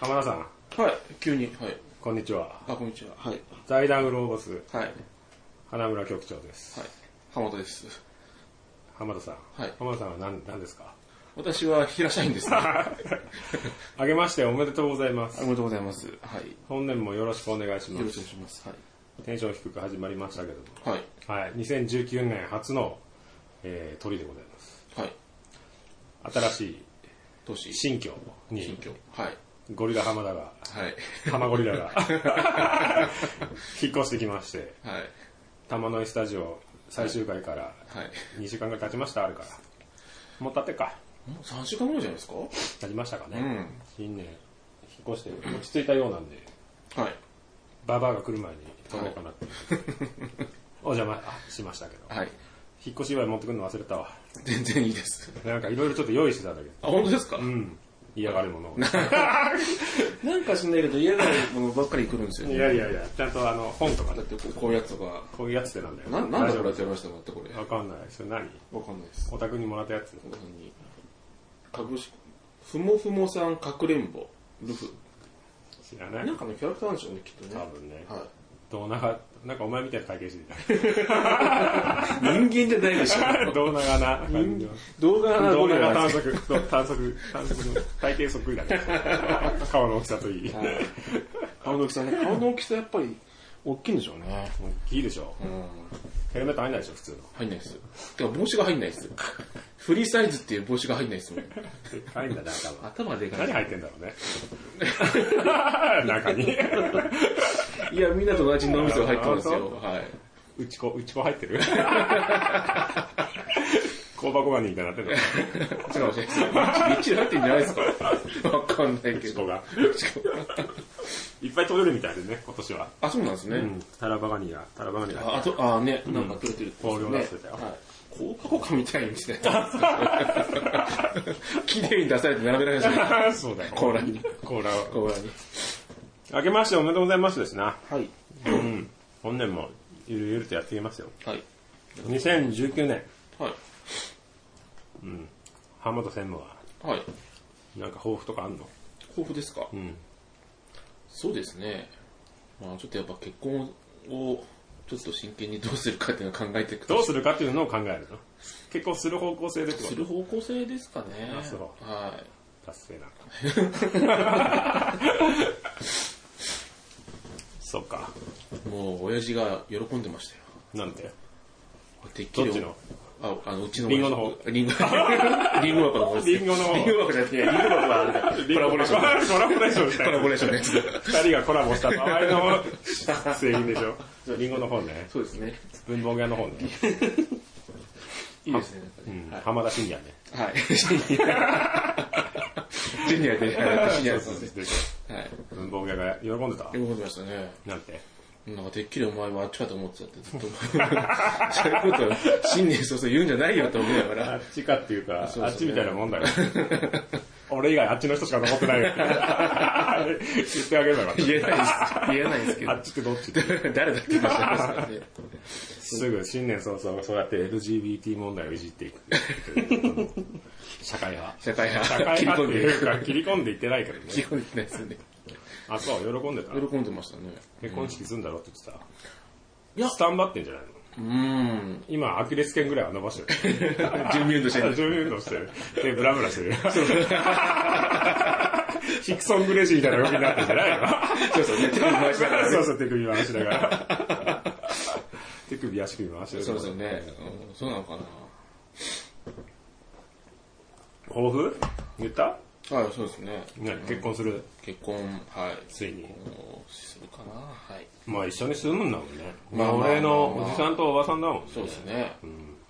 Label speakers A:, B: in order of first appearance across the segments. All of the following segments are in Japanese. A: 浜田さん、
B: はい、急に、はい。
A: こんにちは。
B: あ、こんにちは。はい。
A: 財団グローボス、
B: はい。はい。
A: 花村局長です。
B: 浜田です。
A: 浜田さん。
B: はい
A: 浜田さんは何何ですか
B: 私は平社員です、ね。 あ
A: あげましておめでとうございま
B: り
A: す。
B: がとうございます。はい。
A: 本年もよろしくお願いし
B: よ
A: ま
B: ろしくお
A: す
B: 願い。します。はい。
A: テンション低く始まりましたけども。
B: はい。
A: はい。2019年初の、えー、鳥でございます。
B: はい。
A: 新し
B: 都
A: い
B: 市、新
A: 新居に、
B: 居。はい。
A: ゴリラ浜田が、
B: はい。
A: 浜ゴリラが、引っ越してきまして、
B: はい。
A: 玉の井スタジオ最終回から
B: はい。
A: 2週間ぐらい経ちました、あるから。もう経ってっか。
B: もう3週間ぐらいじゃないですか
A: なりましたかね、
B: うん
A: 新年引っ越して落ち着いたようなんで
B: はい。
A: ババアが来る前に撮ろうかなって、 お邪魔しましたけど
B: はい。
A: 引っ越し祝い持ってくるの忘れたわ
B: 全然いいです。
A: なんかいろいろちょっと用意してたんだけど
B: あ、本当ですか、
A: うん嫌がるものを
B: なんかしんないけど嫌なものばっかり来るんですよ
A: い
B: ね。
A: やいやいやちゃんとあの本とか
B: だ
A: ね
B: ってこうこういうやつとか、
A: こういうやつってなんだよ
B: ななんだこれ
A: 大
B: ってやりましたかってこれ。
A: 丈夫わかんないそれ何
B: わかんないです。
A: お宅にもらったやつ
B: こんな風に株式、ふもふもさんかくれんぼ、ルフ。
A: 知らない
B: なんかのキャラクターなんでしょうね、きっとね。
A: 多分ね
B: は
A: どうながなんかお前みたいな会計して
B: い。人間じゃないでしょ。
A: たどうながな感じの
B: 動画が
A: ど
B: ゴ
A: うな
B: リ
A: が
B: ラ
A: 探索ど探索探索の体型そっくりだね 顔の大きさといい
B: 顔の大きさね。顔の大きさやっぱり大きいんでしょうね。
A: もういいでしょ
B: うん。
A: ヘルメット入んないでしょ普通の
B: 入んないです。てか帽子が入んないです。フリーサイズっていう帽子が入んないですもん。
A: でかいんだね頭
B: 頭がでか
A: 何
B: い。
A: 入ってんだろ うね中に
B: いや、みんなと同じ脳みそが入ってます
A: あ
B: よ。
A: 本
B: は
A: うちこうちこ入 ってる香箱ガニみたいになってる
B: い。違う、違う。一応入ってんじゃないですか。わかんないけ
A: うちこ
B: ど。
A: がいっぱい取れるみたいでね今年は
B: あ、そうなんですね。
A: うんタラバガニがタラバガニが
B: ああと、あね、なんか取れてるってこと
A: うん香
B: ね
A: 料出してたよ
B: はい。効果効果みたいにして。 綺麗に出されて並べられましたね。
A: そうだよ
B: 甲羅に。
A: コーラを
B: 甲羅に。
A: 明けましておめでとうございますですな
B: はい。
A: うん本年もゆるゆるとやっていきますよ
B: はい。
A: 2019年
B: はい。
A: 浜田専務は
B: はい。
A: なんか抱負とかあんの
B: 豊富ですか
A: うん
B: そうですね。まあちょっとやっぱ結婚をちょっと真剣にどうするかっていうのを考えていく
A: ど
B: と。
A: うするかっていうのを考えるの結婚する方向性でってこ
B: す
A: と
B: る方向性ですかね。
A: あそう
B: はい。
A: 達成なんか そっか
B: もう親父が喜んでましたよ。
A: なんて
B: てっき
A: ど
B: り
A: っちの
B: あ、あの、うちの。
A: リンゴの方。
B: リ ンゴ。リンゴ箱の方ですね
A: リンゴの方
B: リンゴ箱じゃなくて、リンゴ箱はあれだコラボレーション。
A: ン コラボレーションし
B: コ
A: た
B: ラ
A: よ
B: ボレーションのやつだ。
A: 2人がコラボした場合 の製品でしょリンゴの方ね
B: そうですね。
A: 文房具屋の方ね、
B: いいですね。
A: うん、浜田信也ね
B: はい。 シニア。ジュニアで、はいシニア で
A: そう
B: す
A: そう
B: ね。
A: そう
B: はい。
A: 文房具屋が喜んでた
B: 喜んでましたね。
A: なんて
B: なんかてっきりお前はあっちかと思ってたって ずっと思ってた。そういうことは新年早々言うんじゃないよと思いなが
A: あ
B: ら
A: っ。ちかっていうか
B: そう
A: あ
B: ですね
A: っちみたいな もんだよ俺以外あっちの人しか残ってないよ言ってあげればよかった
B: 言えないです。言えないですけ
A: あ
B: ど
A: っ。ちってどっちって
B: 誰だっけか知らないですけどね。
A: すぐ新年早々そうやって LGBT 問題をいじ っていく社会派
B: 社会
A: 社
B: 派、
A: 会
B: 切り
A: 派
B: 込
A: って
B: んで
A: いう
B: る。
A: か切り込んでいってないけど
B: 切
A: ね
B: り込んでないですね。
A: あそう喜んでた
B: 喜んでましたね。
A: 結婚式するんだろうって言ってた
B: いや
A: スタンバってんじゃないの
B: うーん。
A: 今アキレス腱ぐらいは伸ばして る
B: 準備運動してる
A: 準。備運動してる でブラブラしてる ヒクソングレジみたいな動きになってんじゃないの
B: そうそう、ね、手首回しながら ね
A: そうそう、手首回しながら。 手首、足首回しなが
B: そう
A: ら。
B: そうね。うんそうなのか
A: 抱負言った
B: な。はい、そうですね。
A: ね結婚する。
B: 結婚、はい。
A: ついに。
B: もうするかな。はい。
A: まあ一緒に住むんだもんね。
B: ま
A: ま
B: あ
A: あ
B: まあ
A: 俺のおじさんとおばさんだもんね。
B: そうですね。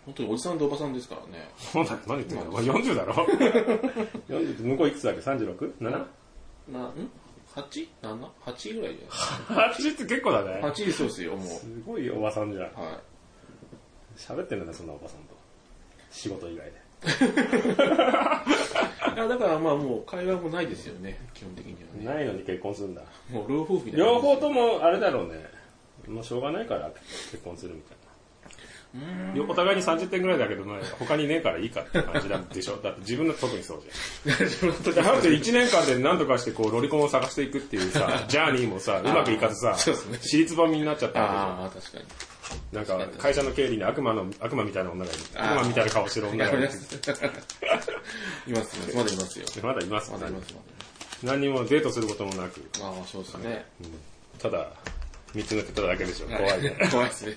B: 本当におじさんとおばさんですからね。
A: そうだよ、何言ってんのお前40だろ ?40 って向こういくつだっけ ?36?7?8
B: な、ん ?8? 7? 8ぐらいじゃ
A: って結構だ
B: ない
A: ね。
B: ?8 そうですよ、もう。
A: すごいおばさんじゃん。
B: は
A: 喋ってんだね、そんなおばさんと。仕事以外で。
B: い。いや、だからまあもう会話もないですよね、基本的にはね。
A: ないのに結婚するんだ。
B: もう老夫婦みたいな
A: 両方ともあれだろうね。もうしょうがないから結婚するみたいな。お互いに30点ぐらいだけど、まあ、他にねえからいいかって感じなんでしょだって自分の特にそうじゃん。
B: 自分の時
A: だって1年間で何とかしてこうロリコンを探していくっていうさ、 ジャーニーもさ、うまくいかずさ、
B: そうですね
A: 私立ばみになっちゃったわ
B: ああ、確かに。
A: けじゃん。なんか会社の経理に悪魔の、悪魔みたいな女がいる。
B: あー
A: 悪魔みたいな顔してる女がいる。
B: います、います。まだいますよ。
A: まだいます
B: ま
A: もん
B: だい
A: ね。
B: ます、ま
A: 何にもデートすることもなく、
B: だ。ああ、そうですね。
A: ただ、見つめてただけでしょ。怖いね。
B: 怖いですね。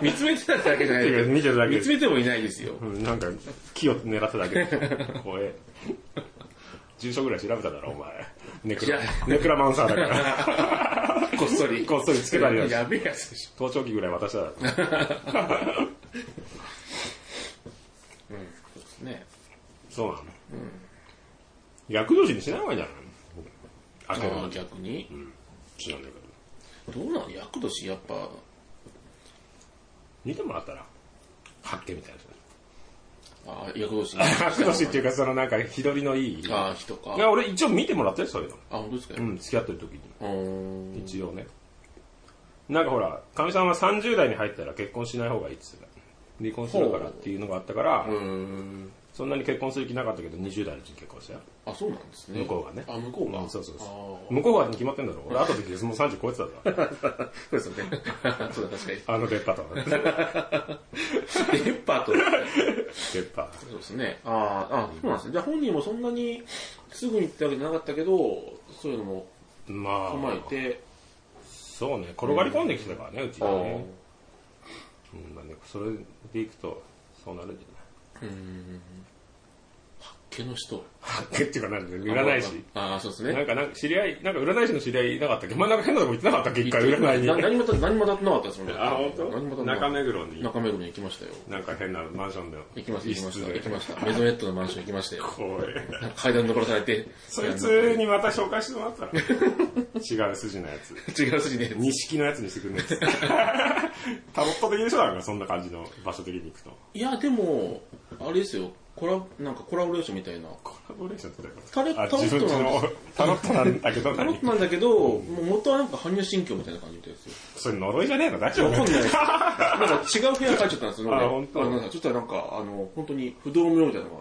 B: 見つめてただけじゃない
A: て
B: で
A: か
B: す
A: 見てるだけ
B: 見
A: で
B: つ
A: しょ。
B: めてもいないですよ。
A: うん、なんか、木を狙っただけでしょ。怖え。住所ぐらい調べただろ、お前。ネクラ
B: いや、
A: ネクラマンサーだから。
B: こっそ り。
A: こっそりつけたりだし
B: やべえやつでし
A: 盗聴器ぐらい渡しただろ。
B: ょ。うん。そうですね。
A: そうなの、逆上司にしない方がいいんじゃないの
B: あ
A: あ
B: あ、逆に。
A: 知らんだけど。
B: どうなの役年やっぱ、
A: 見てもらったら、発見みたいな。
B: ああ、 役年。
A: 逆上司っていうか、そのなんか、日取りのいい。い
B: ああ、人か。
A: や、俺一応見てもらったよ、そういうの。
B: あ、本当ですか
A: う。ん、付き合ってる時に。
B: うーん。
A: 一応ね。なんかほら、かみさんは30代に入ったら結婚しない方がいいって言ってた。離婚するからっていうのがあったから、
B: うーん。
A: そんなに結婚する気なかったけど、20代の時に結婚したよ。
B: あ、そうなんですね。
A: 向こうがね。
B: あ、向こうが。
A: んそうそうそ
B: あ
A: う。向こうがに決まってんだろ。俺、後で聞いてもう30超えてたぞ。
B: あそうですよね。 そうだ、確かに。
A: あの出っ歯と。
B: 電波 と。
A: 出っ歯。
B: そうですね。ああ、あそうなんですね。じゃあ本人もそんなにすぐにってわけじゃなかったけど、そういうのも
A: ま
B: 踏まえ
A: あ、
B: て、
A: そうね、転がり込んできてたからね、うち
B: あ
A: は
B: あ
A: ね。うん、まあね、それでいくと、そうなるんじゃない
B: 毛の人。
A: 発見っていうか、 なんで、占い師。
B: ああ、そうです
A: な
B: ね。
A: んか、なんか知り合い、なんか占い師の知り合いいなかったっけまあ、なんか変なとこ行ってなかったっけ一回占い
B: な
A: に。
B: 何もた、何もたってなかったですもんね。
A: あ、本
B: 何
A: 当？
B: もたってなか
A: 中
B: っ
A: 目黒に
B: た。、中目黒に行きましたよ。
A: なんか変なマンションで。
B: 行きました、
A: 一
B: 行きまし
A: 室
B: た、行
A: で
B: き。ました。メゾネットのマンション行きましたよ。
A: 怖い。
B: なんか階段登らされて。
A: そいつにまた紹介してもらったら。違う筋のやつ。
B: 違う筋で。
A: 錦のやつにしてくんねえっつってタロット的でしょなんか、そんな感じの場所的に行くと。
B: いや、でも、あれですよ。コラ、なんかコラボレーションみたいな。
A: コラボレーションってだから。
B: タロ
A: あ
B: タロット
A: 自分ち
B: なん
A: のタロットなんだけど、
B: タロットなんだけど、もう元はなんか般若心経みたいな感じみたいですよ。
A: それ呪いじゃねえの大
B: い
A: 丈
B: や
A: 夫
B: わかんないです。なんか違う部屋に帰っちゃったんです よ。
A: あ
B: ね
A: 本当
B: のなんかちょっとなんか、あの、本当に不動明王みたいなの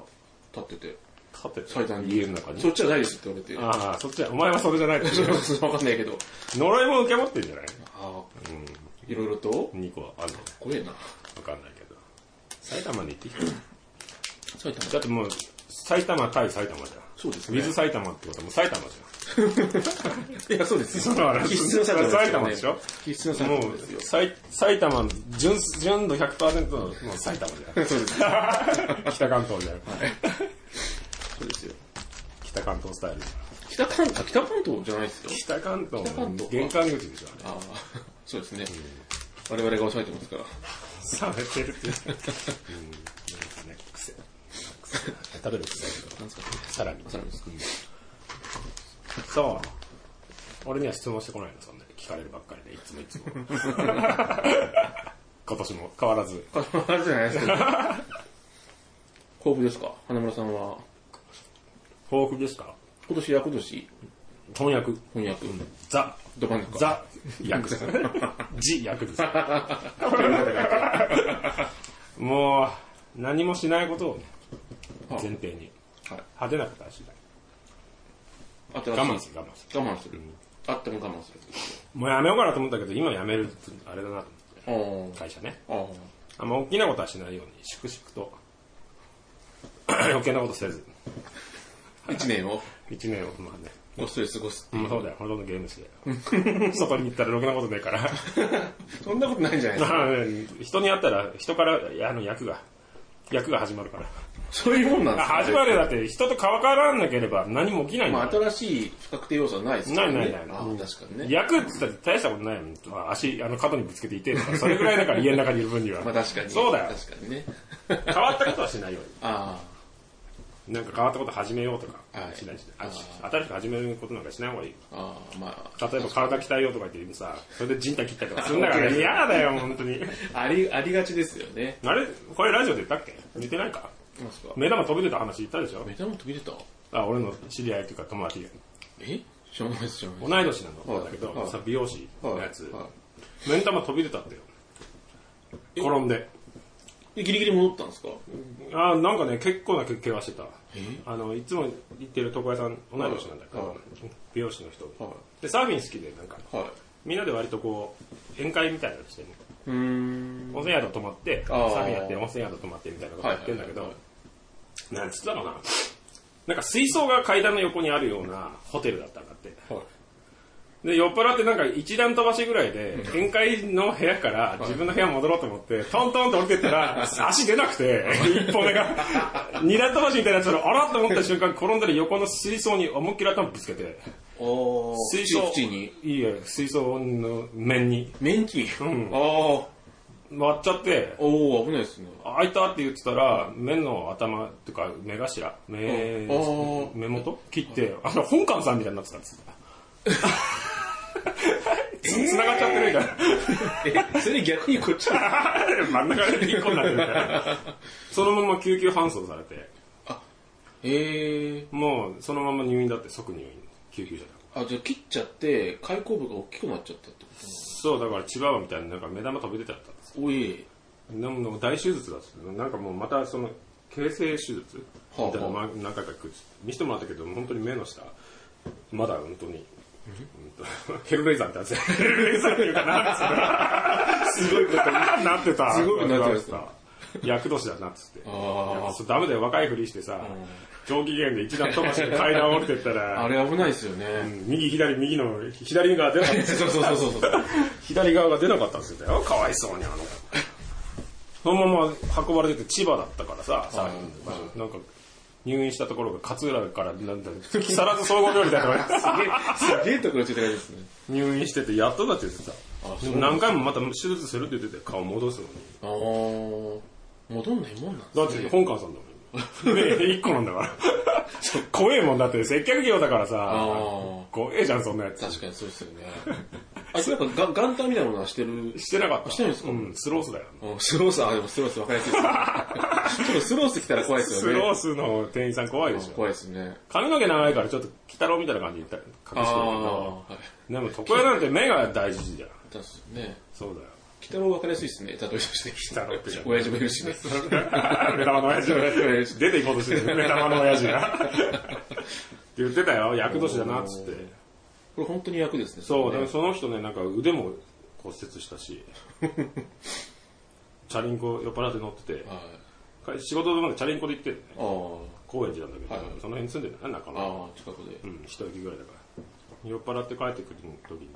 B: が立ってて、
A: 立って
B: 階段に。
A: 家の中に
B: そ。っちはないですって言われて。
A: ああ、そっちは、お前はそれじゃないでしょ
B: わかんないけど。
A: 呪いも受け持ってんじゃない
B: ああ、いろいろと、
A: ?2 個あるの
B: 怖えな。
A: わかんないけど。埼玉に行ってきた。
B: 埼玉。
A: だってもう、埼玉対埼玉じゃん。
B: そうですね。
A: 水埼玉ってことはもう埼玉じ
B: いや、そ うです。必
A: うだから
B: 須の埼玉ですよ
A: 埼玉
B: ね。
A: でしょ
B: 必須の
A: ゃん。
B: 埼
A: も
B: 玉ですよ
A: う、。埼埼玉の純、純度100%のもう埼玉じゃ
B: そう
A: ん。
B: です。
A: 北関東じゃん。
B: そうですよ。
A: 北関東スタイルじゃん。
B: 北関東、北関東じゃないですよ。
A: 北関東
B: 北関
A: の
B: 東
A: 玄関口でしょ、あれ。
B: ああ、 そうですね。我々が抑えてますから。
A: 冷めてるって。うん、なんかね、癖。癖食べる癖だけど。
B: なんですか
A: さらに。
B: サラミですか
A: そう。俺には質問してこないの、そんなに。聞かれるばっかりで、いつもいつも。今年も変わらず。
B: あれじゃないですか。甲府ですか花村さんは。
A: 豊富ですか
B: 今年、役年、
A: 翻訳。
B: 翻訳、
A: ザ。
B: ど真ん中。
A: ザ。役です。 ジ役です。 もう、何もしないことをね、前提に。
B: はい。
A: 派手なことはしない。
B: あと
A: 我慢する、我慢する。
B: る。我慢する。あっても我慢する。
A: もうやめようかなと思ったけど、今やめるってあれだなと思って。
B: あー
A: 会社ね。
B: あー。
A: あんま大きなことはしないように、粛々と、 余計なことせず、
B: 一年を、
A: 一年を、まあね、
B: ごっそり過ごす。
A: もうそうだよ、ほとんどゲームして。 外に行ったらろくなことねえから。
B: そんなことないんじゃないですか。
A: まあね人に会ったら、人から、いやあの、役が、役が始まるから。
B: そういうもんなんです
A: 始まるよ、だって、人と変わらなければ何も起きないんだ
B: ま
A: か
B: あ、
A: ら
B: 新しい不確定要素はないです
A: ないないない
B: あー確かにね。
A: 役って言ったら大したことないもん。まあ足、あの、角にぶつけていてとか、それぐらいだから家の中にいる分には。
B: まあ、確かに。
A: そうだよ。
B: 確かにね。
A: 変わったことはしないように。
B: あ
A: なんか変わったこと始めようとか
B: はい
A: しないし、あし新しく始めることなんかしない方がいいよ。
B: あ、ああ、まあ、
A: 例えば体鍛えようとか言ってさ、それで人体切ったりとかするんだか
B: 本
A: ら
B: 当に
A: 嫌だよ、本当に。
B: あり、ありがちですよね。
A: あれこれラジオで言ったっけ言ってないか
B: なんですか。
A: 目玉飛び出た話言ったでしょ
B: メタモン飛び出た
A: あ、俺の知り合いというか友達が。
B: え知らないです、知らない
A: 同
B: で
A: い年なの、
B: はい
A: だけど、
B: はい
A: さ、美容師
B: す。
A: のやつ、
B: はいはい
A: 目ん玉飛び出たってよ。転んで。
B: で、ギリギリ戻ったんですか
A: あーなんかね、結構な怪我してた。
B: え
A: あの、いつも行ってる床屋さん、同い年なんだけ
B: は
A: ど、美容師の人。
B: は
A: で、サーフィン好きで、なんか、
B: い。はい。
A: みんなで割とこう、宴会みたいなのしてね、
B: うーん。
A: 温泉宿泊まって、サ
B: あー
A: ーフィンやって温泉宿泊まってみたいなことやってんだけ
B: はい
A: ど
B: はい、
A: なんつったのかな。なんか水槽が階段の横にあるようなホテルだったんだって。
B: はい。
A: で、酔っ払ってなんか一段飛ばしぐらいで、宴会の部屋から自分の部屋戻ろうと思って、トントンと降りてった ら、足出なくて、一歩目が、二段飛ばしみたいなやつをあらと思った瞬間、転んだら横の水槽に思いっきり頭ぶつけて、
B: おー。
A: 水槽、
B: 口に。
A: いいえ、水槽の面に
B: メンチ。
A: ん
B: あー。
A: 割っちゃって、
B: おー、危ないですね。
A: あ開いたって言ってたら、目の頭っていうか、目頭、目
B: うんあー、
A: 目元切って、あの、本館さんみたいになってたん です。つ繋がっちゃってるみたいな。
B: え、それ逆にこっちだ。
A: 真ん中で一個になってるから。そのまま救急搬送されて、
B: えー。
A: もうそのまま入院だって即入院。救急車だ。
B: あ、じゃあ切っちゃって、開口部が大きくなっちゃったってこ
A: そう、だから千葉はみたいになんか目玉飛び出ちゃったんです。
B: とおい。
A: でもでも大手術だっつって、なんかもうまたその、形成手術
B: はあ
A: みたいな
B: は
A: ま何回かく見せてもらったけど、本当に目の下、まだ本当に。うんと ヘルレイザーみたいなやつ。ヘルレイザーっていうかなんつうのすごいことになってた。。
B: すごいことになってました
A: 厄年だなっつって。い
B: あ
A: やそうダメだよ、若いふりしてさ、上機嫌で一段飛ばして階段降りてった
B: ー。 あ
A: ら、
B: れ危ないですよ
A: う
B: ね。
A: ん右、左、右の、左側出なかった。
B: そうそうそうそう そう。
A: 左側が出なかったんですよ。かわいそうに、あの。そのまま運ばれてて千葉だったからさ、さなんか、入院したところが勝浦から、なんだ、木更津総合病院だから、す げえ
B: すげえところついてるんですね。
A: 入院してて、やっとだって言ってた。
B: あ
A: でも何回もまた手術するって言ってて、顔戻すのに。
B: あー。戻んないもんなん
A: だって本館さんだもん。 ねえ、一個なんだから。 怖えもんだって、接客業だからさ、
B: あ
A: 怖えじゃん、そんなやつ
B: あ。。確かにそうですよね。 あ、それなんかが元旦みたいなものはしてる。
A: してなかった。
B: してないんですか
A: うん、スロースだよ。
B: うんスロース、あ、でもスロース分かりやすいですね。 ちょっとスロース来たら怖いです
A: ス
B: よね。
A: ロースの店員さん怖いでしょ。
B: 怖いですね。
A: 髪の毛長いからちょっと、鬼太郎みたいな感じで隠してるけ
B: ああ、
A: ど。
B: はい。
A: でも、床屋なんて目が大事じゃん。
B: 確かにね。
A: そうだよ。
B: 北郎分かりやすいですね、例えとして。
A: 北郎って
B: 親父もいる しね。
A: 目玉の親父
B: 目玉の親父
A: 出て行こうとしてる。目玉の親父 が。って言ってたよ、厄年だな、っつって。
B: これ本当に役ですね。
A: そう、
B: れ
A: で
B: ね
A: もその人ね、なんか腕も骨折した し、チャリンコ酔っ払って乗ってて、
B: はい。
A: 仕事までチャリンコで行ってるね、
B: あー
A: 高円寺なんだけど、
B: はいはい
A: その辺に住んでるな、仲間。
B: あー、近くで
A: う。ん、一駅ぐらいだから。酔っ払って帰ってくる時に、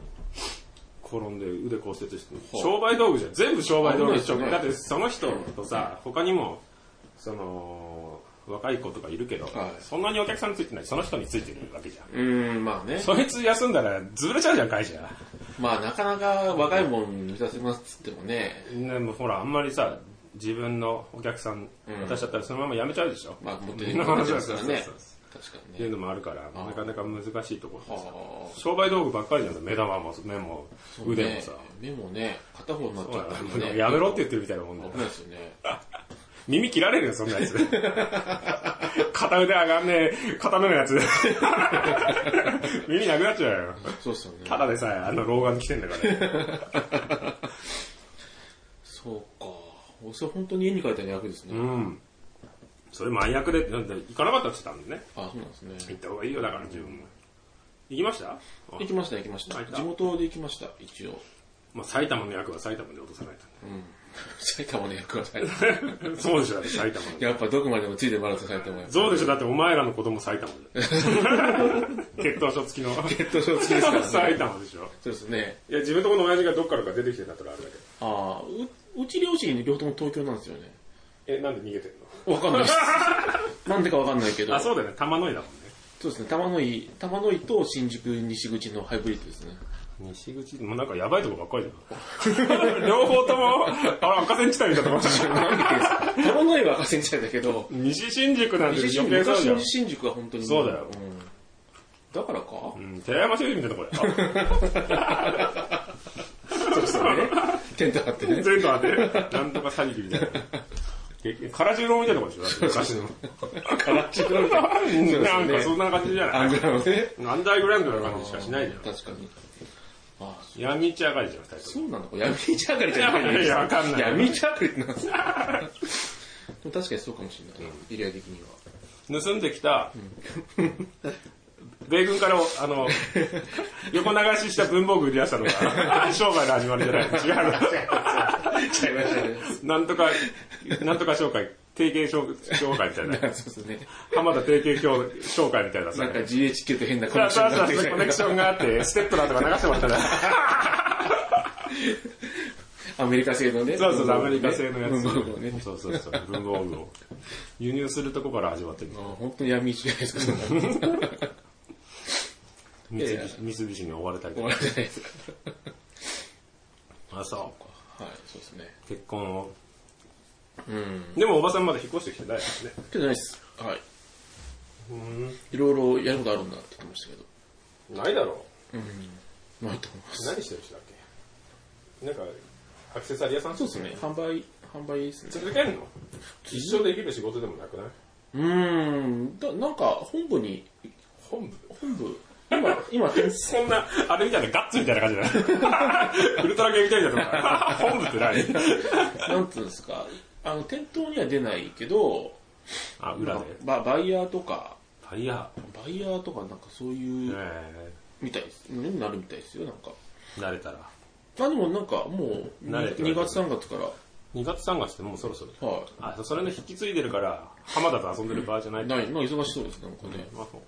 A: 転んで腕骨折して、商売道具じゃん。全部商売道具でしょ。
B: 危ない
A: だ
B: ですね
A: ってその人とさ、他にも、その、若い子とかいるけど、
B: はい
A: そんなにお客さんついてない。その人についてるわけじゃん。
B: うーん、まあね。
A: そいつ休んだら潰れちゃうじゃん、会社。
B: まあなかなか若いもんに満たせますっつってもね。
A: ね、もうほら、あんまりさ、自分のお客さん
B: うん
A: 渡しちゃったらそのまま辞めちゃうでしょ。
B: まあ持って
A: み
B: る
A: ん
B: 人
A: な
B: もい
A: 話
B: ま
A: ですすか
B: か
A: らら
B: ね
A: ね。。
B: 確か
A: っ
B: に
A: ていう
B: ね。
A: のもあるから、なかなか難しいところですよ
B: はあ
A: 商売道具ばっかりなんだ、目玉も目も腕もさ
B: ね。目もね、片方になっちゃったん
A: もう
B: でね。
A: やめろって言ってるみたいなもんだ
B: 危
A: よ
B: ないですよね。
A: 耳切られるよ、そんなや つ。片腕上がんねえ、片目の やつ。耳なくなっちゃうよ。
B: そうっすよね。
A: ただでさえあの老眼来てんだから。
B: そうか。おそれ本当に絵に描いた役ですね。
A: うん。それ麻薬で、なんで行かなかったって言ってたんでね。
B: あ、そうなんです
A: 行
B: ね。
A: った方がいいよ、だから自分も。行きました
B: 行きました、行きまし。
A: あ行ったた
B: 地元で行きました、一応。
A: まあ、埼玉の役は埼玉で落とさない
B: 埼玉の役は埼 玉。
A: と。そうでしょ、だって埼玉で。
B: やっぱどこまでもついてもらうと埼玉や。
A: そうでしょ、だってお前らの子供埼玉 で。血糖症付きの。
B: ペットショー付きですから ね。
A: 埼玉でしょ。
B: そうですね。
A: いや、自分とこの親父がどっからか出てきてんだったらあれだけど。
B: ああ、ううち両親両方とも東京なんですよね。
A: え、なんで逃げてんの
B: わかんないです。 なんでかわかんないけど。
A: あ、
B: そう
A: そうだよね。玉の井だもん
B: ですね。玉の井、玉の井と新宿西口のハイブリッドですね。
A: ね。西口、もうなんかやばいとこばっかりじゃん。 両方とも、あれ、赤線地帯みたいなとこ
B: なんでですか玉の井は赤線地帯だけど、
A: 西新宿なんて
B: 西新
A: 余計
B: 宿、
A: そう
B: 昔
A: じゃ
B: の
A: ん。
B: 新宿は本当に。
A: そうだよ
B: ん。だからか
A: うん、寺山修司みたいなとこだよ。
B: そうですよね。テント張ってね。
A: 全部あって、なんとか詐欺みたいな。唐十郎みたいなとこでしょだって昔 の。
B: から違う
A: なんかそんな感じじゃない
B: アングラのね。
A: アンダーグラウンドな感じしかしないじゃん。
B: 確かに。ああ、そう
A: 闇市上がりじゃん、二人と
B: そうなのか。闇市上がりじゃない
A: いやわかんない
B: 闇市上がりってなんですかでも確かにそうかもしれない。エリア的には。
A: も。盗んできた、米軍から、あの、横流しした文房具売り出した のが、商売の始まりじゃない。違う
B: ちゃいましたね。
A: の。なんとか、なんとか紹介、提携紹紹介みたいな。
B: そうですね。
A: 浜田提携紹介みたいなさ
B: なん。か GHQ と変なコ
A: さ
B: ネ
A: あ、
B: クショ
A: さ
B: ン
A: あ、
B: が
A: さ
B: あ
A: あ、
B: って
A: コネクションがあって、ステップだとか流してもらったら、
B: アメリカ製のね。
A: そうそうそう、アメリカ製のやつ
B: 文房具をね。
A: そうそうそう、文房具を。輸入するとこから始まってる
B: ああ本当に闇市じゃないですか、そんなの。
A: 三
B: やい
A: 菱
B: や
A: 三菱に追われたりと
B: 終
A: か
B: わら。ないじゃないですか。
A: あ、そう。
B: はい、そうですね。
A: 結婚を。
B: うん。
A: でもおばさんまだ引っ越してきてないですね。
B: けどないです。はい。いろいろやることあるんだって言ってましたけど。
A: ないだろ
B: ないと思います。
A: 何してる人だっけなんか、アクセサリー屋さん
B: そうですね。販売、販売ですね。
A: 続けんの一生できる仕事でもなくないう
B: ーん。だなんか、本部に、
A: 本部
B: 本部、今、今、転生
A: こんな、あれみたいなガッツみたいな感じじゃ ないウルトラ系みたいなとか。 本部って何
B: なんつうんですか、あの、店頭には出ないけど、
A: あ、裏で。
B: ババイヤーとか、
A: タイヤ。
B: バイヤーとかなんかそういう、
A: え
B: みたいです。になるみたいですよ、なんか。
A: ー、慣れたら。
B: あ、でもなんか、もう、
A: 慣れてはいる
B: 2月3月から、
A: 2月3月ってもうそろそろ。
B: は
A: あ、それの引き継いでるから、浜田と遊んでる場合じゃない。
B: い。ない、なんか忙しそうですね、なんかね。
A: まあそう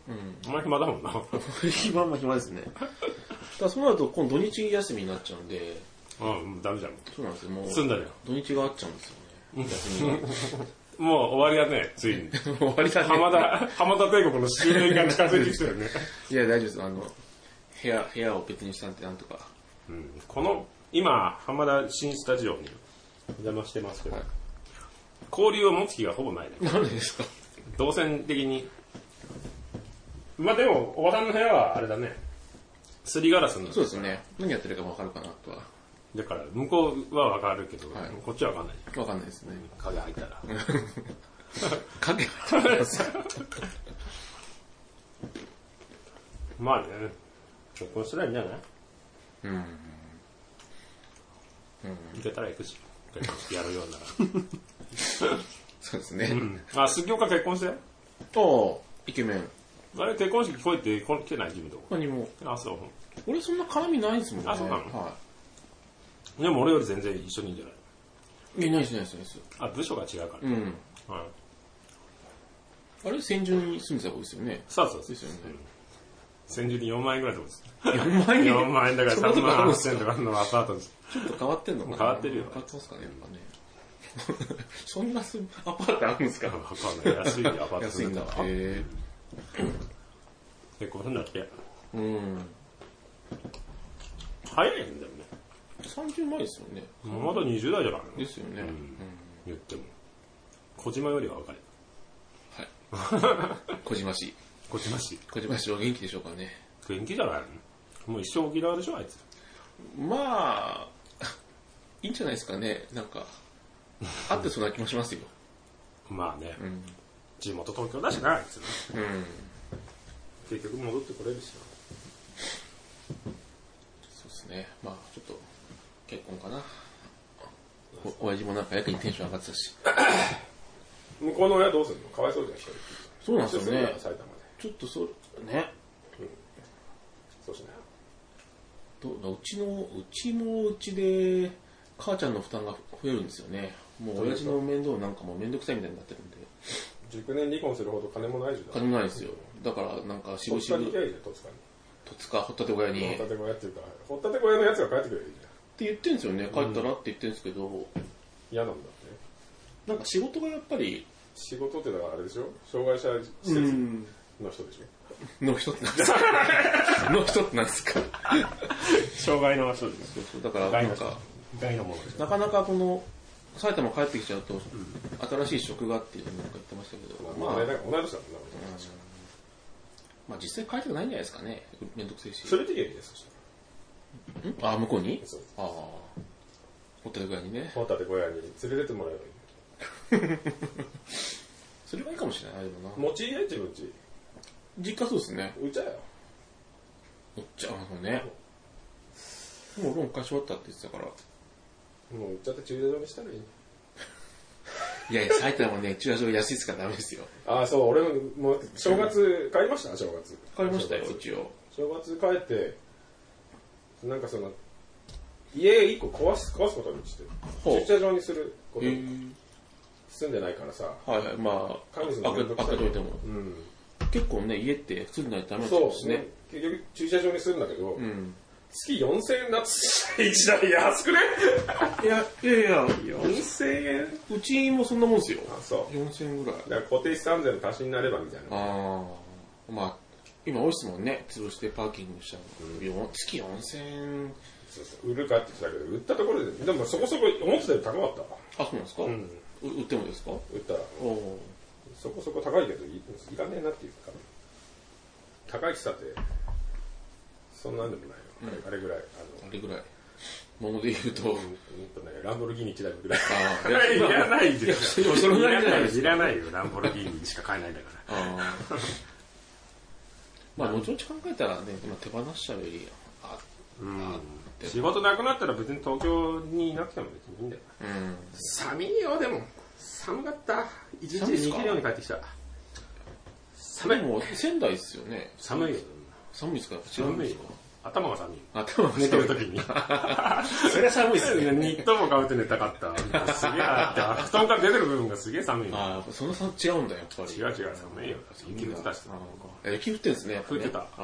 A: お前暇だもんな。
B: 暇ま暇ですね。ただからそうなると、今度土日休みになっちゃうんで、
A: うん、もうダメじゃん。
B: そうなんですよ、もう、
A: 済んだよ。
B: 土日があっちゃうんですよね。休み が。
A: もう終わりだね、ついに。
B: 終わりだね。
A: 浜田、浜田帝国の終焉が近づいてきてるね。
B: いや、大丈夫です。あの、部屋、部屋を別にしたんで、なんとか。
A: うんこの、今、浜田新スタジオにお邪魔してますけど
B: はい、
A: 交流を持つ気がほぼないね。
B: なんでですか
A: 動線的に。まあでも、おばさんの部屋はあれだね。すりガラスの。
B: そうですね。何やってるかわかるかなとは。
A: だから、向こうはわかるけど、
B: はい
A: こっちはわかんない。
B: わかんないですね。
A: 影入ったら。
B: 影
A: まあね、結婚すりゃいいんじゃない
B: うん。
A: 行けたら行くし。結婚してやるようなら。
B: そうですね。
A: あ、杉岡結婚して
B: と、イケメン。
A: あれ結婚式来いってこ来てない君とこ
B: 何も。
A: あ、そう。
B: 俺そんな絡みないですもんね。
A: あそうなの
B: は
A: でも俺より全然一緒にいいんじゃない
B: い。いや、ないです、ないです、ないです。
A: あ、部署が違うから。
B: うん。
A: はい。
B: あれ、先住に住んでた方ですよね。
A: そうそうそう。
B: ですよね
A: うん先住に4万円ぐらいってことです。
B: 4万
A: 4万円だから3万8
B: ち
A: 千とかのアパートです。
B: ょっと変わってんのかな
A: 変わってるよ
B: 変わってますかね、やっぱね。 そんなすアパートあるんですか
A: わかんない。安いアパート
B: 安いんだ。へ
A: 結
B: え。
A: 婚するんだって。
B: うん。
A: 早いんだよね。
B: 30前ですよね。
A: まだ20代じゃないの
B: ですよね。
A: 言っても。小島よりは若い。
B: 小島氏。
A: 小島市。
B: 小島氏は元気でしょうかね。
A: 元気じゃないのもう一生沖縄でしょ、あいつ。
B: まあ、いいんじゃないですかね。なん か、合ってそうな気もしますよ。
A: まあね。
B: ん
A: 地元東京だしな、あいつね。
B: うん。
A: 結局戻ってこれるしな。
B: そうですね。まあ、ちょっと、結婚かな。お親父もなんかやけにテンション上がってたし。
A: 向こうの親どうするのかわいそうじゃん、一人。
B: そうなんですよね。
A: 埼玉で。
B: ちょっとそ、ね。
A: そうしない。
B: どうちの、うちもうちで、母ちゃんの負担が増えるんですよね。もう親父の面倒なんかもう面倒くさいみたいになってるんで。
A: 熟年離婚するほど金もないじゃん。
B: 金もないですよ。だからなんか、し
A: 戸
B: ぶし
A: 塚に
B: ぶ
A: 行き、ゃいいじゃん、戸塚に。
B: とつか、ほったて親に。
A: 掘
B: っ
A: ってたて小屋っていうか、掘ったて小屋のやつが帰ってくればいいじゃん。
B: 言ってんですよね。帰ったらって言ってんですけど、
A: 嫌なんだってね。
B: なんか仕事がやっぱり、
A: 仕事ってだからあれでしょ障害者施設の人でしょ、
B: の人ってなん ですかの人ってなんですか
A: 障害の人です
B: そうそうだからなんか、
A: 害のものです
B: なかなかこの、埼玉帰ってきちゃうと、新しい職がっていうのなんか言ってましたけど、
A: ま
B: まあ
A: あ、、なんか同い年だもんな、
B: まあ実際帰りたくないんじゃないですかね。めんどくせえし。
A: それでいいよね、そしたら。
B: んあ、向こうに
A: そう
B: ああ。ホテルぐらいにね。
A: 掘ったて小屋に連れてってもらえばいい。
B: それがいいかもしれない。でもな。
A: 持ち家自分ち。
B: 実家そうですね。
A: うちゃよ。
B: おっちゃん、あのね。もうローン貸し終わったって言ってたから。
A: もう売っちゃって駐車場にしたらいい。
B: いやいや、埼玉ね、駐車場安いっすからダメですよ。
A: ああ、そう、俺も、もう、正月、帰りました正月。
B: 買いましたよ、一応。
A: 正月。正月帰って、なんかその、家一個壊す、壊すことにして、
B: ほう
A: 駐車場にするこ
B: へ
A: と、
B: ー
A: 住んでないからさ、
B: はいはい、まあ、
A: 神様
B: 開け開けといても。
A: うん。
B: 結構ね、家って住んでないとダメなん
A: そう
B: で
A: です
B: す
A: ね
B: ね。。
A: 結局、駐車場にするんだけど、
B: うん。
A: 月4000円だっつって、一台安くね
B: いや、いやいや、
A: ?4000 円
B: うちもそんなもんですよ。
A: あ、そ。。
B: 4000円ぐらいう
A: だから固定資産税の足しになればみたいな。
B: ああ、まあ、今多いっすもんね。潰してパーキングしちゃうの。よ月4000円。
A: そうそう売るかって言ってたけど、売ったところで、でもそこそこ思ってたより高かったわ。
B: あ、そうなんですか、
A: うん。
B: う売ってもですかお
A: 売ったら、
B: お
A: そこそこ高いけど、いいらねえなっていうか、高いしさって、そんなんでもないよ。あれあれぐらい、あ
B: あれぐらい。もので言う と。
A: の、うんとね、ランボルギーニ1台ぐらい。
B: ああ、
A: いらないで
B: しょそれぐらいじゃないです
A: らないよ、ランボルギーニしか買えないんだから。
B: ああ。まあ、後々考えたらね、今手放しちゃうより、 あ、
A: うん仕事なくなったら別に東京にいなくても別にいいんだよ。
B: うん。
A: 寒いよ、でも。寒かった。一日
B: 寒いっす
A: 2
B: か
A: キロに帰ってきた。
B: で
A: 寒い。
B: も、仙台っすよね。
A: 寒いよ。
B: 寒いですか違うん
A: 寒
B: で
A: い
B: す
A: よ
B: か。
A: 頭が寒い。
B: 頭が
A: 寝て
B: 寝て
A: る
B: る
A: 時
B: 時
A: に。
B: それは寒いっすね。
A: ニットもかぶって寝たかった。すげえなって。布団から出てる部分がすげえ寒いよ。
B: ああ、その差違うんだ、やっぱり。
A: 違う違う、寒いよ。雪降ってたし。
B: ああ雪降ってんですね、やっぱりね
A: 降ってた
B: ああ。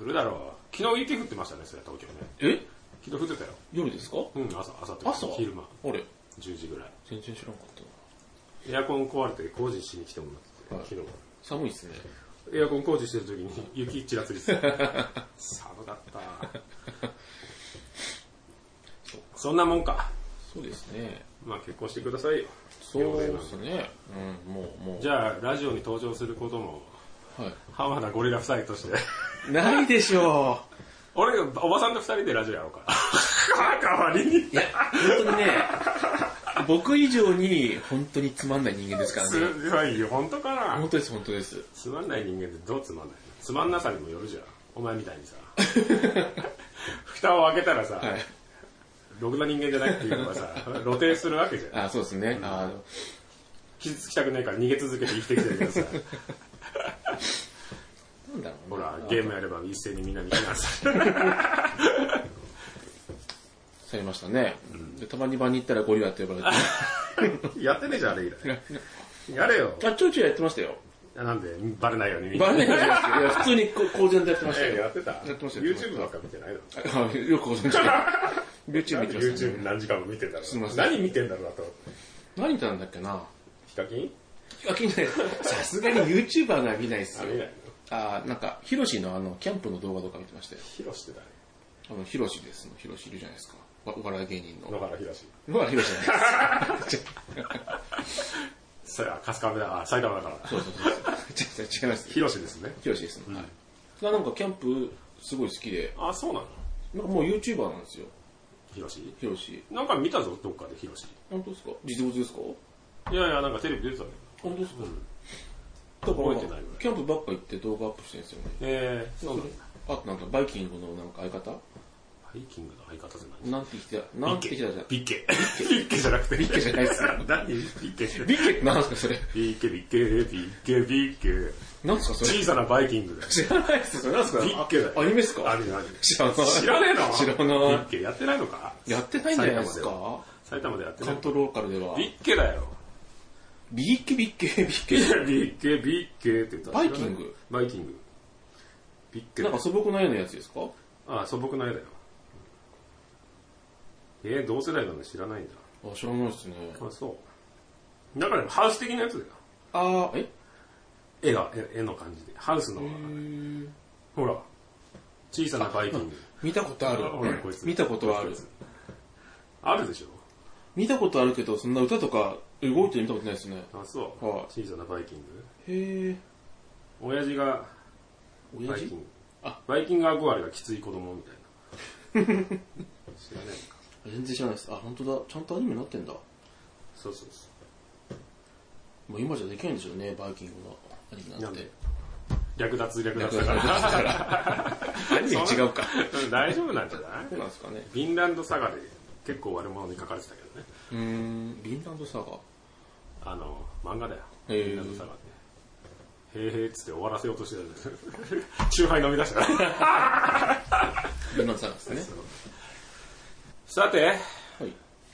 A: 降るだろう。昨日雪降ってましたね、それ東京ね。
B: え
A: 昨日降ってたよ。
B: 夜ですか
A: うん、朝、朝というか
B: 朝
A: 昼間、
B: あれ
A: 10時ぐらい。
B: 全然知らんかった
A: エアコン壊れて工事しに来てもら
B: は
A: っ
B: い
A: てて、昨日。
B: 寒いっすね。
A: エアコン工事してる時に 雪ちらついてた寒かった そんなもんか
B: そうですね。
A: まあ結婚してくださいよ
B: そうですね。うん、もう、も
A: じゃあラジオに登場することも
B: う。は
A: 浜田ゴリラ夫妻として
B: い。 ないでしょ
A: 俺おばさんと二人でラジオやろうか代わりに
B: う。いや、本当にね、僕以上に本当につまんない人間ですからね。
A: すごいよ本当かな
B: 本当です、本当です。
A: つまんない人間ってどうつまんないのつまんなさにもよるじゃんお前みたいに さ蓋を開けたらさ、
B: はい。
A: ろくな人間じゃないっていうのが さ露呈するわけじゃん
B: あそうですね。あ
A: 傷つきたくないから逃げ続けて生きてきてるけどさ
B: なんだろう
A: ほ
B: な
A: らゲームやれば一斉にみんなに避難 する
B: されましたね。でたまに場に行ったらゴリラって呼ばれて。
A: やってねえじゃんあれ以来やれよ
B: あ、ちょいちょいやってましたよ。
A: なんでバレないようにみんな
B: バレないじゃないですか。いや、普通にこう公然とやってました
A: え
B: よ。
A: やってた
B: やってましたよ
A: YouTube ばっか見てないの
B: はいよくご存知で。YouTube
A: なんで
B: 見てましたね。
A: YouTube 何時間も見てんだろ
B: いま
A: う
B: せん
A: 何見てんだろうなと
B: 何見たんだっけな
A: ヒカキン
B: あ、見ない。さすがに YouTuber が見ないっす
A: あ
B: よ
A: 見。ないの
B: あーなんか、ヒロシのあの、キャンプの動画とか見てましたよ。
A: ヒロシって
B: あの、ヒロシですの。ヒロシいるじゃないですか。わお笑い芸人の。
A: 誰野原ヒロシ
B: 野原ヒロシじゃないです。
A: それは春日部だあ埼玉だから
B: そうそうそうそう。違う違います。
A: ヒロシですね
B: ヒロシですの。はい。がなんか、キャンプすごい好きで、
A: あそうなの
B: なんかもう YouTuber なんですよ。
A: ヒロシ
B: ヒロシ。
A: なんか見たぞどっかでヒロシ
B: 本当ですか実物ですか
A: いやいやなんかテレビ出てたね
B: 本当ですか、だ
A: 覚え
B: か
A: て
B: ら
A: ないぐらい
B: キャンプばっか行って動画アップしてるんですよね。
A: えー、そうなんだ
B: あとなんか、バイキングのなんか相方
A: ハイキングの相方じゃない
B: なんて言ってた、なんて言ってたじゃん。
A: ビッケ。ビッケじゃなくて。ビッ
B: ケじゃないっすよ
A: 何ビッケって。
B: ビッケってなんですかそれ。
A: ビッケ、ビッケ、ビッケ、ビッケ。
B: なんですかそれ。
A: 小さなバイキングだよ。
B: 知らないっすそれ。なんすか
A: ビッケだよ。
B: あアニメですか
A: アニメ、アニメ。
B: 知らない。
A: 知らねえの
B: 知ら
A: ビ
B: ない
A: ッ。ケやってないのか
B: やってないんじゃないですか
A: 埼玉でやってない
B: 関。東ローカルでは
A: ビ。ッケだよ。
B: ビッケビッケビッ
A: ビ
B: ケ。
A: ッケ、ビッケって言ったら
B: バイキング
A: バイキング。ビッケ
B: なん。か素朴なようなやつですか
A: あ、素朴な絵だよ。えー、同世代なのに知らないんだ。
B: あ、知らないですね。
A: あ、そう。だからハウス的なやつだよ。
B: あー、え
A: 絵が、絵絵の感じで。ハウスの。ほら、小さなバイキング。
B: 見たことある
A: あほらこい。つ
B: 見たことはある。
A: あるでしょ
B: 見たことあるけど、そんな歌とか動いてるの見たことないですね。
A: あ、そう。
B: はい
A: 小さなバイキング。
B: へえ。
A: 親父が
B: 親
A: バイキ
B: 父
A: ング。
B: あ
A: バイキング憧れがきつい子供みたいな。 知らないのか。
B: 全然知らないです。あ、本当だ。ちゃんとアニメになってんだ。
A: そうそうそ
B: もう今じゃできないんでしょうね、バイキングのアニメ
A: う。
B: な
A: なんん
B: て
A: で。略奪略奪だか。
B: 略奪だから何が違うか。
A: うん大丈夫なんじゃない
B: そうなんですかね。
A: フィンランドサガで結構悪者に書かれてたけどね。
B: うーん、ヴィンランドサガ。
A: あの、漫画だよ。フ
B: へー
A: ィンランドサガって。へーへーっつって終わらせようとして た。チューハイ飲み出したから。
B: ヴィンランドサガですね。
A: さて、
B: はい。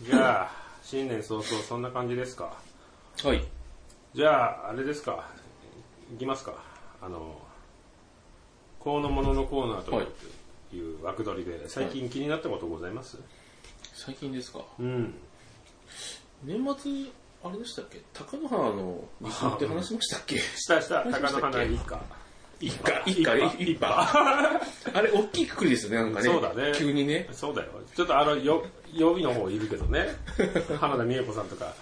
A: じゃあ、新年早々そんな感じですか。
B: はい。
A: じゃあ、あれですか。いきますか。あの、このもののコーナーと
B: はい
A: いう枠取りで、最近気になったことございます、
B: 最近ですか。
A: うん。
B: 年末、あれでしたっけ高野花の離婚って話しましたっけ
A: したした、高野花一家。
B: 一家、一家、一家。あれ、大きいくくりですよね、なんかね。
A: そうだね
B: 急にね。
A: そうだよ。ちょっとあの、よ、予備の方いるけど ね。花田美恵子さんとか。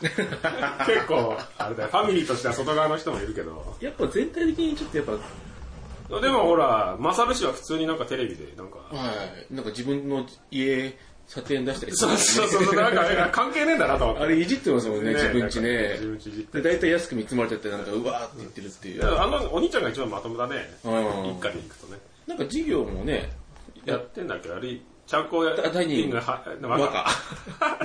A: 結構、あれだよ。ファミリーとしては外側の人もいるけど。
B: やっぱ全体的にちょっとやっぱ、
A: でもほら、マサル氏は普通になんかテレビで、なんか。
B: はい。なんか自分の家、査定出したり
A: そうそうそう、なんか、なんか関係ねえんだなと思って
B: あ。れいじってますもんね、自分ち
A: なんか
B: ね
A: 自。分ちいじって
B: で、大体安く見積もられてて、なんか、うわーって言ってるっていう。
A: あのお兄ちゃんが一番まともだね。
B: うん
A: 一家で行くとね。
B: なんか事業もね、
A: やってんだっけど、あれ、ちゃんこや、
B: 第二
A: リングは、
B: バ カ。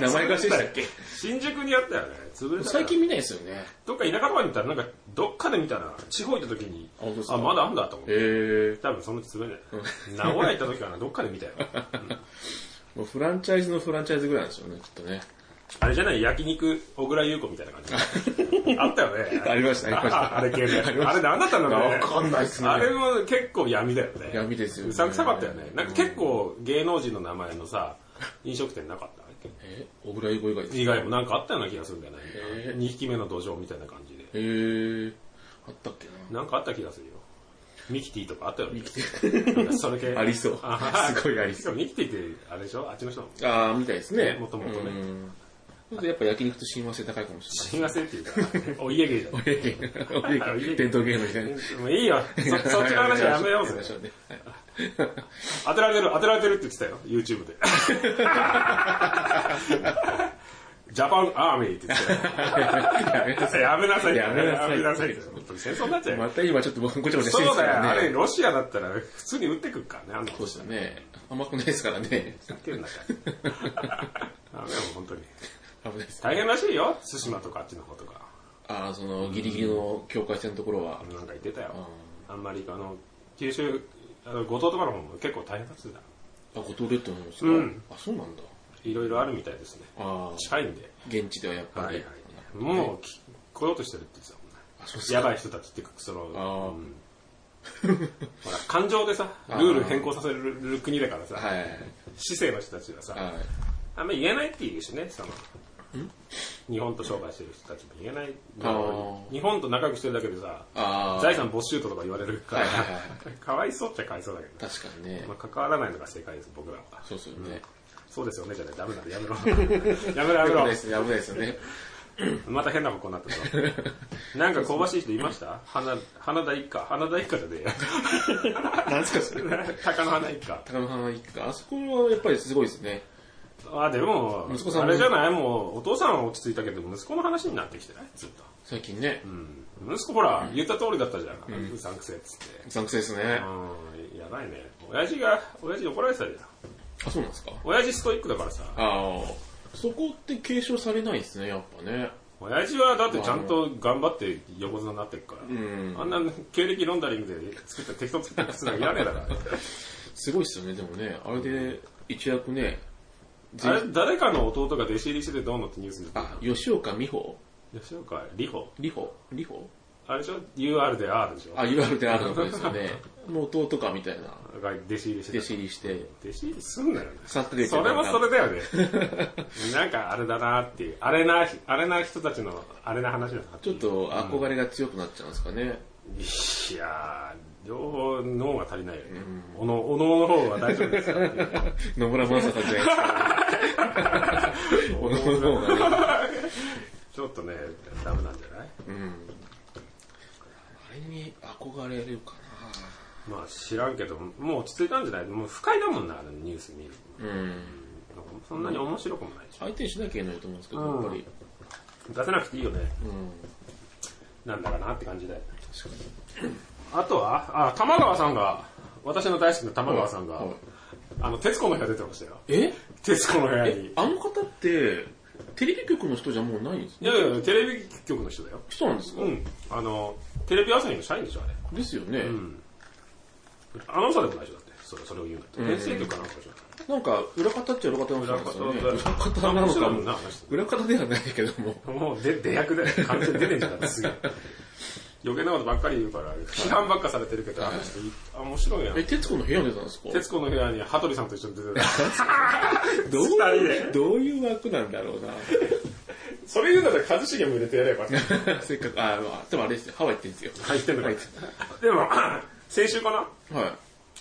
B: 名前貸しでしたっけ
A: 新宿にあったよね。潰れたから
B: 最近見ないですよね。
A: どっか田舎とかに行ったら、なんか、どっかで見たら、地方行った時に
B: あ本当で、すか
A: あ、まだあんだと思って。
B: え
A: 多分そのうち潰れない。名古屋行った時かな、どっかで見たよ。うん
B: もうフランチャイズのフランチャイズぐらいなんですよね、きっとね。
A: あれじゃない、焼肉、小倉優子みたいな感じ。あったよね。
B: ありましたありました
A: ああれ系で。あ
B: あ
A: れ
B: りました
A: 何だったの
B: わかんないっすね
A: あれも結構闇だよね。
B: 闇ですよね
A: うさんくさかったよね。なんか結構芸能人の名前のさ、飲食店なかった
B: え小倉優子以外です
A: 以外もなんかあったような気がするんだよね
B: へ。
A: 2匹目の土壌みたいな感じで。
B: えー、あったっけな。
A: なんかあった気がするよ。ミキティとかあったよね。
B: キテ
A: ィ。そ れ系。
B: ありそう
A: あ
B: すごいありそう
A: ミキティって、あれでしょあっちの人の。
B: あー、みたいですね。
A: もともとね
B: うんちょっとやっぱ焼肉と親和性高いか もし
A: 親和性っていうか、お家芸じゃない。
B: れない。お家芸伝統芸能みたいな。
A: もういいよ。そそっちの話はやめよう
B: やめまし
A: ぜ。
B: ょねはい
A: 当てられてる、当てられてるって言ってたよ、YouTube で。ジャパンアーミーって言って
B: やめな
A: た
B: さい
A: よ。やめなさい。
B: や
A: やめ
B: めなさい
A: なさいって。本当に戦争になっちゃう
B: ま
A: よ。
B: た今ちょっと僕ごちゃごちゃしてるん
A: そ
B: で
A: う
B: すか
A: だよ、あ
B: ら
A: れ
B: ね。
A: ロシアだったら普通に撃ってくるからね、あの
B: そうですよね。甘くないですからね。
A: けんなちゃあでも本当に。
B: 危ないです。
A: 大変らしいよ、対馬とかあっちの方とか。
B: ああ、その、ギリギリの境界線のところは。
A: なんか言ってたよ。あんまり、あの、九州、あの五島とかの方も結構大変だっつうだ。
B: あ、五島列島なんですか、
A: うん
B: あ、そうなんだ。
A: いろいろあるみたいですね。
B: ああ、
A: 近いんで。
B: 現地ではやっぱ
A: はい
B: り。
A: はい。もうき来ようとしてるって言ってたもんね。
B: あ、そうっす
A: や
B: か。
A: ばい人たちっていうか、その、うん
B: あー
A: ほら、感情でさ、ルール変更させる国だからさ、
B: はい。
A: 市政の人たちはさ、
B: はい。
A: あんま言えないって言うしね、その、日本と商売してる人たちも言えない。
B: あー
A: 日本と仲良くしてるだけでさ、
B: ああ
A: 財、産没収とか言われるから
B: はいはいは、
A: かわいそうっちゃかわいそうだけどね、
B: 確かにね
A: ま。あ、関わらないのが正解です、僕らは。
B: そうっすよね。
A: そうですよね、じゃあね、ダメだ、やめろ。 やめろ、や
B: 危
A: め
B: な
A: ろ
B: いで。すね、危ないですよ ね。
A: また変なことになったぞ。 なんか香ばしい人いました花、花田一家。花田一家じゃねえや。
B: 何ですか、それ。
A: 鷹の花一家。
B: 高野花一家。あそこはやっぱりすごいですね。
A: あ、でも、
B: 息子さん
A: あ
B: も
A: れじゃないもう、お父さんは落ち着いたけど、息子の話になってきてないずっと。
B: 最近ね。
A: うん。息子ほら、言った通りだったじゃん。うさんくせえっつって。
B: うさんくさいですね
A: う。ん、やばいね。親父が、親父に怒られてたじゃん。
B: あ、そうなんですか。
A: 親父ストイックだからさ。
B: ああ、そこって継承されないですね、やっぱね。
A: 親父はだってちゃんと頑張って横綱になってるから。
B: ん
A: あんな経歴ロンダリングで作った、適当に作った靴なんかいらねえだから。
B: すごいっすよね、でもね。あれで、一躍ね、
A: あれ、誰かの弟が弟子入りしててどうのってニュースになって
B: あ、吉岡美穂
A: た。吉岡里帆。
B: 里穂里穂
A: あれでしょ ?UR で R でしょ
B: あ、言われてあるの子です よね。もう弟かみたいな。
A: が弟子入りして
B: 弟
A: た
B: 子入りして。
A: 弟子入りすんなよね。
B: さて
A: それもそれだよね。 なんかあれだなっていう。あれな、あれな人たちのあれな話だなって
B: ち
A: い
B: ょっと憧れが強くなっちゃうんですかね。
A: う。いやー、両方脳が足りないよね。おの、おのの方は大丈夫ですよ。
B: 野村真さんじゃないですか。 おのおのおのね
A: ちょっとね、ダメなんじゃない
B: あれに憧れるか
A: まあ知らんけど、もう落ち着いたんじゃないもう不快だもんな、あのニュース見る
B: な。うん。
A: の。そんなに面白くもないし。
B: 相手にしなきゃいけないと思うんですけど、やっぱり。
A: 出せなくていいよね。
B: うん。
A: なんだかなって感じで。
B: 確かに。
A: あとは、あ、玉川さんが、私の大好きな玉川さんが、
B: はい
A: あの、徹子の部屋出てましたよ。
B: え
A: 徹子の部屋に
B: え。、あの方って、テレビ局の人じゃもうないんです
A: い
B: ね。
A: やいや、テレビ局の人だよ。
B: 人なんですか、
A: うん。あの、テレビ朝日の社員でしょ、あれ。
B: ですよね、
A: うん。アナウンサーでもないでしょ、だって。それそれを言うんだって。編成局アナウンサーじゃない。
B: なんか、裏方っちゃ裏方なの
A: 裏
B: かなんです
A: 方
B: よね。
A: だ
B: 裏方なのかも。
A: な、
B: 裏方ではないけども。
A: もう出出役だよ。完全に出ねえんじゃん、すげえ。余計なことばっかり言うから、批判ばっかされてるけど、あの人いい、あ、面白いな
B: え、。徹子の部屋に出たんですか
A: 徹子の部屋に羽鳥さんと一緒に出てた。
B: どう
A: 二人
B: いう、
A: で
B: どういう枠なんだろうな。
A: それ言うんだったら一茂も入れてやれば。
B: せっかく、あ、まあ、でもあれですよ。ハワイ行ってんですよ。
A: 入ってんのか
B: はい。
A: でも、 先週かな
B: は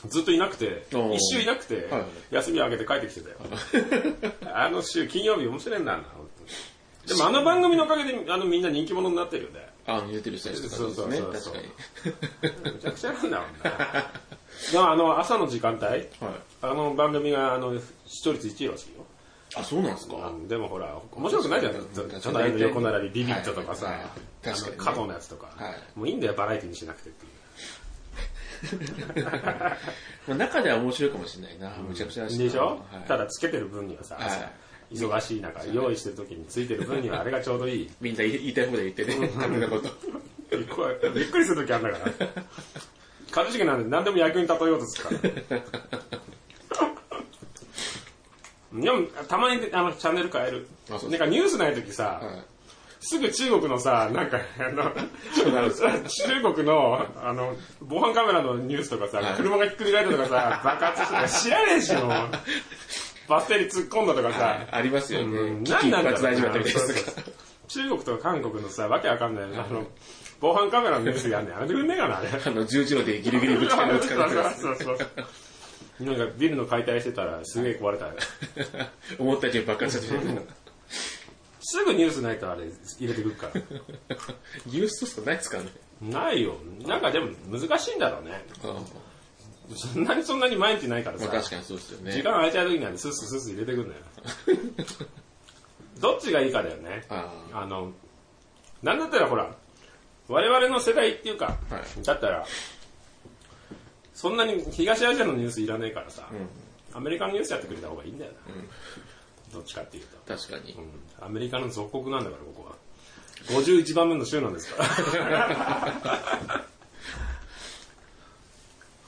A: ずっといなくて
B: おー、
A: 一週いなくて
B: はい、
A: 休みをあげて帰ってきてたよ。 あの週、金曜日面白いんだな、本当にでもあの番組のおかげで、あのみんな人気者になってるよね。
B: あ、似てる人たちとかですね。
A: そうそうそうそう
B: 確かに。
A: めちゃくちゃなんだもんな。でもあの、朝の時間帯、
B: はい。
A: あの番組があの視聴率1位らしいよ。
B: あ、そうなんですか
A: うんでもほら、面白くないじゃん。ちょ
B: 確かに
A: ちょっとああいうの横並び、ビビッととかさ、
B: はいはい
A: あ
B: 確か
A: の
B: にね
A: 加藤のやつとか、
B: はい
A: もういいんだよ、バラエティにしなくてっていう。
B: まあ、中では面白いかもしれないな。むちゃくちゃだな
A: でしょ、
B: はい、
A: ただつけてる分にはさ、
B: はい
A: 朝忙しい中、用意してる時についてる分にはあれがちょうど いい。
B: みんな言い言いたい方で言ってね。勝手なこと。
A: びっくりびっくりする時あんだか ら。一茂なんで何でも野球に例えようとするから。でもたまにあのチャンネル変える。
B: あそう
A: なんかニュースない時さ、
B: はい
A: すぐ中国のさ、なんか、あ の、
B: うなるんです
A: 中国の、あの、防犯カメラのニュースとかさ、
B: はい
A: 車がひっくり返ったとかさ、爆発したとか知らねえし、もう。バス停に突っ込んだとかさ、
B: ありますよ
A: うん
B: ね。危
A: 何
B: 機一
A: なんだろ
B: 発
A: うな
B: 大事だったりで
A: そう
B: す
A: そうそう中国とか韓国のさ、わけわかんない、あの、防犯カメラのニュースやんねん。やめてくんねえかな、あれ。
B: あの、十字路でギリギリぶつかるぶつかるやつ
A: そうそうそう。なんかビルの解体してたらすげえ壊れたよね。
B: 思ったよりばっかりしちゃって。
A: すぐニュースないとあれ入れてくるから。
B: ニュースとかないですかね。
A: ないよ。なんかでも難しいんだろうね。
B: あま
A: そんなにそんなに毎日ないから
B: あ
A: さ。
B: 確かにそうですよね。
A: 時間空いちゃう時なんでスッスッスッスッ入れてくんだよ。どっちがいいかだよね。
B: あ
A: あの、なんだったらほら、我々の世代っていうか、
B: は
A: だったら、そんなに東アジアのニュースいらないからさ、アメリカのニュースやってくれた方がいいんだよな。どっちかっていうと、
B: 確かに。
A: うんアメリカの属国なんだから、ここは。51番目の州なんですから。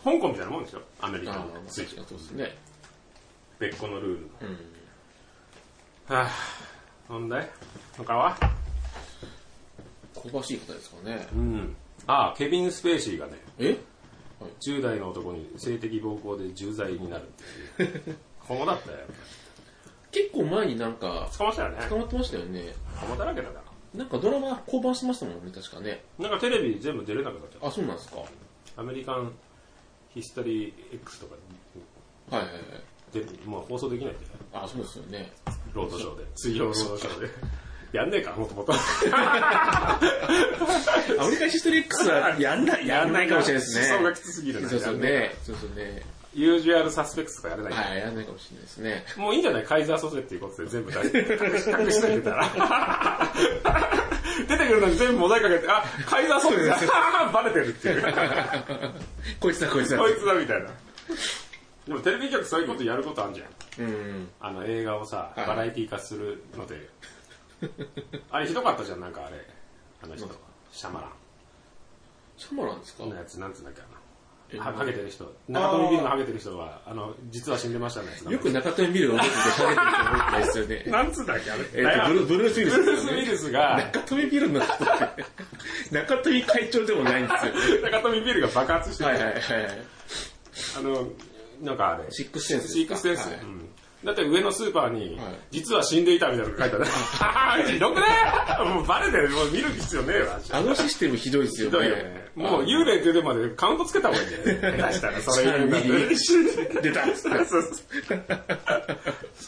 A: 香港みたいなもんでしょアメリ
B: あ
A: カ
B: あ
A: の
B: 確
A: つ
B: か
A: い
B: にそうですね。
A: 別個のルールの。
B: うん。
A: はぁ、問題他は
B: 香ばしい方ですかね。
A: うん。ああ、ケビン・スペーシーがね、
B: え
A: 10代の男に性的暴行で重罪になるっていう。 ここだったよ。
B: 結構前になんか、
A: 捕まったよね。
B: 捕まってましたよね。
A: 捕まだらけだな。
B: なんかドラマ降板しましたもんね、確かね。
A: なんかテレビ全部出れなくなっちゃっ
B: あ、そうなんですか。は
A: た。アメリカンヒストリー X とか
B: いはいはい。
A: で、もう放送できないんだよね。
B: あ、そうですよね。
A: ロードシ ョーで。水曜ロードショーで。やんねえか、もとも と。
B: アメリカンヒストリックスはやんない、やんないかもしれな いですね。
A: 思想がきつすぎるな
B: そうですよ
A: やんね
B: ね。そうですよね。
A: ユージュアルサスペクトとかやれないから。
B: はい、やんないかもしれないですね。
A: もういいんじゃないカイザー蘇生っていうことで全部出して、 隠し隠しとけたら。出てくるのに全部モザイクかけて、あ、カイザー蘇生だ。 バレてるっていう。
B: こいつだ、こいつだ。
A: こいつだみたいな。でもテレビ局そういうことやることあるじゃん。
B: うん。
A: あの映画をさ、
B: はい
A: バラエティ化するので。あれひどかったじゃん、なんかあれ。あの人
B: なん。
A: シャマ
B: シャマランですか
A: ランのやつ、なんつうんだっけ
B: え
A: あの。はハゲてる人。中富ビルのハゲてる人は、あの、実は死んでましたね。
B: よく中田見るを覚えてて、喋ってる人多いですよね。
A: なんつうんだっけあれ。
B: えっと、ブルブルース・ウィルス
A: ブル
B: で
A: ー
B: す
A: ス・ウ
B: よね
A: ィルスが、
B: 中富ビルの人って、中富会長でもないんですよ。
A: 中富ビルが爆発して、
B: はいはいはい。
A: あの、なんかあれ、
B: シックスセンスですか
A: シックスセンス。
B: はい
A: うんだって上のスーパーに、
B: はい
A: 実は死んでいたみたいなの書いてあ る。あーひどくねもうバレてる。もう見る必要ねえわ。
B: あのシステムひどいです
A: ひ
B: よ
A: どいよね
B: ね。。
A: もう幽霊って出るまでカウントつけた方がいいんだ よね。下手したらそれ言うんだったら
B: 出たっつって
A: そう そう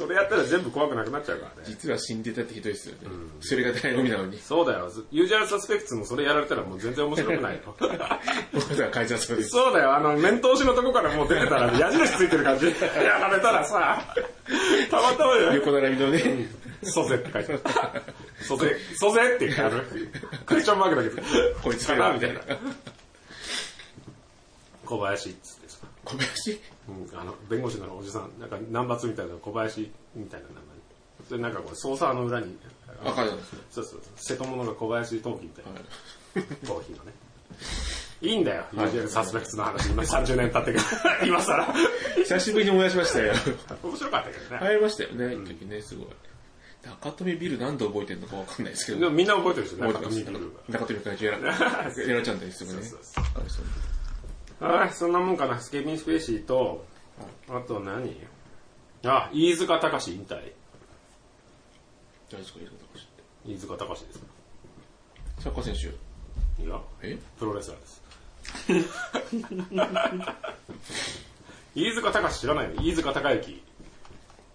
A: それやったら全部怖くなくなっちゃうからね。
B: 実は死んでたってひどいですよね。それが醍醐味なのに。
A: そうだよ。ユージャーサスペクツもそれやられたらもう全然面白くない よ。
B: 僕らは会長そうです。
A: そうだよ、あの、面通しのとこからもう出てたら、矢印ついてる感 じ。やられたらさ、たまたまじゃない
B: 横並びのね、
A: 蘇生っ て書いてある。蘇生、 蘇生って書いてある。クリスチョンマークだけど。
B: こいつ
A: か
B: か
A: な
B: な
A: み
B: み
A: た
B: た
A: い
B: い
A: な
B: な。
A: 小林っつってさ、
B: 小林
A: うん、あの弁護士のおじさんなんか難抜みたいな小林みたいな名前でなんかこれ捜査の裏にあ
B: わ
A: の
B: かるんです
A: そうそう瀬戸物が小林陶器みたいな陶器のねいいんだよ、ユージュアルサスペクツの話、今30年経ってから、今更。
B: 久しぶりに思い出しましたよ。
A: 面白かったけどね。
B: 流行りましたよね、一時ね、すごい。中富ビル何度覚えてるのかわかんないですけ
A: で
B: ど
A: も。みんな覚えてるでしょ、
B: 覚え
A: 中
B: て
A: 田
B: ま
A: ミ
B: す
A: ール
B: 中富会長やら、 やらちゃんとですよね
A: そうそう。
B: あれそう
A: はい、そんなもんかな。スケビン・スペーシーと、あと何あ、飯塚隆引退。
B: 誰ですか、いることか知って
A: 飯塚隆ですか
B: サッカー選
A: いや、
B: 手。え
A: プロレスラーです。飯塚隆知らないの飯塚隆之。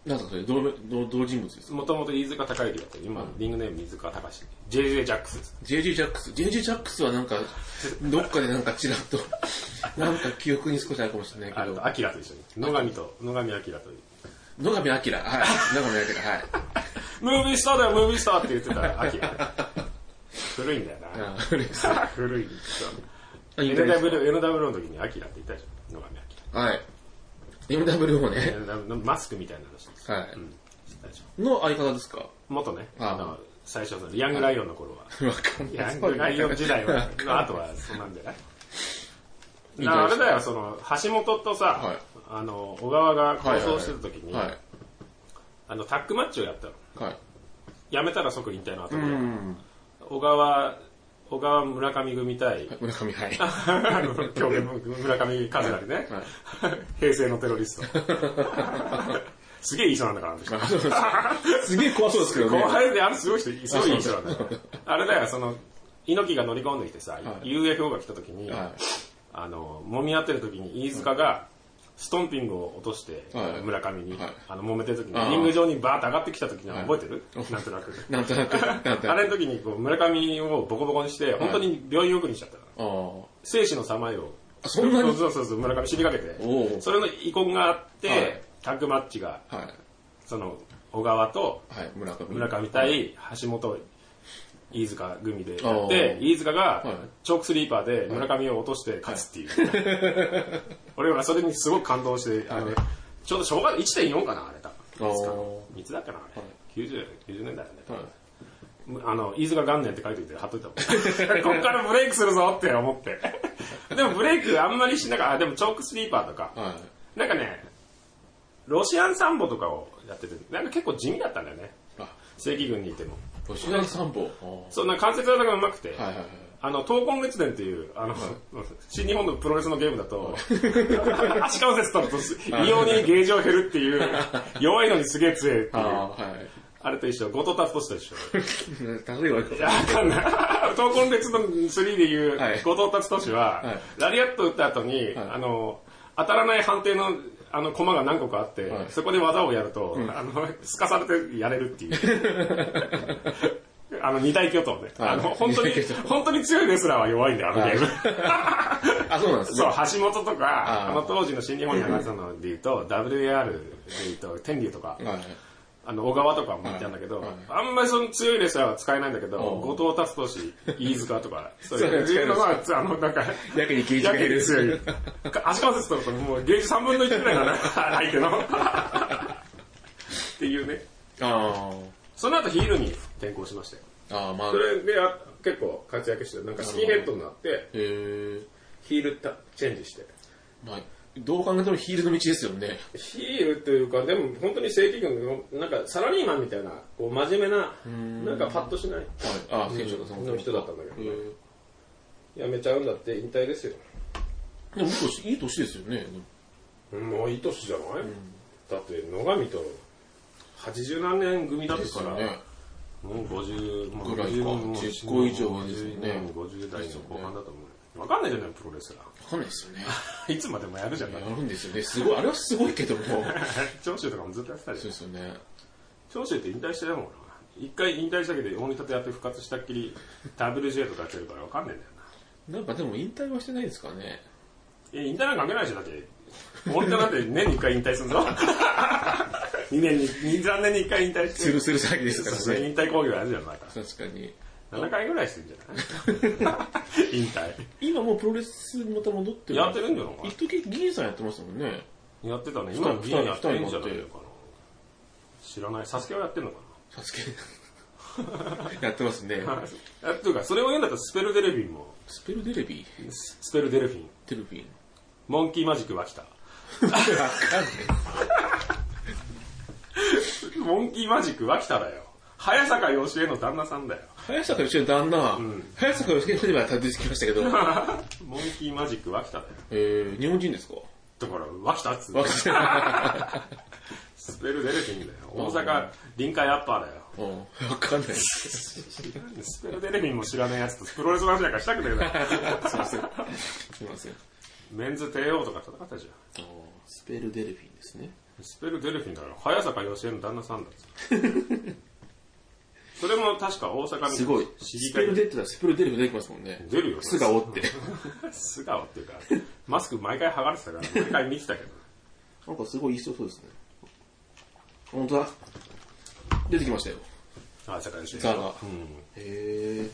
B: なんすかそれ、同名同同人物ですか
A: もともと飯塚隆之だったよ今、リングネーム飯塚隆。JJ ジャックスです。
B: ?JJ ジャックス。JJ ジャックスはなんか、どっかでなんかちらっと、なんか記憶に少しあるかもしれないけ
A: あ
B: ど
A: と、。アキラと一緒に。野上と、野上アキラと。
B: 野上明。はい。野上明。はい。
A: ムービースターだよ、ムービースターって言ってた、アキラ。古いんだよな。
B: ああれですあ
A: 古い。
B: 引退です
A: NW, NW の時にアキラっていたでしょ野上アキ
B: はい。MW もね
A: ラ。NW のマスクみたいな話です。
B: は
A: うん
B: い。
A: したでしょ
B: の相方ですかわ
A: 元ね、
B: ああ
A: あの最初のヤングライオンの頃は。
B: かん
A: ヤ
B: ない。
A: ングライオン時代 は、まあ、あとはそんなんじゃないだからあれだよ、その、橋本とさ、
B: はい
A: あの、小川が構想してた時に、
B: は
A: あの、タッグマッチをやったの。
B: い。はい。
A: やめたら即引退の後
B: う
A: で、
B: ん。
A: 小川、小川村上組 対、
B: 村上、はい。
A: 狂言村上和成ね、
B: は
A: 平成のテロリス トすげえいい人なんだからあの人
B: あそうですかすげえ怖そうですけどね。
A: 後輩であれすごい人すごいいい人なんだからあれだよその猪木が乗り込んできてさ、UFO が来た時に、
B: は
A: あの揉み合ってる時に飯塚がストンピングを落として、
B: はい
A: 村上に、
B: はい
A: あの揉めてる時に
B: ああ
A: リング上にバーッと上がってきた時に
B: はい
A: 覚えてる、なんとなく
B: い。なんとなく、なんとなく。
A: あれの時にこう村上をボコボコにして本当に病院送りにしちゃったから
B: あー
A: 生死のさまよを
B: あそんなに
A: そうそうそう、村上死にかけて
B: お。う
A: それの遺恨があって、
B: はい
A: タッグマッチが、
B: はい。
A: その、小川と
B: はい。村上。
A: 村上対橋本、飯塚組でやっ
B: お
A: て
B: う、
A: 飯塚が
B: はい
A: チョークスリーパーで村上を落として勝つっていう。俺はそれにすごく感動して、あの、ちょうど小学1.4かな、あれ多分。
B: お
A: いつだっけな、あれ。90、90年代だね。
B: はい。
A: あの、飯塚元年って書いておいて貼っといた もん。こっからブレイクするぞって思って。でもブレイクあんまりしなかった。でもチョークスリーパーとか。
B: は
A: なんかね、ロシアンサンボとかをやってて、なんか結構地味だったんだよね。
B: い。あ、
A: 正規軍にいても。
B: ロシアン散歩。あ
A: そんな関節技がうまくて。
B: ーはいはいはい。
A: あの、闘魂月伝っていう、あの、新日本のプロレスのゲームだ と、足関節取るとす、異様にゲージを減るっていう、弱いのにすげえ強いっていう、あ
B: ああー、はい。
A: れと一緒、ゴトタフトと一緒。
B: 例えば、
A: いや、わかんない。 闘魂列の3で言う、
B: はい
A: 後藤達俊は、
B: はい
A: ラリアット打った後に、あの、当たらない判定の、あの、駒が何個かあって、
B: はい
A: そこで技をやると、あの、すかされてやれるっていう。 あの、二大巨頭ね。
B: はい
A: あの、本当に
B: 二大巨、頭
A: 本当に強いレスラーは弱いんだよ、あのゲーム。
B: あ、そうなんです
A: そう
B: ね。、
A: 橋本とか、
B: あー
A: あの当時の新日本に上がってたので言うと、WAR で言うと、天竜とか、
B: はい。
A: あの、小川とかもいたんだけど、
B: はい
A: あんまりその強いレスラーは使えないんだけど、
B: う
A: 後藤達俊、飯塚とか、 そう
B: そう
A: い、
B: いうう
A: 自分のまあ、あの、なんか、
B: やけにゲージ
A: や
B: が
A: け
B: 減
A: に
B: る。
A: 強い。足関節取るともうゲージ3分の1くらいだ な、相手の。っていうね。
B: あ
A: その後ヒールに転向しましたよ。
B: あ。ああ、まあ
A: そ。れであ結構活躍して、なんかスキンヘッドになって、
B: へえ。
A: ヒールたチェンジして。
B: まあ、どう考えてもヒールの道ですよね。
A: ヒールというか、でも本当に正規軍の、なんかサラリーマンみたいな、こう真面目な、なんかパッとしない。
B: ああ、選手がその
A: の人だったんだけど
B: へー
A: やめちゃうんだって引退ですよ。
B: でも、僕いい年ですよね。
A: まあいい年じゃない、だって野上と80何年組だっ
B: で
A: た
B: す
A: か
B: よ
A: ら、
B: ね。
A: もう50、もう
B: ぐらいか
A: 50もう
B: 10個以上はですよね
A: もう50代の後半だと思う。わかんないじゃない、プロレスラ
B: わかんないですよね。
A: ー。 いつまでもやるじゃない
B: や。るんですよね。すごい、あれはすごいけども。そ
A: 長州とかもずっとやってた
B: う
A: じゃ
B: で
A: ん。
B: すよね。
A: 長州って引退してないもんな。一回引退したけど、大仁田とやって復活したっきり、WJ とかやってるからわかんないんだよな。
B: なんかでも引退はしてないですかね。
A: え、引退なんか関係ないでしょ、だって。俺だって年に一回引退する ぞ。2年に、3年に一回引退して。
B: するする詐欺です
A: そう
B: か
A: そう
B: らね。
A: 引退工業あるじゃん、また。
B: 確かに。
A: あ7回ぐらいしてんじゃない引退。
B: 今もうプロレスまた戻って
A: やってるんじゃないか
B: 一時議員さんやってましたもんね。
A: なやってたね。今も
B: 二
A: 議
B: 人
A: 員やってるんじゃない
B: 二
A: の
B: 人
A: かな知らない。サスケはやってるのか
B: サ スケ。やってますね。
A: なあというか、それを言うんだったらスペルデルフィンも。
B: スペルデレビー
A: ススペルデルフィン。
B: テルフィン。
A: モンキーマジックは来た。
B: わかんね
A: モンキーマジックは来ただよ。早坂よしえの旦那さんだよ。
B: え。早坂よしえの旦那、早坂よしえといえばたどり着きましたけ ど、
A: モンキーマジックは来ただよ。
B: えー、日本人 ですか
A: だから、わきたっつうの
B: わか
A: スペルデルフィンだよ。大阪、臨海アッパーだよ。
B: んない。うんわかんないです。
A: スペルデルフィンも知らないやつとプロレスの話なんかしたくねえだろ。
B: すいません。すいません。
A: メンズ帝王とか戦ったじゃん。
B: スペルデルフィンですね。
A: スペルデルフィンだから、早坂よしえの旦那さん だっつうそれも確か大阪の
B: すごい。
A: 市議
B: スペ
A: 会
B: ル
A: で
B: デって言ったらスペルデルフィン出てきますもんね。
A: 出るよ。
B: 素顔って。
A: 素顔っていうか、マスク毎回剥がれてたから、毎回見てたけど。
B: なんかすごい言いそうそうですね。本当だ。出てきましたよ。
A: 早坂よしえ。
B: ザラ
A: うん。
B: へ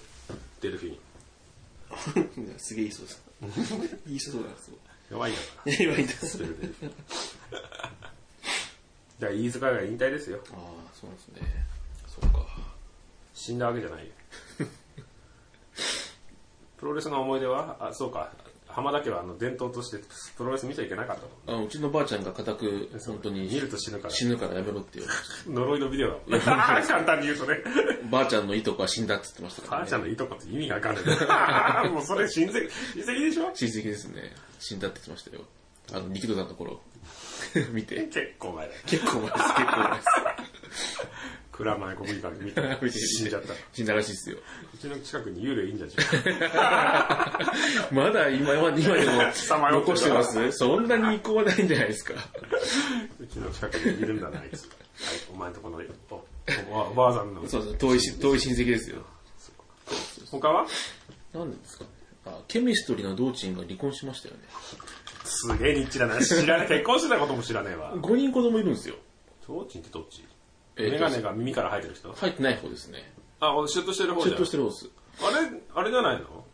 A: デルフィン。
B: ー。 すげえ言いそうです。言いそうそうなんですよ。
A: 弱いんだから、
B: 言えばいいんだ。
A: スペルデルフィン。 じゃあ、飯塚が引退ですよ。
B: ああ、そうなんですね。そうか。
A: 死んだわけじゃ ないよプロレスの思い出はあそうか浜田家はあの伝統としてプロレス見ちゃいけなかったもんね
B: あのうちのばあちゃんが固く、本当に
A: 見ると死ぬから
B: 死ぬからやめろって言われまし
A: 呪いのビデオだもん 簡単に言うとね
B: た。ばあちゃんのいとこは死んだって言ってましたか
A: ば
B: ら
A: あ
B: ね
A: ち。ゃんのいとこって意味がわかん ないもうそれ親戚親戚でしょ
B: 親戚ですね。死んだって言ってましたよ。あの、肉道さんの頃。 見て。
A: 結構前だよ
B: 結構前です、結構前です。
A: 蔵前国技館 で見た死んじゃったう
B: 死んだらしいですよ。
A: ちの近くに幽霊いんじゃんじゃ
B: まだ今は、今でも
A: さまよってる
B: 残してますそんなに移行はないんじゃないですか。
A: うちの近くにいるんだなあいつ、 はい、お前んとこのおおおおばあさんの
B: そうそう、遠いし、遠い親戚ですよ。
A: 他は
B: なんでですかあ、ケミストリーの道珍が離婚しましたよね。
A: すげえニッチだな知らない結婚してたことも知らねえわ
B: 5人子供いるんですよ。
A: 提灯ってどっち
B: えーと
A: メガネが耳から生えてる人
B: 入ってない方ですね。
A: あ、おシュッとしてる方
B: シ
A: じ
B: ュ
A: ゃ
B: ッ
A: ん。
B: としてる方です。
A: あれ、あれじゃないの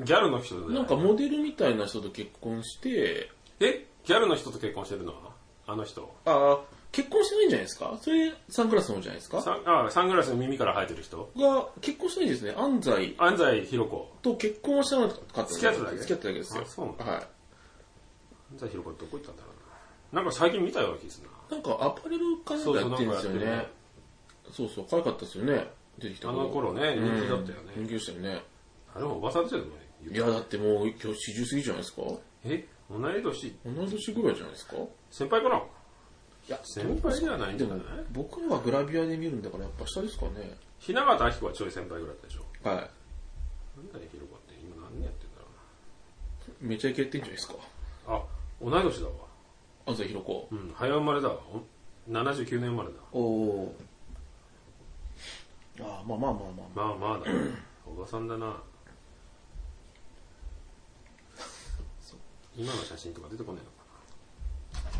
A: ギャルの人じゃない
B: なんかモデルみたいな人と結婚して、
A: えギャルの人と結婚してるのはあの人。
B: あ結婚してないんじゃないですかそれ、サングラスの方じゃないですか
A: サンあサングラスの耳から生えてる人
B: が、結婚してないんですね。安西
A: 安西ひろ子。
B: と結婚はしてなかったんです
A: 付き合ってただけ
B: 付き合ってただけですよ。
A: あそうなんだ
B: はい。
A: 安西ひろ子どこ行ったんだろうな。なんか最近見たような気がするな。
B: なんかアパレルかなん
A: そう
B: か
A: そ
B: や
A: う、
B: っ
A: な
B: て
A: ん
B: るん
A: か
B: で
A: やっ
B: す
A: て
B: よ
A: るね
B: ね。。そうそう、可愛かったですよね。出てきた
A: あの頃ね、人気だったよ
B: 人
A: ね。
B: 気でしたよね。
A: あれもおばさんじゃない
B: いや、だってもう今日40過ぎじゃないですか
A: え同い年
B: 同い年ぐらいじゃないですかい
A: 先輩かない
B: や
A: 先輩ではないんじ
B: で
A: ゃな
B: も
A: い
B: 僕らはグラビアで見るんだからやっぱ下ですかね。
A: 雛形あき子はちょい先輩ぐらいだったでしょ。
B: は
A: 安西ひろ子って今何年やってんだろ
B: い。めちゃイケやってんじゃないですか
A: うな。あ、同い年だわ。
B: 安西ひろ子
A: う。ん、早生まれだわ。お79年生まれだ。
B: おお。ああ、まあまあまあまあ。
A: まあまあだ。 おばさんだな。今の写真とか出てこないのか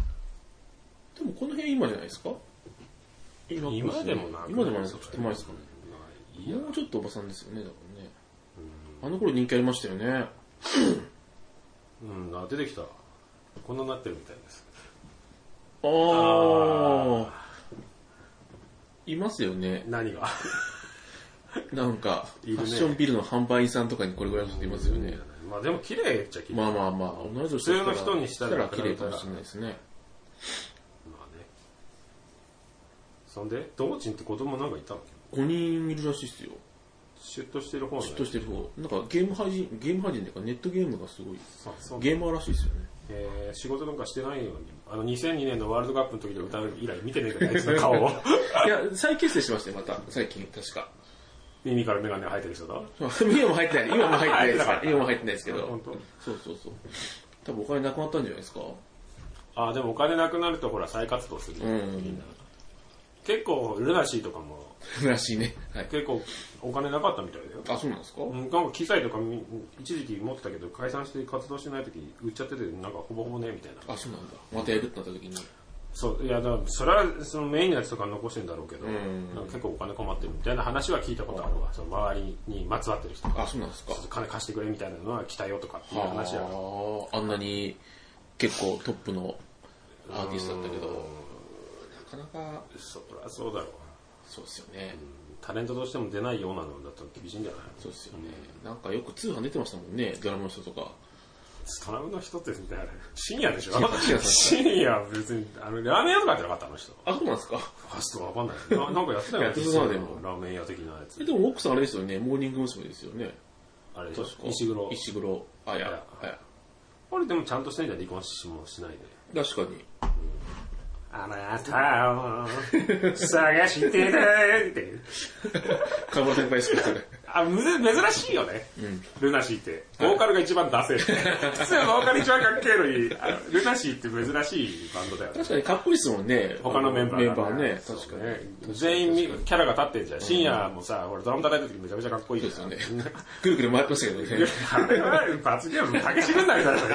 B: でもこの辺今じゃないですか今
A: な。今でもな。
B: な。今でもないですかちょっと前ですか
A: ま
B: ね。
A: あいいや、
B: もうちょっとおばさんですよね、だからね。あの頃人気ありましたよね。
A: うん、あ、出てきた。こんなになってるみたいです。
B: あー。いますよね。
A: 何が
B: なんか、
A: いるね
B: ファッションビルの販売員さんとかにこれぐらいの人いますよね。
A: まあでも綺麗っちゃ綺麗。
B: まあまあまあ、同じ
A: 普通の人にしたら
B: ら綺麗かもしれないですね。
A: まあね。そんで、道珍って子供なんかいたの
B: 5人いるらしいっすよ。
A: シュッとしてる方
B: 嫉妬してる方。なんかゲーム配信、ゲーム配信っていうかネットゲームがすごい。
A: そうそう
B: ゲーマーらしいっすよね。
A: えー仕事なんかしてないように、あの2002年のワールドカップの時で歌う以来見てねえから、あいつの顔 を。
B: いや、再結成しましたよ、また。最近、確 か。
A: 耳からメガネ生えてる人だ。
B: 今も入ってない。今も入ってない
A: 入って
B: ですから。
A: なかった
B: 今も入ってないですけど。
A: 本当
B: そうそうそう。多分お金なくなったんじゃないですか
A: あーでもお金なくなるとほら再活動する、
B: うん
A: みんな。結構、ルナシーとかも、
B: らしいね。はい。
A: 結構お金なかったみたいだよ。
B: あ、そうなんですか、
A: うんなんか機材とかみ一時期持ってたけど、解散して活動してない時売っちゃってて、なんかほぼほぼね、みたいな。
B: あ、そうなんだ。またやるってなった時に。
A: そういやだからそれはそのメインのやつとか残してんだろうけど、
B: ん
A: なんか結構お金困ってるみたいな話は聞いたことあるわ、その周りにまつわってる人が
B: あ、そうなんです
A: ち
B: か
A: ょっ。と金貸してくれみたいなのは来たよとかっていう話は
B: あーあんなに結構トップのアーティストだったけど、なかなか
A: そりゃそうだろう
B: そうですよね。
A: タレントとしても出ないようなのだと厳しいんじゃない
B: そうですよね。なんかよく通販出てましたもんね、ドラムの人とか。
A: ストラムの人ってみたいな深夜でしょ
B: 深夜
A: 深夜別にあのラーメン屋とかやってなかったあの人
B: あ、そうなんですか。
A: ファーストわかんない ななんかやってたよ
B: やってそうだよ
A: ラーメン屋的なやつ
B: えでも奥さんあれですよね、モーニング娘。ですよね。
A: あれでしょ
B: 確か
A: 石黒
B: 石黒。あや。
A: あや
B: あや。
A: あれでもちゃんとしてないじゃん離婚しもしないで
B: 確かに。
A: あなたを探してるって
B: 河村先輩ですか、それ。
A: あむず珍しいよね、ルナシーってボーカルが一番 ダセえ普通ボーカル一番かっけえのにあのルナシーって珍しいバンドだよね
B: 確かにかっこいいですもんね。
A: 他のメンバー
B: メ
A: が
B: ンバーね。
A: そう
B: 確かに。
A: 全員みキャラが立ってんじゃん深夜もさ俺ドラム叩いた時めちゃめちゃかっこいいじゃ
B: そ
A: ん
B: うですよね。くるくる回ってましたけどね。
A: あれは罰ゲーム竹島になるからさ
B: 引っ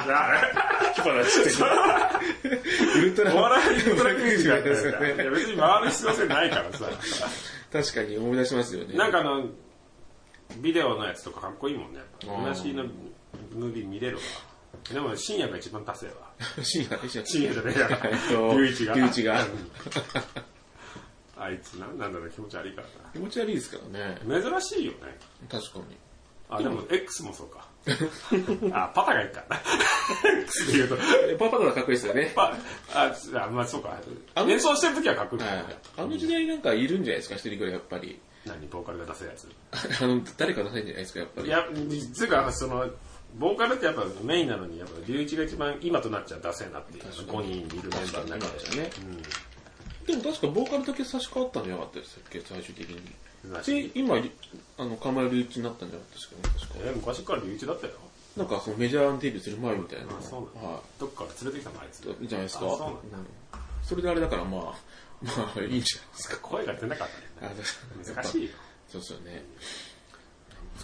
B: 張られて。ウルトラ。
A: お笑いのトラック
B: ク
A: があった
B: ですよ
A: い
B: ね。
A: や別に回る必要性ないからさ
B: 確かに思い出しますよね。
A: なんかあのビデオのやつとかかっこいいもんね
B: うん
A: 同じのムービー見れるわでも深夜が一番ダセえわ
B: 深夜、深夜。
A: 深夜じゃ ねえや
B: えっと
A: 龍一が
B: 龍一が
A: うん あいつなんなんだろう気持ち悪いから
B: 気持ち悪いですからね。
A: な珍しいよね
B: 確かに。
A: あ、でも X もそう か。あ、パタがいいか。X で言うと。
B: えパパの方がかっこいいですよね。
A: パ、あ、あまあそうか
B: あ。の
A: 演奏してる時はかっこいい
B: は
A: けどね。
B: い。あの時代なんかいるんじゃないですか、一人ぐらいやっぱり。
A: 何、ボーカルが出せるやつ。
B: あの、誰か出せんじゃないですか、やっぱ
A: い
B: り。
A: や、つうか、その、ボーカルってやっぱメインなのに、やっぱ、龍一が一番今となっちゃ出せなっていう、5人いるメンバーの中
B: なん
A: で
B: で。すよね。でも確かボーカルだけ差し替わったんじゃなかったですっけ、最終的に。
A: らしい
B: で、今、りあの、カマルチになったんじゃなかったですかね、確か。
A: え、昔から龍一だったよ。
B: なんかそのメジャーデビューする前みたいな。
A: あ、そうな
B: はい
A: の。どっから連れてきたのあいつ。
B: じゃないですか。
A: あそうなん
B: うん
A: だ
B: それであれだからまあ、 まあいいんじゃないですか。
A: 声が出なかった
B: あ
A: ね。
B: 確かに
A: 難しい
B: やっ
A: よ。
B: ぱそうですよね。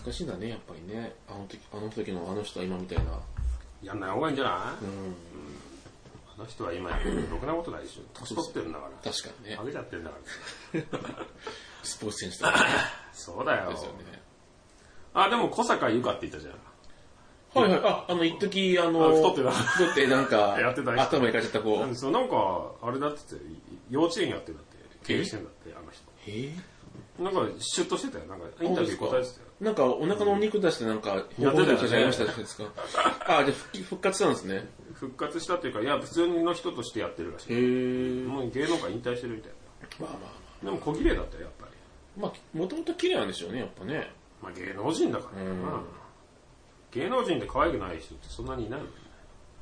B: 難しいんだね、やっぱりね。あの時、あの時のあの人は今みたいな。
A: やんない方がいいんじゃないあの人は今やってるろくなことないでしょ。年取ってるんだから。
B: 確かにね
A: あ。げちゃってんだから。
B: スポーツ選手とかね。
A: そうだよ。
B: ですよね。
A: あ、でも小坂優香って言ったじゃ
B: はいはい。あ、あの、一時あの、
A: あ太ってた
B: 太ってなんか、
A: やってた
B: 頭いかれちゃった子。
A: ん。そうなんか、あれだって言ってたよ幼稚園やってるんだって、経営してんだって、あの人。
B: えー
A: なんか、シュッとしてたよ。なんか、インタビュー答えてたよ。
B: なんかお腹のお肉出してなんか、
A: やってたよね
B: 方向転換しましたじゃないですか。あ、じゃあ復帰復活したんですね。
A: 復活したっていうか、いや、普通の人としてやってるらし
B: へ
A: い。
B: え。
A: もう芸能界引退してるみたい
B: まあまあま
A: な。でも小綺麗だったよ、やっぱり。
B: あ。まあ、もともと綺麗なんでしょうね、やっぱね。
A: まあ芸能人だからな。芸能人で可愛くない人ってそんなにいないもんね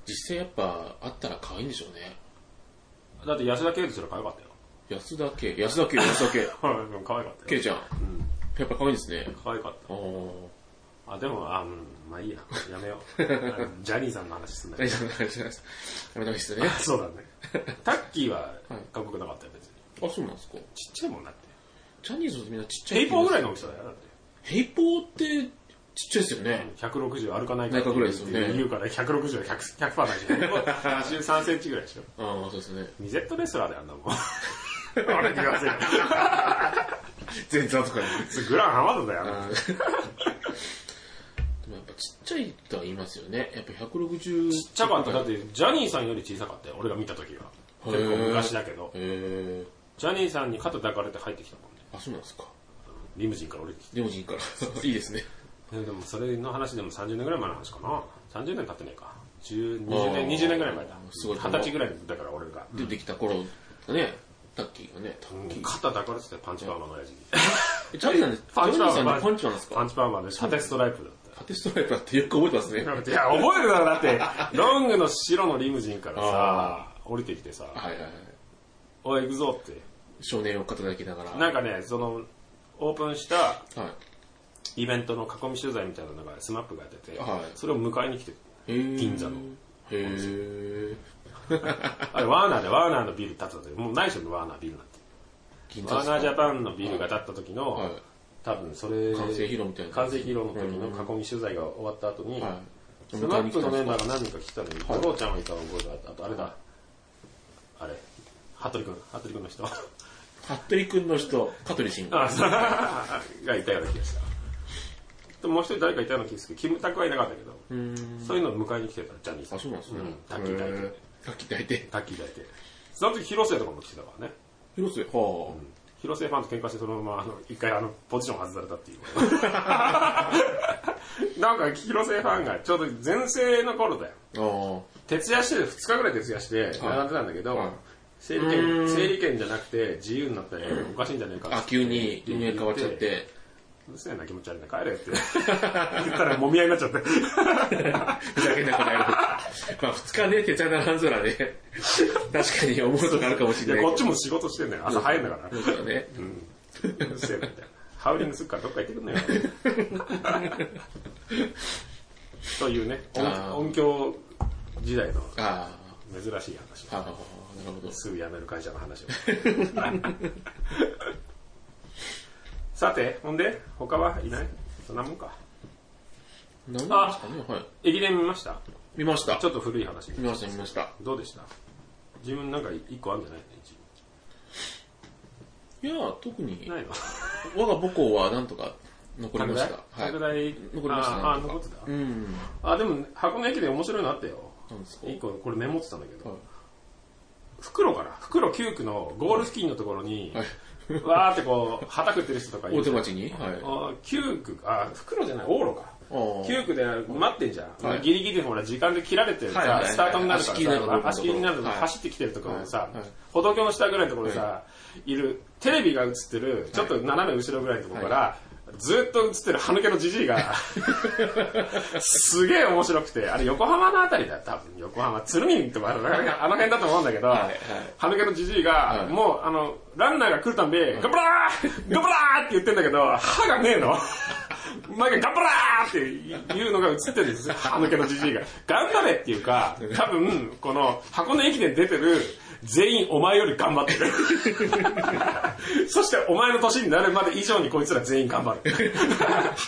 B: 実際やっぱ、あったら可愛いんでしょうね。
A: だって安田圭司すら可愛かったよ。
B: 安田圭、安田圭、安田圭。
A: はいでも可愛かった
B: 圭
A: よ。
B: ちゃん。やっぱ可愛いんですね。
A: 可愛かった。
B: あー。
A: あ、でも、あ、うん、まあいいや。やめよ う。あジャニーさんの話すんだ
B: 大
A: け
B: 丈夫大丈夫です。やめた方がいいですね。
A: そうだ ね。タッキーはかっこよくなかったよ、別に。
B: あ、そうなんです
A: ち
B: か。
A: っちゃいもんだって。
B: ジャニーズのみんなちっちゃい。
A: ヘイポーぐらい
B: い
A: の大きさだよ、だって。
B: ヘイポーって、ちっちゃいですよね。
A: 160歩かないからって
B: なんかぐらいですよね
A: 言うから160は 100%, 100ないじゃん。83センチぐらいでしょ。
B: ああ、そうですね。
A: ミゼットレスラーだよ、あんなもん。 あれ言わせる。
B: 全然後から。
A: グランハマドだよ、あんなもん
B: あーでもやっぱちっちゃいとは言いますよね。やっぱ160。
A: ちっちゃかった。だって、ジャニーさんより小さかったよ、俺が見た時は。結構昔だけど。
B: え
A: ジャニーさんに肩抱かれて入ってきたもんね。
B: ー、あ、そうなんですか。
A: リムジンから降りてきて
B: リムジンから。いいですね。
A: ねでもそれの話でも30年ぐらい前の話かな30年経ってねえか10 20年20年ぐらい前だ
B: すごい
A: 20歳ぐらいだから俺が
B: 出てきた頃だね、タッキーがね。タッキー。
A: 肩抱かれててパンチパーマの親父に
B: えジャニーさんで、ジ
A: パンチパ
B: ャニーさ
A: ー
B: んで
A: マ
B: パンチマンなんです
A: パ
B: か
A: ンチパーマで縦ストライプだっ
B: パテストライプだってよく覚えてますね。はい
A: たいや覚えてたろだってロングの白のリムジンからさ降りてきてさ
B: はいはい。
A: 「おい行くぞ」って
B: 少年を肩抱きながら。
A: なんかねそのオープンした
B: はい。
A: イベントの囲み取材みたいなのがスマップがやってて
B: はい
A: それを迎えに来て
B: へー
A: 銀座の。
B: へー
A: あれワーナーでワーナーのビル建ってた時もうないでしょワーナービルなんて
B: 銀座
A: ワ
B: です
A: ー
B: か
A: ナージャパンのビルが建った時の、
B: はい。
A: 多分それ
B: 完成披露みたいな
A: 完成披露の時の囲み取材が終わった後に、
B: は
A: ス
B: い。
A: マップのメン
B: 迎えに来たんですか
A: バーが何人か来たのに、五郎ちゃんがいた覚えがあったあとあれだあれ服部君、服部君の人。
B: 服部君の人、香取慎吾。
A: あ、そう がいたような気がした。でももう一人誰かいたような気がするけど、キムタクはいなかったけど、そういうのを迎えに来てた、ジャニーさん。
B: あ、そうなんですね。
A: タッキー抱いて、
B: タッキー抱いて。
A: タッキー抱いて。その時、広瀬とかも来てたからね。
B: 広瀬、は
A: 広瀬ファンと喧嘩してそのままあの一回あのポジション外された っていうなんか広瀬ファンがちょうど全盛の頃だよ
B: あ。ああ。
A: 徹夜して2日ぐらい徹夜して並んでたんだけど、
B: はい
A: 整理券整理券じゃなくて自由になったらおかしいんじゃないか
B: あ、急に運営変わっちゃっ。
A: 言
B: て。
A: うるせえな気持ち悪いな、帰れよって。言ったらもみ合いになっちゃって。
B: ふざけんなこの野郎。まあ、二日ね、手茶ならん空で、確かに思うことがあるかもし
A: い
B: れ
A: や、
B: ない
A: こ
B: けど。
A: っちも仕事してんだよ。朝早いんだから。
B: そうだね。
A: うるせえなみたいな。ハウリングするからどっか行ってくんなよ。というね、
B: あー
A: 音音響時代の
B: あ
A: 珍しい話
B: あ、ああ、なるほど。
A: すぐ辞める会社の話を。さて、ほんで、他はいないそんなもんか。
B: 何なんですかねはい。
A: 駅伝見ました
B: 見ました
A: ち。ょっと古い話。
B: 見ました、見ました。
A: どうでした自分なんか一個あるんじゃない一
B: いや、特に、
A: ないの
B: 我が母校はなんとか残りました。はい
A: 拡。大、
B: 残りましたね
A: あーあー、残ってた。
B: うん。
A: あ、でも、箱根駅伝面白いのあったよ。
B: なんですか
A: 一個、これメモってたんだけど
B: はい、
A: 袋から、袋9区のゴール付近のところに、
B: はい。
A: わーってこう、旗食ってる人とかい
B: 大
A: る
B: 手。町にはい。あ
A: あー9区、あ、袋じゃない、往路か。
B: あ。
A: 9区で待ってんじゃん。
B: はい
A: ギリギリでほら、時間で切られてる
B: はいは
A: さ
B: いは、い
A: スタートになる
B: 足切りに
A: か
B: なるとこ
A: ら
B: ろ
A: さ、足切りになるとこ
B: はい
A: 走ってきてるところのさ
B: はいはい、
A: 歩道橋の下ぐらいのところにさ、いる、テレビが映ってる、ちょっと斜め後ろぐらいのところから、ずーっと映ってる歯抜けのじじいが、すげえ面白くて、あれ横浜のあたりだよ、多分。横浜、鶴見とか、あのあの辺だと思うんだけど、
B: いはい
A: 歯抜けのじじいが
B: は、い
A: もう、あの、ランナーが来るたんび、ガブラーガブラーって言ってんだけど、歯がねえの。毎回ガブラーって言うのが映ってるんですよ、歯抜けのじじいが。頑張れっていうか、多分、この箱根駅伝出てる、全員お前より頑張って る。そしてお前の年になるまで以上にこいつら全員頑張る。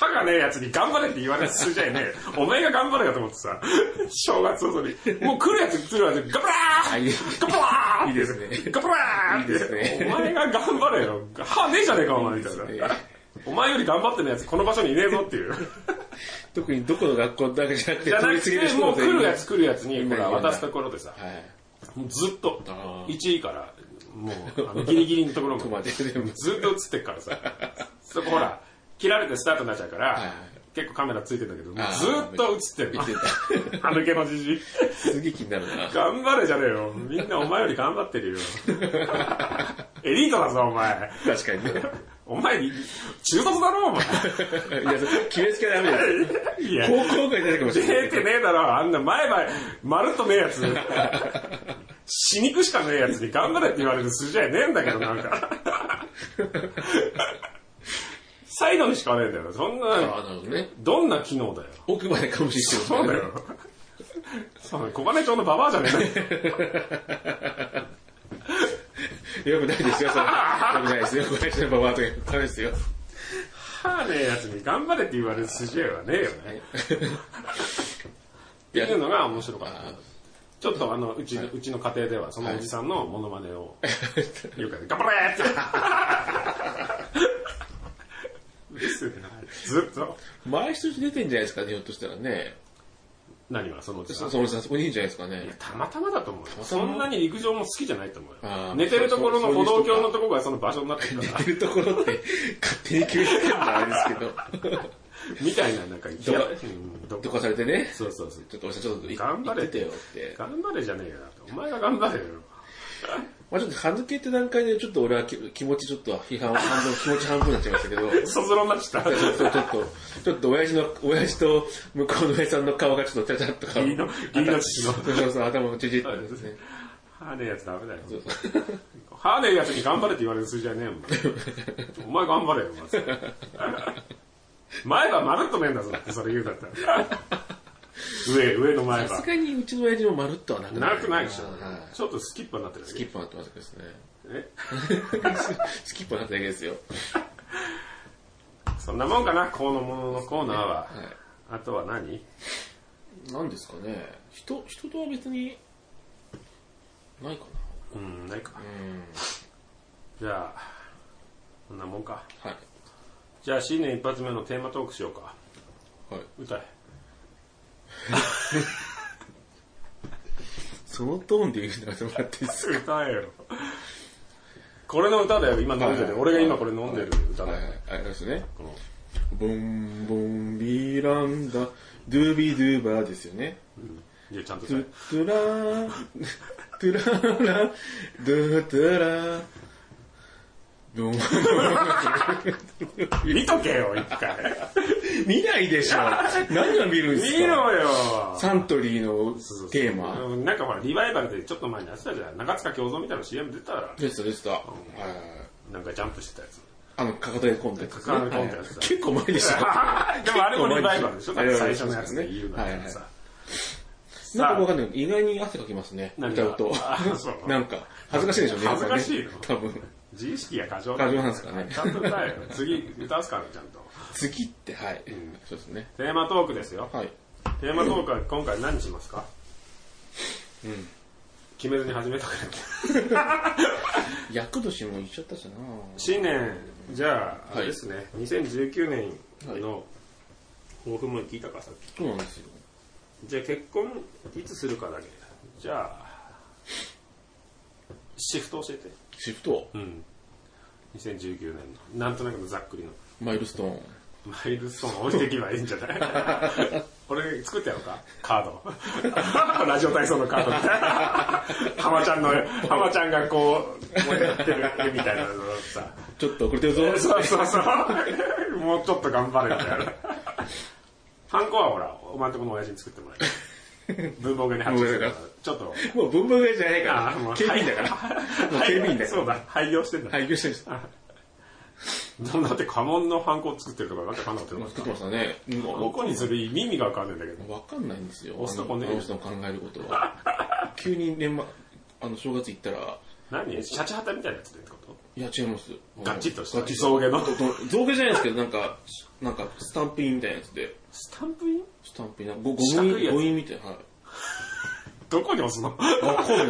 A: 歯がねえやつに頑張れって言われる数じゃねえ。お前が頑張れよと思ってさ、正月の時に、もう来るやつ来るやつ、ガブラ
B: あ
A: ー
B: いい
A: ガブラー
B: いいですね
A: ガブラーって。
B: いいですね
A: お前が頑張れよ。歯ねえじゃねえか、お前みたい
B: いいです
A: な
B: ね。
A: お前より頑張ってるやつ、この場所にいねえぞっていう。
B: 特にどこの学校だけじゃなくて、
A: じゃな
B: 取り
A: く
B: 次ぎの
A: て、
B: 人
A: もう来るや
B: は
A: つ来るやつに、
B: みん
A: ほ
B: な
A: ら、
B: 言わない
A: 渡すところでさ、
B: い。
A: もうずっと、
B: あー
A: 1位から、もう、あのギリギリのところ
B: ここ
A: ま
B: ま
A: で、
B: で
A: ずっ
B: 全部
A: と映ってっからさ、そこほら、切られてスタートになっちゃうか
B: はい
A: ら、結構カメラついてんだけど、もう
B: あー
A: ずっと映ってる
B: 見て
A: 歯抜けのじじい。
B: すげえ気になるな。
A: 頑張れじゃねえよ。みんなお前より頑張って るよ。エリートだぞ、お前。
B: 確かにね。
A: お前、中卒だろ、お前。
B: いや、それ決めつけダメだよ。
A: いや、
B: 高校がいてるかもし
A: 出
B: れないけ
A: て
B: ど。
A: ねえだろ、あんな前歯、まるっとねえやつ。死肉しかねえやつに頑張れって言われる筋合いねえんだけど、なんか。サイドにしかねえんだよ。そんな、
B: ああ、なるほどね。
A: どんな機能だよ。
B: 奥までかもしれない。
A: そうだよ。そう小金井町のババアじゃねえんだよ。
B: よくないです よ、それ。よくないですよ。これ、のババアとかダメですよ。
A: 歯ねえやつに頑張れって言われる筋合いはねえよね。っていうのが面白かった。ちょっとあの、うちの、うちの家庭では、そのおじさんのモノマネを、よくやって頑張れって。ですね。ずっと。
B: 毎年出てんじゃないですかね、ひょっとしたらね。
A: 何がそのおじさ
B: そ
A: ん。
B: そのさん、そこにいるんじゃないですかね。
A: たまたまだと思うよ。
B: ま
A: そんなに陸上も好きじゃないと思う
B: あ
A: よ。
B: ー
A: 寝てるところの
B: そ
A: 歩
B: うそう
A: 道
B: いう人か
A: 橋のところがその場所になってるから
B: い、るところって、勝手に決めつけるのはあれですけど。
A: みたいな、なんか、いや、うんど
B: ど
A: こ
B: かされてね。
A: そうそうそう。
B: ちょっとおじさん、ちょっとい
A: 頑張れ
B: 行っててよって。
A: 頑張れじゃねえよなって。お前が頑張れよ。
B: まあちょっと、歯抜けって段階で、ちょっと俺はき気持ちちょっと批判を半分、気持ち半分になっちゃいましたけど。
A: そぞろになっちゃった。
B: ちょっと、ちょっと、ちょっと親父の、親父と向こうの親父さんの顔がちょっとちゃちゃっと顔。
A: 義理の義理の父の
B: そうそうそう、頭のちじってですね。
A: はねえやつダメだよ。はねえやつに頑張れって言われる数字じゃねえもん。お前頑張れよ、まず。前歯まるっとねえんだぞってそれ言うんだったら。上、上の前
B: さ
A: 歯
B: す。がにうちの親父もまるっとはなく
A: 長くないでしょ
B: は。い
A: ちょっとスキッパになってるだ
B: ス
A: け
B: キッパーってまさかですね。
A: え
B: スキッパーなっただけですよ。
A: そんなもんかな、このもののコーナーは。
B: は
A: あとは何
B: い。なんですかね。人、人とは別に、ないかな。
A: うん、ないか
B: う。ん。
A: じゃあ、こんなもんか。
B: はい。
A: じゃあ、新年一発目のテーマトークしようか。
B: はい。
A: 歌え。
B: そのトーンで言うのはもらっていいですか
A: 歌えよ。これの歌だよ、今飲んで
B: はい
A: る。俺が今これ飲んでる歌
B: はい
A: だ
B: はい
A: よ。
B: はい。あれですね。
A: この
B: ボンボンビランダ、ドゥビドゥバーですよね。
A: じゃあ、ちゃんと
B: ト
A: 歌え
B: ゥトゥラー、トゥラーラ、ドゥトゥラー。ボン
A: 見とけよ、一回。
B: 見ないでしょ。何を見るんですか
A: 見ろよ。
B: サントリーのテーマ。
A: うんなんかほら、リバイバルでちょっと前にやってたじゃん。中塚京三みたいな CM 出たら、
B: でしたでした。はい
A: なんかジャンプしてたや つ。
B: あの、かかとでコンテンツですね。
A: かかとでコンテンツ
B: はい結構前でしたよ。
A: でもあれもリバイバルでしょ
B: 結構前です
A: 最初のやつで言うの
B: はいはい
A: にさ。
B: なんかわ
A: さ
B: かんないけど、意外に汗かきますね。
A: 何
B: 歌
A: が
B: うと
A: あそ。う
B: なんか、恥ずかしいでしょうね。
A: 恥ずかしいの
B: やっぱね多分。
A: 自意識が過剰
B: 過剰なんですかね
A: ちゃんと歌えよ。次、歌うすから、ちゃんと。
B: 次って、はい。そうですね。
A: テーマトークですよ。
B: はい。
A: テーマトークは今回何しますか決めずに始めたから。
B: 厄年も一緒だったしな
A: 新年、じゃあ、あ
B: は
A: れ
B: い
A: ですね、2019年の抱負も聞いたか、さっき。
B: そうなんですよ。
A: じゃあ結婚いつするかだけ。じゃあ、シフト教えて。
B: シフト、
A: うん。2019年の。なんとなくのざっくりの。
B: マイルストーン。
A: マイルストーン降りていけばいいんじゃない 俺作ってやろうかカード。 ラジオ体操のカードみたいな。浜ちゃんの、浜ちゃんがこう、こうやってる絵みたいなのをさ。
B: ちょっと遅れてるぞ。
A: そうそうそう。もうちょっと頑張れみたいな。ハンコはほら、お前んとこの親父に作ってもらえる。文房具屋に発注するから
B: 文房具屋か、
A: ちょっと。
B: もう文房具屋じゃないか
A: ああも
B: ら。
A: う
B: 警備員だから。もう警備員だか
A: そうだ、廃業してんだ。
B: ら。廃業してるんです。
A: だって家紋のハンコを作ってるとか、なんか考えてるの
B: 作ってましたね。
A: どこにそれ意味がわかんないんだけど。
B: わかんないんですよ。
A: 押すとこね
B: あの人の考えること は。急に年末、あの、正月行ったら、
A: 何シャチハタみたいなやつでってこと
B: いや、違います。
A: ガチッとした
B: ガチッ
A: 象牙の
B: と造形じゃないですけど、なんか、なんか、スタンプインみたいなやつで、
A: スタンプイン
B: スタンプイン、なんかゴゴ
A: 四
B: ミ
A: 角いやつ
B: ゴミみたいな、はい。
A: どこに押す の
B: わかん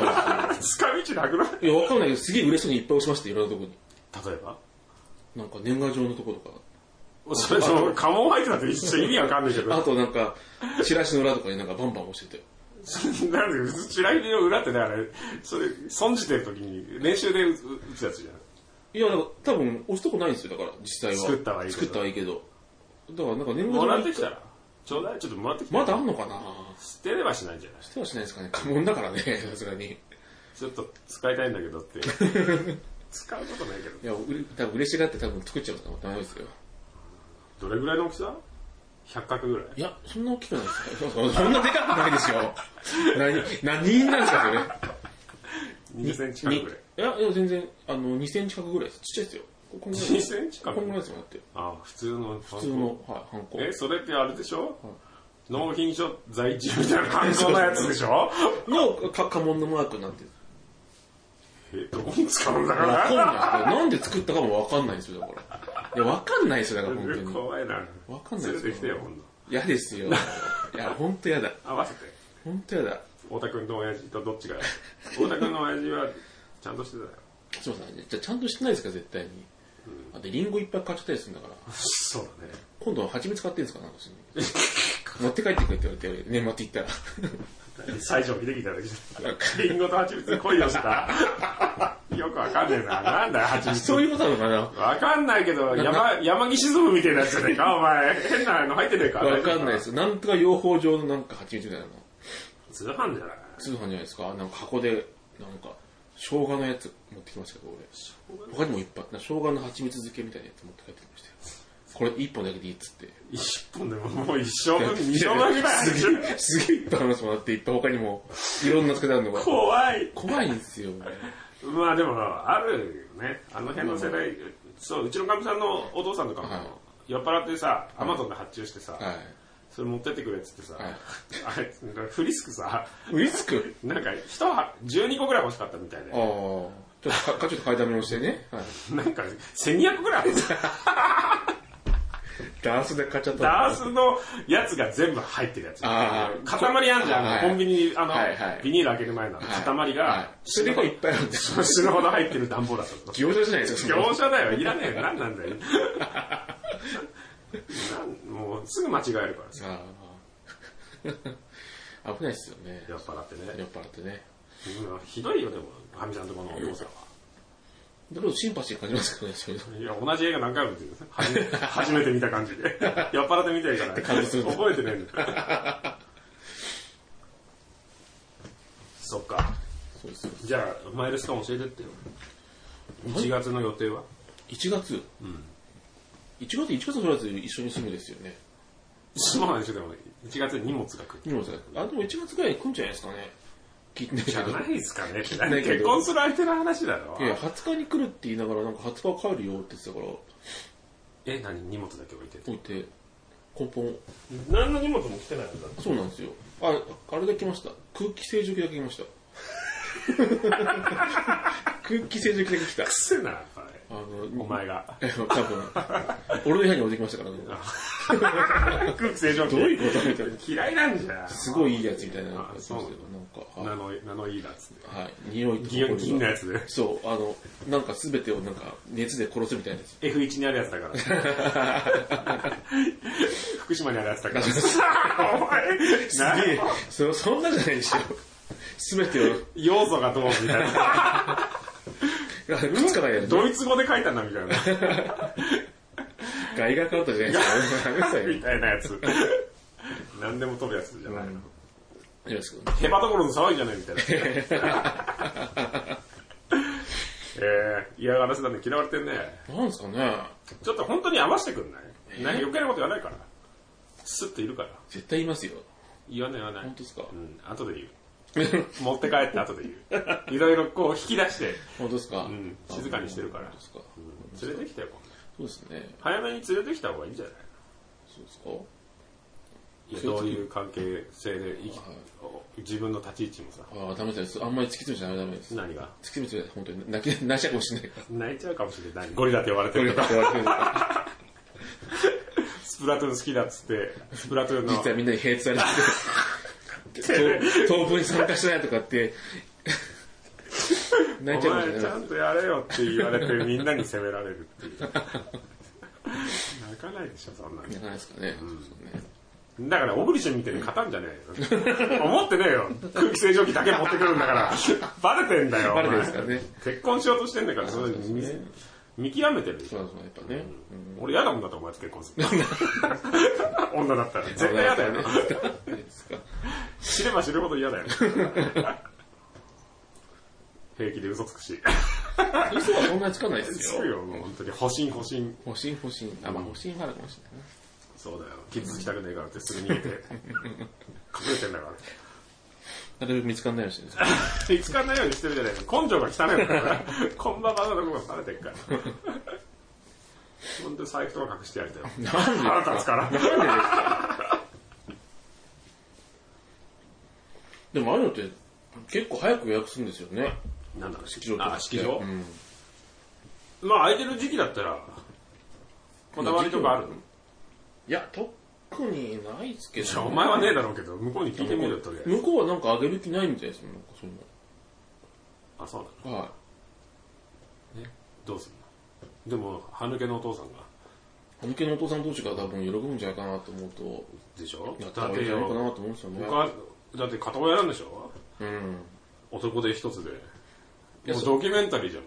B: ないで
A: 使い道なくない
B: すよ。いや、わかんないけど、すげえ嬉しそうにいっぱい押しました、いろんなとこに。
A: 例えば
B: なんか、年賀状のとことか。
A: それ、その、家紋入ってたって一緒意味わかんないけ
B: あ
A: ど。
B: となんか、チラシの裏とかになんかバンバン押してて。
A: それなんで、チラヒの裏ってね、あれ、それ、損じてる時に、練習で打つやつじゃん。
B: いや、なんか多分押すとこないんですよ、だから、実際は。
A: 作ったはいいけど
B: 作ったはいいけど。だからなんか年賀状
A: もらってきたら、ちょうだい、ちょっともらってきた
B: ま
A: ら、
B: だあんのかな
A: 捨てればしないんじゃない
B: 捨てはしないですかね。家紋だからね、 さすがに。い
A: ちょっと使いたいんだけどっ て。使うことないけど。
B: や、うれ多分嬉しがって多分作っちゃうからダメですよ。
A: どれぐらいの大きさ ?100 角ぐらい。
B: いや、そんな大きくないですよ。そそんなでかく ないですよ。 何、何人なんですか、それ。
A: 20センチ
B: に
A: 角
B: い
A: ぐらい。
B: や、いや、全然、あの、2センチ角ぐらいです。ちっちゃいですよ。ここんぐらい
A: 2センチ
B: こ
A: 角
B: んぐらいですよ、だって。
A: ああ、普通の
B: 普通の、はい、ハンコ。
A: え、それってあれでしょ、納品書在住みたいな感想のやつでしょ
B: の、か、家紋のマークになってる。
A: え、どこに使うんだか
B: わかん
A: ら
B: ない。なんで作ったかもわかんないんですよ、だから。いや、わかんないですよ、だから、本当に。
A: 怖いな。
B: わかんない
A: 連れ
B: で
A: てき
B: す
A: てよ、
B: よ。
A: ほんの。
B: 嫌ですよ。いや、本当嫌だ。
A: 合わせて。
B: 本当嫌だ。
A: 太田君と親父とどっちが。太田君の親父はちゃんとしてたよ。
B: すいません。じゃあちゃんとしてないですか、絶対に。あと、リンゴいっぱい買っちゃったりするんだから。
A: そう だね。
B: 今度は蜂蜜買ってんですかなんかしないけど持って帰ってくれって言われて、年末行ったら。
A: 西城秀樹だけリンゴと蜂蜜で恋をしたよくわかんねえな。なんだよ、蜂蜜。
B: そういうことなのかな
A: わかんないけど、山、山岸ズムみたいなやつじゃねえか、お前。変なの入ってねえか。
B: わかんないです。なんとか養蜂場のなんか蜂蜜みたいなの。
A: 通販じゃない
B: 通販じゃないですかなんか箱で、なんか、生姜のやつ持ってきましたけど、俺。他にもいっぱい。な生姜の蜂蜜漬けみたいなやつ持って帰ってきましたよ。これ一本だけでいいっつって。
A: 一本でももう一生分、二生分ぐらいあるでしょ。
B: すげえいっぱい話もらって、いっぱい他にも、いろんな漬けてあるのが。
A: 怖い。
B: 怖いんですよ。
A: まあでも、あるよね。あの辺の世代、そう、うちのかみさんのお父さんとかも、
B: はい
A: 酔っ払ってさ、アマゾンで発注してさ、
B: はい。
A: それ持ってってくれっつってさ、
B: はい
A: あれ、フリスクさ、
B: ウイスク
A: なんか、一箱、12個ぐらい欲しかったみたい
B: ああ。ち
A: で、
B: ょっとか、かちょっと買いだめをしてね。はい。
A: なんか、1200ぐらいあるんですよ
B: ダンスで買っちゃったの
A: ダースのやつが全部入ってるやつ。
B: あー
A: 塊あんじゃん、
B: はい
A: コンビニ、あの、
B: はいはい
A: ビニール開ける前の塊が、
B: はいそれがいっぱいあるんですよ。
A: 死ぬほど入ってる段ボールだったの。
B: 業者じゃないですか、その
A: 業者だよ、いらねえよ、なんなんだよ。なんもうすぐ間違えるからさ、
B: あー危ないですよね。
A: 酔っ払ってね。
B: 酔っ払ってね。
A: うんひどいよ、でも、かみさんとこのお父さんは。
B: だけどシンパシー感じますけどね、そうい
A: い
B: うの。
A: や、同じ映画何回も見てる初 め初めて見た感じで。酔っ払って見てるから、
B: 感じする
A: 覚えてないんだ。そっか。
B: そうですよ。
A: じゃあ、マイルストーン教えてってよ。1月の予定は
B: 1月。1月、1月とりあえず一緒に住むですよね。
A: そうなんですよ、でも、1月に荷物が来る。
B: 荷物があ、でも1月ぐらいに来るんじゃないですかね。聞いてないけ
A: じゃ
B: ど。
A: ないですかね。
B: ないけど
A: 結婚する相手の話だろ
B: い。や、20日に来るって言いながら、なんか20日は帰るよって言ってたから、
A: え、何荷物だけ置いてて。
B: 置いて、根本、
A: 何の荷物も来てないんだ
B: そうなんですよ。あ、あれだけ来ました。空気清浄機だけ来ま した。空気清浄機だけ来た。
A: くせえな、あれ
B: あの、
A: お前が。
B: え多分、俺の部屋に置いてきましたからね。
A: 空気清浄機。
B: どういうことみたいな。
A: 嫌いなんじゃん。
B: すごいいいやつみたいな。なんか
A: あ、そうなんだ
B: な
A: ナ
B: んか
A: ノナノイーだっつって。
B: はい、匂いと
A: 銀銀の
B: が
A: やつで。
B: そう、あの、なんか全てをなんか熱で殺すみたいなやつ。
A: F1 にあるやつだから。 福島にあるやつだから。お前、
B: すげえ、そ、そんなじゃないでしょ。全てを、
A: 要素がどうみたいな。
B: あくっつかないやつ。
A: ドイツ語で書いたんだみたいな。
B: 外画カウントじゃないですか。やめなさいよ
A: みたいなやつ。何でも飛ぶやつじゃないの。
B: いいですけど
A: ヘバどころの騒ぎじゃないみたい な。えー、嫌がらせだね。嫌われてんね。
B: ね。なんですかね。
A: ちょっと本当に合わせてくんないなんか余計なこと言わないから。スッといるから。
B: 絶対言いますよ。
A: 言わない言わない
B: 本。当ですか
A: うん、後で言う。持って帰って後 で言う。いろいろこう引き出して、
B: 本当ですかうん
A: 静かにしてるから
B: 本当ですか
A: 連れてきてよ。
B: そうですね。
A: 早めに連れてきた方がいいんじゃない
B: そうですかはい
A: やどういう関係性で生き自分の立ち位置もさ。
B: い。ああ、ダメです。あんまり突き詰めちゃダメです。突き
A: 何が
B: 詰めちゃダメ本当に泣き、泣いちゃうかもしれないから。
A: 泣いちゃうかもしれない。ゴリラって呼ばれて
B: こ
A: る
B: れ
A: と
B: だ
A: か
B: っ、て言われてるんですか
A: スプラトゥーン好きだっつって、スプラトゥーンの
B: 実はみんなに平気されてて、当分に参加しないとかって、泣いち
A: お
B: ゃうかも
A: 前
B: しれ
A: ち
B: ない
A: ゃんとやれよって言われてみんなに責められるっていう。 泣かないでしょ、そんなの。
B: じゃないですかね。そうですね
A: だから、オグリシェみたいに勝たんじゃねえよ。思ってねえよ。空気清浄機だけ持ってくるんだから。バレてんだよ。お
B: バ
A: 前
B: レてるんですからね。
A: 結婚しようとしてんだから、それ見見極めてるでし
B: そ
A: ょ。
B: うなんですよやっぱね。
A: 俺嫌だもんだとお前と結婚す る。女だったら。絶対嫌だよね。
B: ないですか
A: 知れば知るほど嫌だよ。平気で嘘つくし。
B: 嘘はそんなにつかないです
A: そう
B: よ。
A: よ、もう本当に。保身保身。
B: 保身保身。あ、まあ保身はあるかもしれないね。
A: そうだよ。傷つきたくねえからってすぐ逃 げて。隠れてんだから。
B: なるべく見つかんないようにしてる んです
A: 見つかんないようにしてるじゃないか根性が汚いのだ からこんばんはのとこがバレてるからほんで財布とか隠してやりたいよ
B: なんで
A: 腹立つから
B: でもああいうのって結構早く予約するんですよね。
A: なんだろう式
B: 場とか
A: あ式場、
B: うん
A: まあ空いてる時期だったらこだわりとかあるの
B: いや、特にないっすけ
A: いや
B: ど。
A: お前はねえだろうけど向こうに聞いてみるよとりあえず
B: 向こうはなんかあげる気ないみたいですよ。なんかそういう
A: あそうな
B: の。はい。
A: のどうするのでも歯抜けのお父さんが
B: 本家のお父さん同士が多分喜ぶんじゃないかなと思うと、
A: でしょ
B: やった
A: だ
B: ら
A: っ
B: いい
A: て
B: んじゃないかな
A: よ
B: と思うんですよね。
A: 他だって片親なんでしょ
B: うん。
A: 男で一つで
B: や
A: もうドキュメンタリーじゃん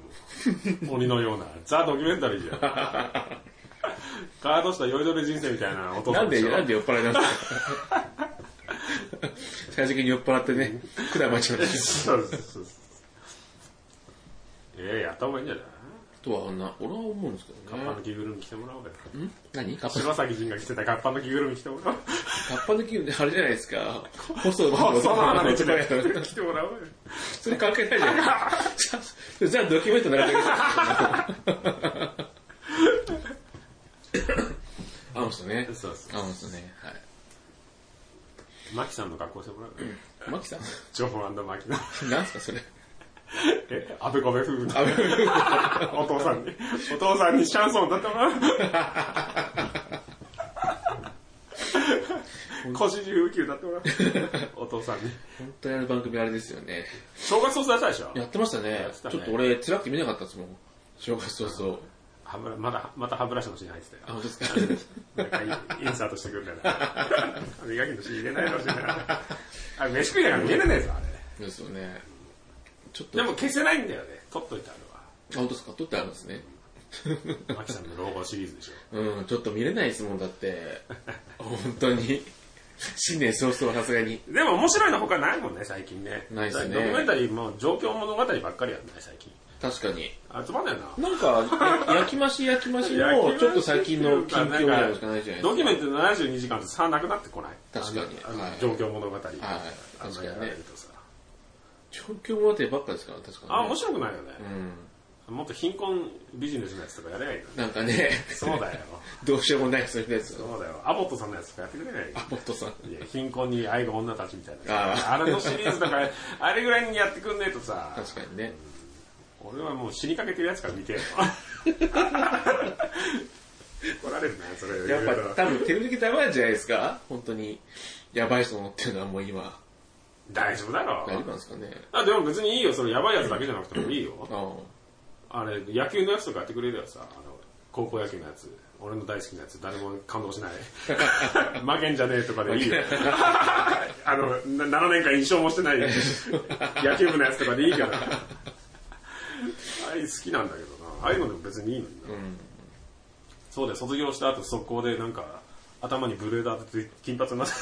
A: もう鬼のようなザ・ドキュメンタリー じゃんガードした酔いどれ人生みたいなお父さ
B: なんん
A: でし
B: で、
A: ょ
B: なんで酔っ払い なんですか最終的に酔っ払ってね、管巻いちゃうんです
A: そうそうそうええやった方がいいんじゃない
B: とはな、俺は思うんですけ
A: カ
B: ど
A: ッ
B: ね
A: パの。着ぐるみ着てもらおうよ
B: ん何カッパ
A: 柴崎仁が着てたカッパの着ぐるみ着てもらおう
B: カッパの金あれじゃないですか。 細野
A: あ
B: の
A: その花道
B: それ
A: で着てもらおうよ
B: それ関係 ないじゃん。じゃあドキュメントになるだけあの人ね。
A: そうそ
B: あの人ね。は
A: うマキさんの格好してもらうよ
B: い。マキさん
A: ジョンマキの
B: なんすか それ。
A: えアベコベ夫婦の
B: あ、
A: お父さんにお父さんにシャンソン歌ってもらう腰中浮き歌ってもらう。お父さんに。
B: 本当にあの番組あれですよね。
A: 正月卒だしたでしょ
B: やってましたね。
A: ってたね
B: ちょっと俺、辛くて見なかったですもん。正月早々。
A: 歯ブラまだ、また歯ブラシの芯入って
B: あ、本当 ですか
A: たよ。なんかインインサートしてくるんだよな。歯磨きの芯入れないかもしれない。あれ、飯食いながら見えれないぞ、あれ。
B: ですよね。ちょっと、
A: で
B: あ、
A: も消せないんだよね。取っといたあ
B: 本当ですか撮ってあるんですね。
A: れは。マキさんの老後シリーズでしょ。
B: うん、ちょっと見れないですもん、だって。 本当に。新年早々はさすがに。
A: でも面白いの他ないもんね、最近ね。
B: ないっすね
A: ドキュメンタリーも状況物語ばっかりやんない、最近。
B: 確かに。
A: あ、つまんないな。
B: なんか、や焼き増し焼き増しの、ちょっと最近の近況みたいなのしかないじゃないですか。
A: ドキュメント72時間って差なくなってこない
B: 確かに
A: あのあ
B: はい
A: の状況物語あ
B: 確かにね
A: やられるとさ
B: 状況もあってばっかですから、確かに。
A: あ面白くないよね
B: うん。
A: もっと貧困ビジネスのやつとかやればいいのに
B: なんかね、
A: そうだよ
B: どうしようもないそういうやつ。
A: そうだよアボットさんのやつとかやってくれない
B: アボットさん。
A: いや貧困に愛が女たちみたい
B: あ
A: なあれのシリーズと かあれぐらいにやってくんねえとさ
B: 確かにね。
A: 俺はもう死にかけてるやつから見 てよ怒られるねそれ
B: やっ
A: いろいろ
B: ぱ多分テレビ局ダメなんじゃないですか本当に。やばい人乗ってるのはもう今。
A: 大丈夫だろ
B: 大丈夫なんですかね。
A: あでも別にいいよそれヤバいやつだけじゃなくてもいいよ
B: ああ。
A: あれ、野球のやつとかやってくれるよさ、あの、高校野球のやつ。俺の大好きなやつ、誰も感動し ない。負けんじゃねえとかでいいよ。 あの、な7年間印象もしてない野球部のやつとかでいいから。あれ好きなんだけどな。ああいうのでも別にいいのにな。そうだよ、卒業した後速攻でなんか、頭にブレーダー当てて金髪にな って、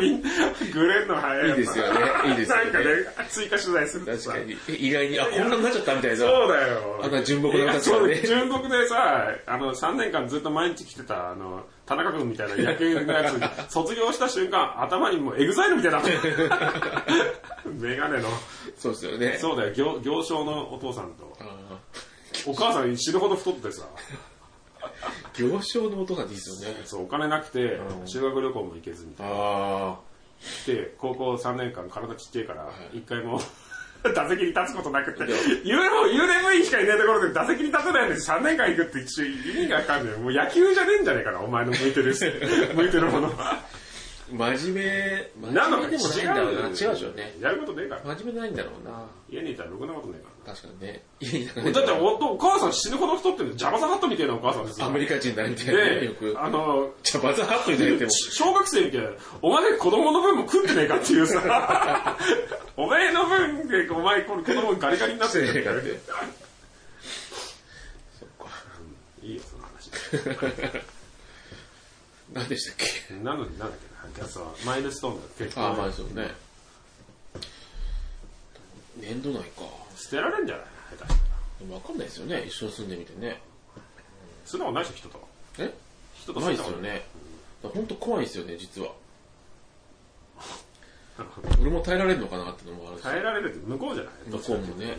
A: みんな、グレーの早いやつ
B: いいですよねいいですよね
A: なんかね、追加取材すると
B: 確
A: さ
B: かに。え意外に、あ、こんなになっちゃったみたいな。
A: そうだよ。
B: あんな純朴な形
A: いや
B: は
A: そう
B: ね
A: 純朴でさ、あの、3年間ずっと毎日来てた、あの、田中君みたいな野球のやつ、卒業した瞬間、頭にもうエグザイルみたい な。メガネの。
B: そうですよね。
A: そうだよ、行行商のお父さんと。
B: あ
A: お母さん死ぬほど太ってさ、
B: あ行商の音がいいですよね。
A: そう、お金なくて、修学旅行も行けずに。
B: あ
A: で、高校3年間体ちっちゃいから、一回も。 打席に立つことなくて、言うの、言うでもいいしかいないところで打席に立たないのに3年間行くって一応意味がわかんない。もう野球じゃねえんじゃねえかな、お前の向いてる、 向いてるものは。
B: 真面目、
A: な
B: 真
A: の
B: 面
A: か
B: 目でもないんだろうな。違うでしょうね。
A: やることねえから。
B: 真面目でないんだろうな。
A: 家にいたらろくなことねえ か
B: 確かにね。いやいや
A: ら。だっておお母さん死ぬほど太ってるのジャバサハットみたいなお母さんですよ
B: アメリカ人になりたいね、よ
A: で
B: く、。
A: あの、
B: じゃあ、バザーハットになり ても。
A: 小学生みたいな、お前子供の分も食ってねえかっていう さ、お前の分でお前これ子供ガリガリになってるじゃん
B: って。
A: いいよ、その話。
B: 何でしたっけ
A: なのになんだっけな、あそうマイルストーンだ結
B: ああ、
A: 構、
B: まあですよね。年度内か。
A: 捨てられんじゃない下手したら。
B: でもわかんないですよね。一緒に住んでみてね。
A: 素直ないでしょ、人と。
B: え
A: 人と
B: ないですよ。ね。本当怖いですよね、実は。
A: なんか
B: 俺も耐えられるのかなってのもあるし。
A: 耐えられるって向こうじゃない
B: 向こうもね。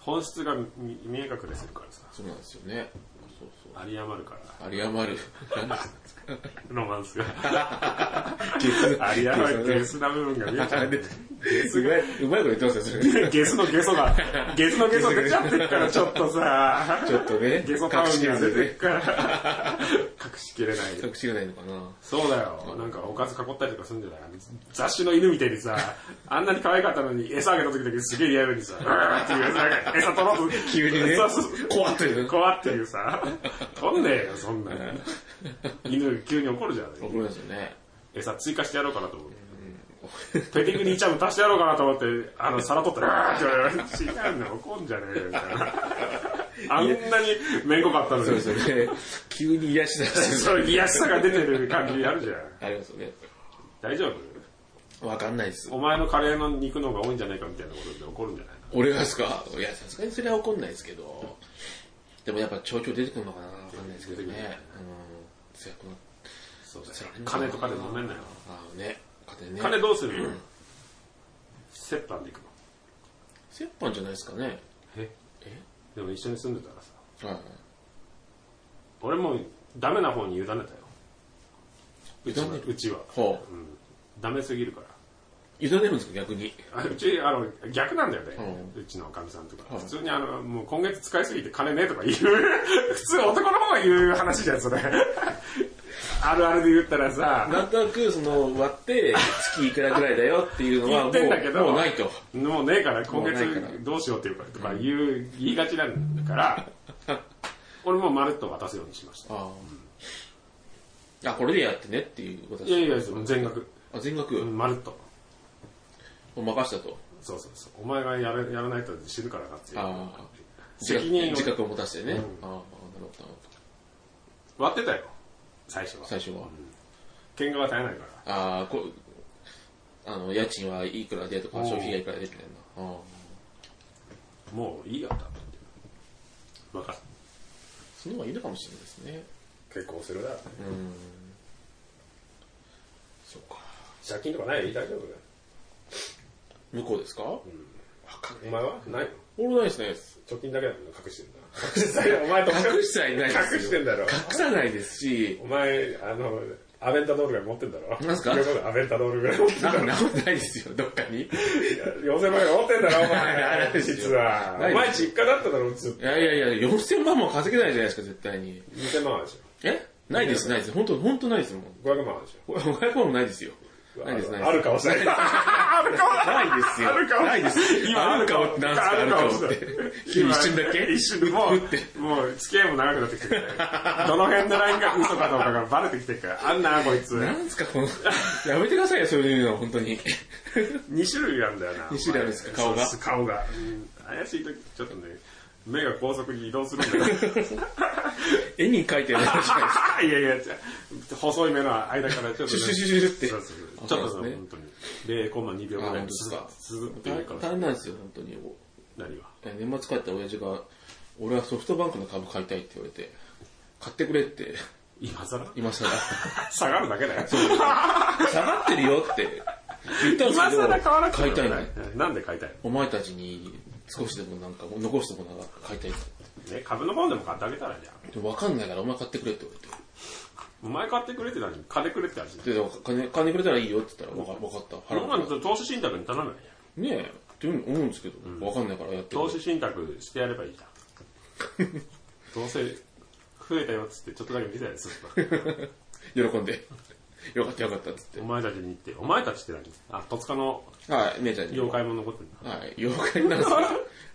A: 本質が見見え隠れするからさ、
B: そうなんですよね。そうそう。
A: 有り余るから、
B: あり 余る。何です
A: ロマンスが。
B: か
A: 有り余るってゲスな部分が見えちゃう。
B: ゲスうまい、うまいこと言ってますよ、そ れ。
A: ゲスのゲソが、ゲスのゲソ出ちゃってるから、ちょっとさ、
B: ちょっとね、
A: ゲソタウンが出てる
B: ね。
A: から、 隠しきれない。
B: 隠しがないのかな。
A: そうだよ。なんかおかず囲ったりとかするんじゃない雑種の犬みたいにさ、あんなに可愛かったのに餌あげた時だけすげえリアルにさ、うーっていうなんか餌取ろうと。
B: 急に ね
A: そうそう、
B: 怖ってる。
A: 怖っていうさ、取んねえよ、そんなの犬急に怒るじゃん。
B: 怒りますよね。
A: 餌追加してやろうかなと思って。ペティグリーチャーム足してやろうかなと思って、あの、皿取って、うーって言われる。違うの、怒んじゃねえよ、みたいな。あんなにめんこかったの
B: そう
A: に
B: で。すよね。急に癒しだす。
A: そう、癒やしさが出てる感じあるじゃん。
B: ありますよね。
A: 大丈夫
B: わかんないです。
A: お前のカレーの肉の方が多いんじゃないかみたいなことで怒るんじゃない
B: 俺がですかいや、さすがにそれは怒んないですけど。でもやっぱ調教出てくるのかなわかんないですけど
A: 出てくる
B: ね。うん。強くな
A: そうだ
B: よ
A: 金とかで飲めんなよ。
B: ああね。金ね。
A: 金どうするの折半で行くの。
B: 折半じゃないですかね。
A: え
B: え
A: でも一緒に住んでたらさ、
B: はいはい。
A: 俺もダメな方に委ねたよ。うちは
B: 委ねる
A: うちは。
B: ほ
A: ダメすぎるから。
B: う。委ねるんですか、逆に。
A: あうち、あの、逆なんだよね。
B: う
A: うちのおかみさんとか。
B: うん
A: 普通にあの、もう今月使いすぎて金ねえとか言う。 普通男の方が言う話じゃん、それ。 あるあるで言ったらさ、
B: なんとなく、その、割って、月いくらぐらいだよっていうのは、も
A: 言ってんだけ
B: う、
A: ど
B: もうないと。
A: もうねえから今
B: もうないから
A: 月どうしようっていうか、とか言う、言いがちなんだ から、俺もまるっと渡すようにしました。
B: ああ。あ、これでやってねっていうこと
A: いや
B: です
A: いや、全額。
B: あ、全額、
A: うんまるっと。
B: もう任したと。
A: そうそうそう。お前がやれやらないと死ぬからなっていう。
B: ああ。
A: 責任を
B: 自覚を持たせてね。
A: うん
B: ああ、なるほどなるほ
A: 割ってたよ。最初は
B: ど。。最初は。
A: 喧嘩が絶えないから。
B: ああ、こあの、家賃はいくらでとか、
A: おう
B: 消費がいくらでみたいな。ああ。
A: もういいよ、多分。まあ、
B: その方がいいのかもしれないですね。
A: 結婚するだろうね。
B: うん。そうか。
A: 借金とかない大丈夫
B: 向こうですかわかん
A: お前はないの
B: 俺ないですね。
A: 貯金だけだもんな隠してんだ。お前と
B: 隠してはいないですよ
A: 隠してんだろ。
B: 隠さないですし、
A: お前、あの、アベンタドールぐらい持ってんだろ。
B: なんすか
A: よくアベンタドールぐらい持ってんだ
B: なん
A: ろ。
B: かなんもないですよ、どっかに。い
A: 4000万円持ってんだろ、お
B: ないで
A: 前。
B: すよ
A: 実は。お
B: ないです
A: 前実家だっただろ、ずっと。
B: やいやいや、4000万も稼げないじゃないですか、絶対に。
A: 2000万円でし
B: えないです、ないです。本当本当ないですもん。
A: ょ。500万円でし
B: 500万もないですよ。
A: ょ。
B: ないです、ないです。
A: あるかもしれない。あるかもしれない。
B: ないですよ。
A: あるかも
B: ないです。
A: 今
B: あるかもってなんすか、あるかもっ
A: あ
B: て
A: るかも。
B: 君一瞬だけ
A: 一瞬でも
B: ふって。
A: う、もう付き合いも長くなってきてるから、どの辺のラインが嘘かどうかがバレてきてるから、あんな、こいつ。
B: なんすか、この、やめてくださいよ、そういうの、本 当に。
A: 2種類あるんだよな。
B: 二種類あるんですか顔が
A: そう顔が。うん怪しい時、ちょっとね、目が高速に移動するんだけど。
B: 絵に描いてるじ ゃないですか。
A: いやいや、細い目の間からちょっと
B: シ
A: ね、
B: ュシュシュシュシュって
A: そうそうそう
B: あ
A: ちょっと
B: そ
A: そうう、
B: なんですね
A: 本当に。0コンマ2秒ぐら
B: あ本
A: い
B: 当ですか
A: 続くっていうか
B: 大、変なんですよ、本当に。
A: 何は。
B: え年末帰った親父が、俺はソフトバンクの株買いたいって言われて、買ってくれって、
A: 今更
B: 今更。
A: 下がるだけだよ。
B: 下がってるよって言ったんで
A: 今更買わな
B: す
A: く
B: け
A: て
B: ど、買い
A: も
B: たいの。
A: なんで買いたいの
B: お前たちに少しでもなんか残すとこなら買いたいって。
A: ね、株の方でも買ってあげたらじゃん。
B: でもわかんないからお前買ってくれって言われて。
A: お前買ってくれって何金くれって話だよ。
B: で、だから金、金くれたらいいよって言ったら、わかわかった。
A: そんな
B: 払う
A: の投資信託に頼めばいいや
B: ねえ、って思うんですけど、わかんないからやってくれ
A: 投資信託してやればいいじゃん。 どうせ増えたよっつってちょっとだけ見たやつ。
B: 喜んで。よかったよかったっつ って
A: お。前たちに言って、お前たちって何あ、戸塚の
B: はい、姉ちゃんに。
A: 業界も残ってる
B: はい、妖怪なんですよ。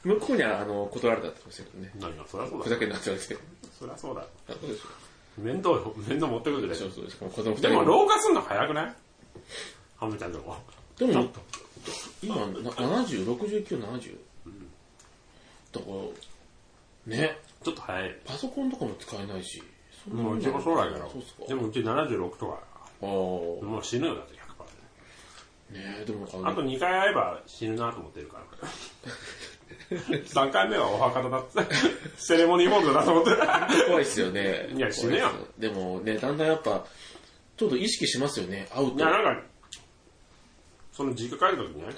B: 向こうには、あの、断られたって言ってましたけどね。
A: な。何が、そりゃそう
B: ふ
A: だ
B: ざ。けんなって言われて。
A: そりゃそうだ。
B: あそうでしょ
A: 面倒よ、面倒持ってくるでし
B: そう
A: ょ。
B: そうしかも子供二
A: で
B: 人
A: も老化すんの早くないハムちゃんとこ。
B: で
A: ちょ
B: も
A: っと。
B: 今な70、69、70。だから、ね、
A: ちょっと早いよね。
B: パソコンとかも使えないし。そんな
A: も
B: も
A: うんう
B: じ
A: ち
B: ゃな
A: も
B: い
A: そうだけど
B: そうっすか。。
A: でもうち76とか。
B: あー
A: もう死ぬよ、だって100%。
B: ねでもあ
A: あと
B: の、
A: 2回会えば死ぬなと思ってる から。3回目はお墓だなって。セレモニーボールだなと 思って。
B: 怖いっすよね。
A: いや死ねよ
B: 怖いっすでもね、だんだんやっぱ、ちょっと意識しますよね、会う
A: い
B: と。
A: や、
B: は
A: なんか、その実家帰るときね、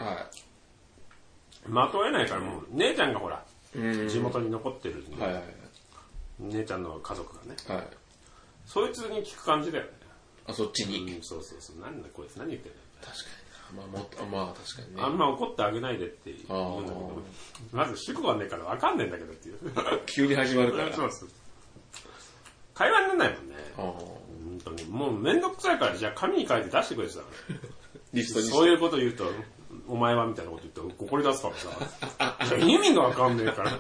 A: まとえないからもう、姉ちゃんがほら、
B: い。うん。
A: 地元に残ってるんで、
B: はいはい
A: 姉ちゃんの家族がね、
B: はい。はい。
A: そいつに聞く感じだよね。
B: あ、そっちに。
A: うん、そうそうそう、なんだこいつ何言ってんだって
B: 確かにな。まあ、もっと、まあ、確かにね。
A: あんま怒ってあげないでって言うんだけど、まず主語がねえからわかんねえんだけどっていう。
B: 急に始まるから。
A: そうそう。会話にならないもんね。
B: ああ
A: 本当にもうめんどくさいからじゃあ紙に書いて出してくれてたか
B: リスト
A: ら
B: に
A: そう
B: し
A: いうこと言うとお前はみたいなこと言うと怒り出すからさ意味がわかんねえから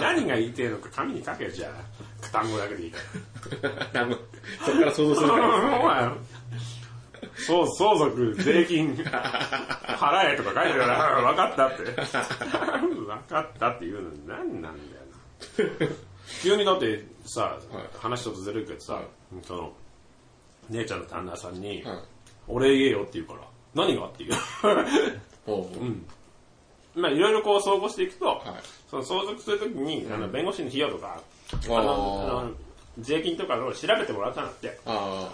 A: 何が言いてえのか紙に書けよじゃ あ単語だけでいいか
B: て。 あのそこから想像するから ら。
A: お前そう相続税 金払えとか書いてたら分かったって 分かったって言うのに何なんだよな 急にだってさ話ちょっとずれるけどさ、
B: はい
A: その姉ちゃんの旦那さんに、
B: はい
A: 俺言えよって言うから、何がっていう。
B: おう
A: まあいろいろこう総合していくと、
B: はい
A: その相続するときに、あの弁護士の費用とか、
B: あ
A: あのあ
B: ー
A: の税金とかを調べてもらったんだって。っ
B: あ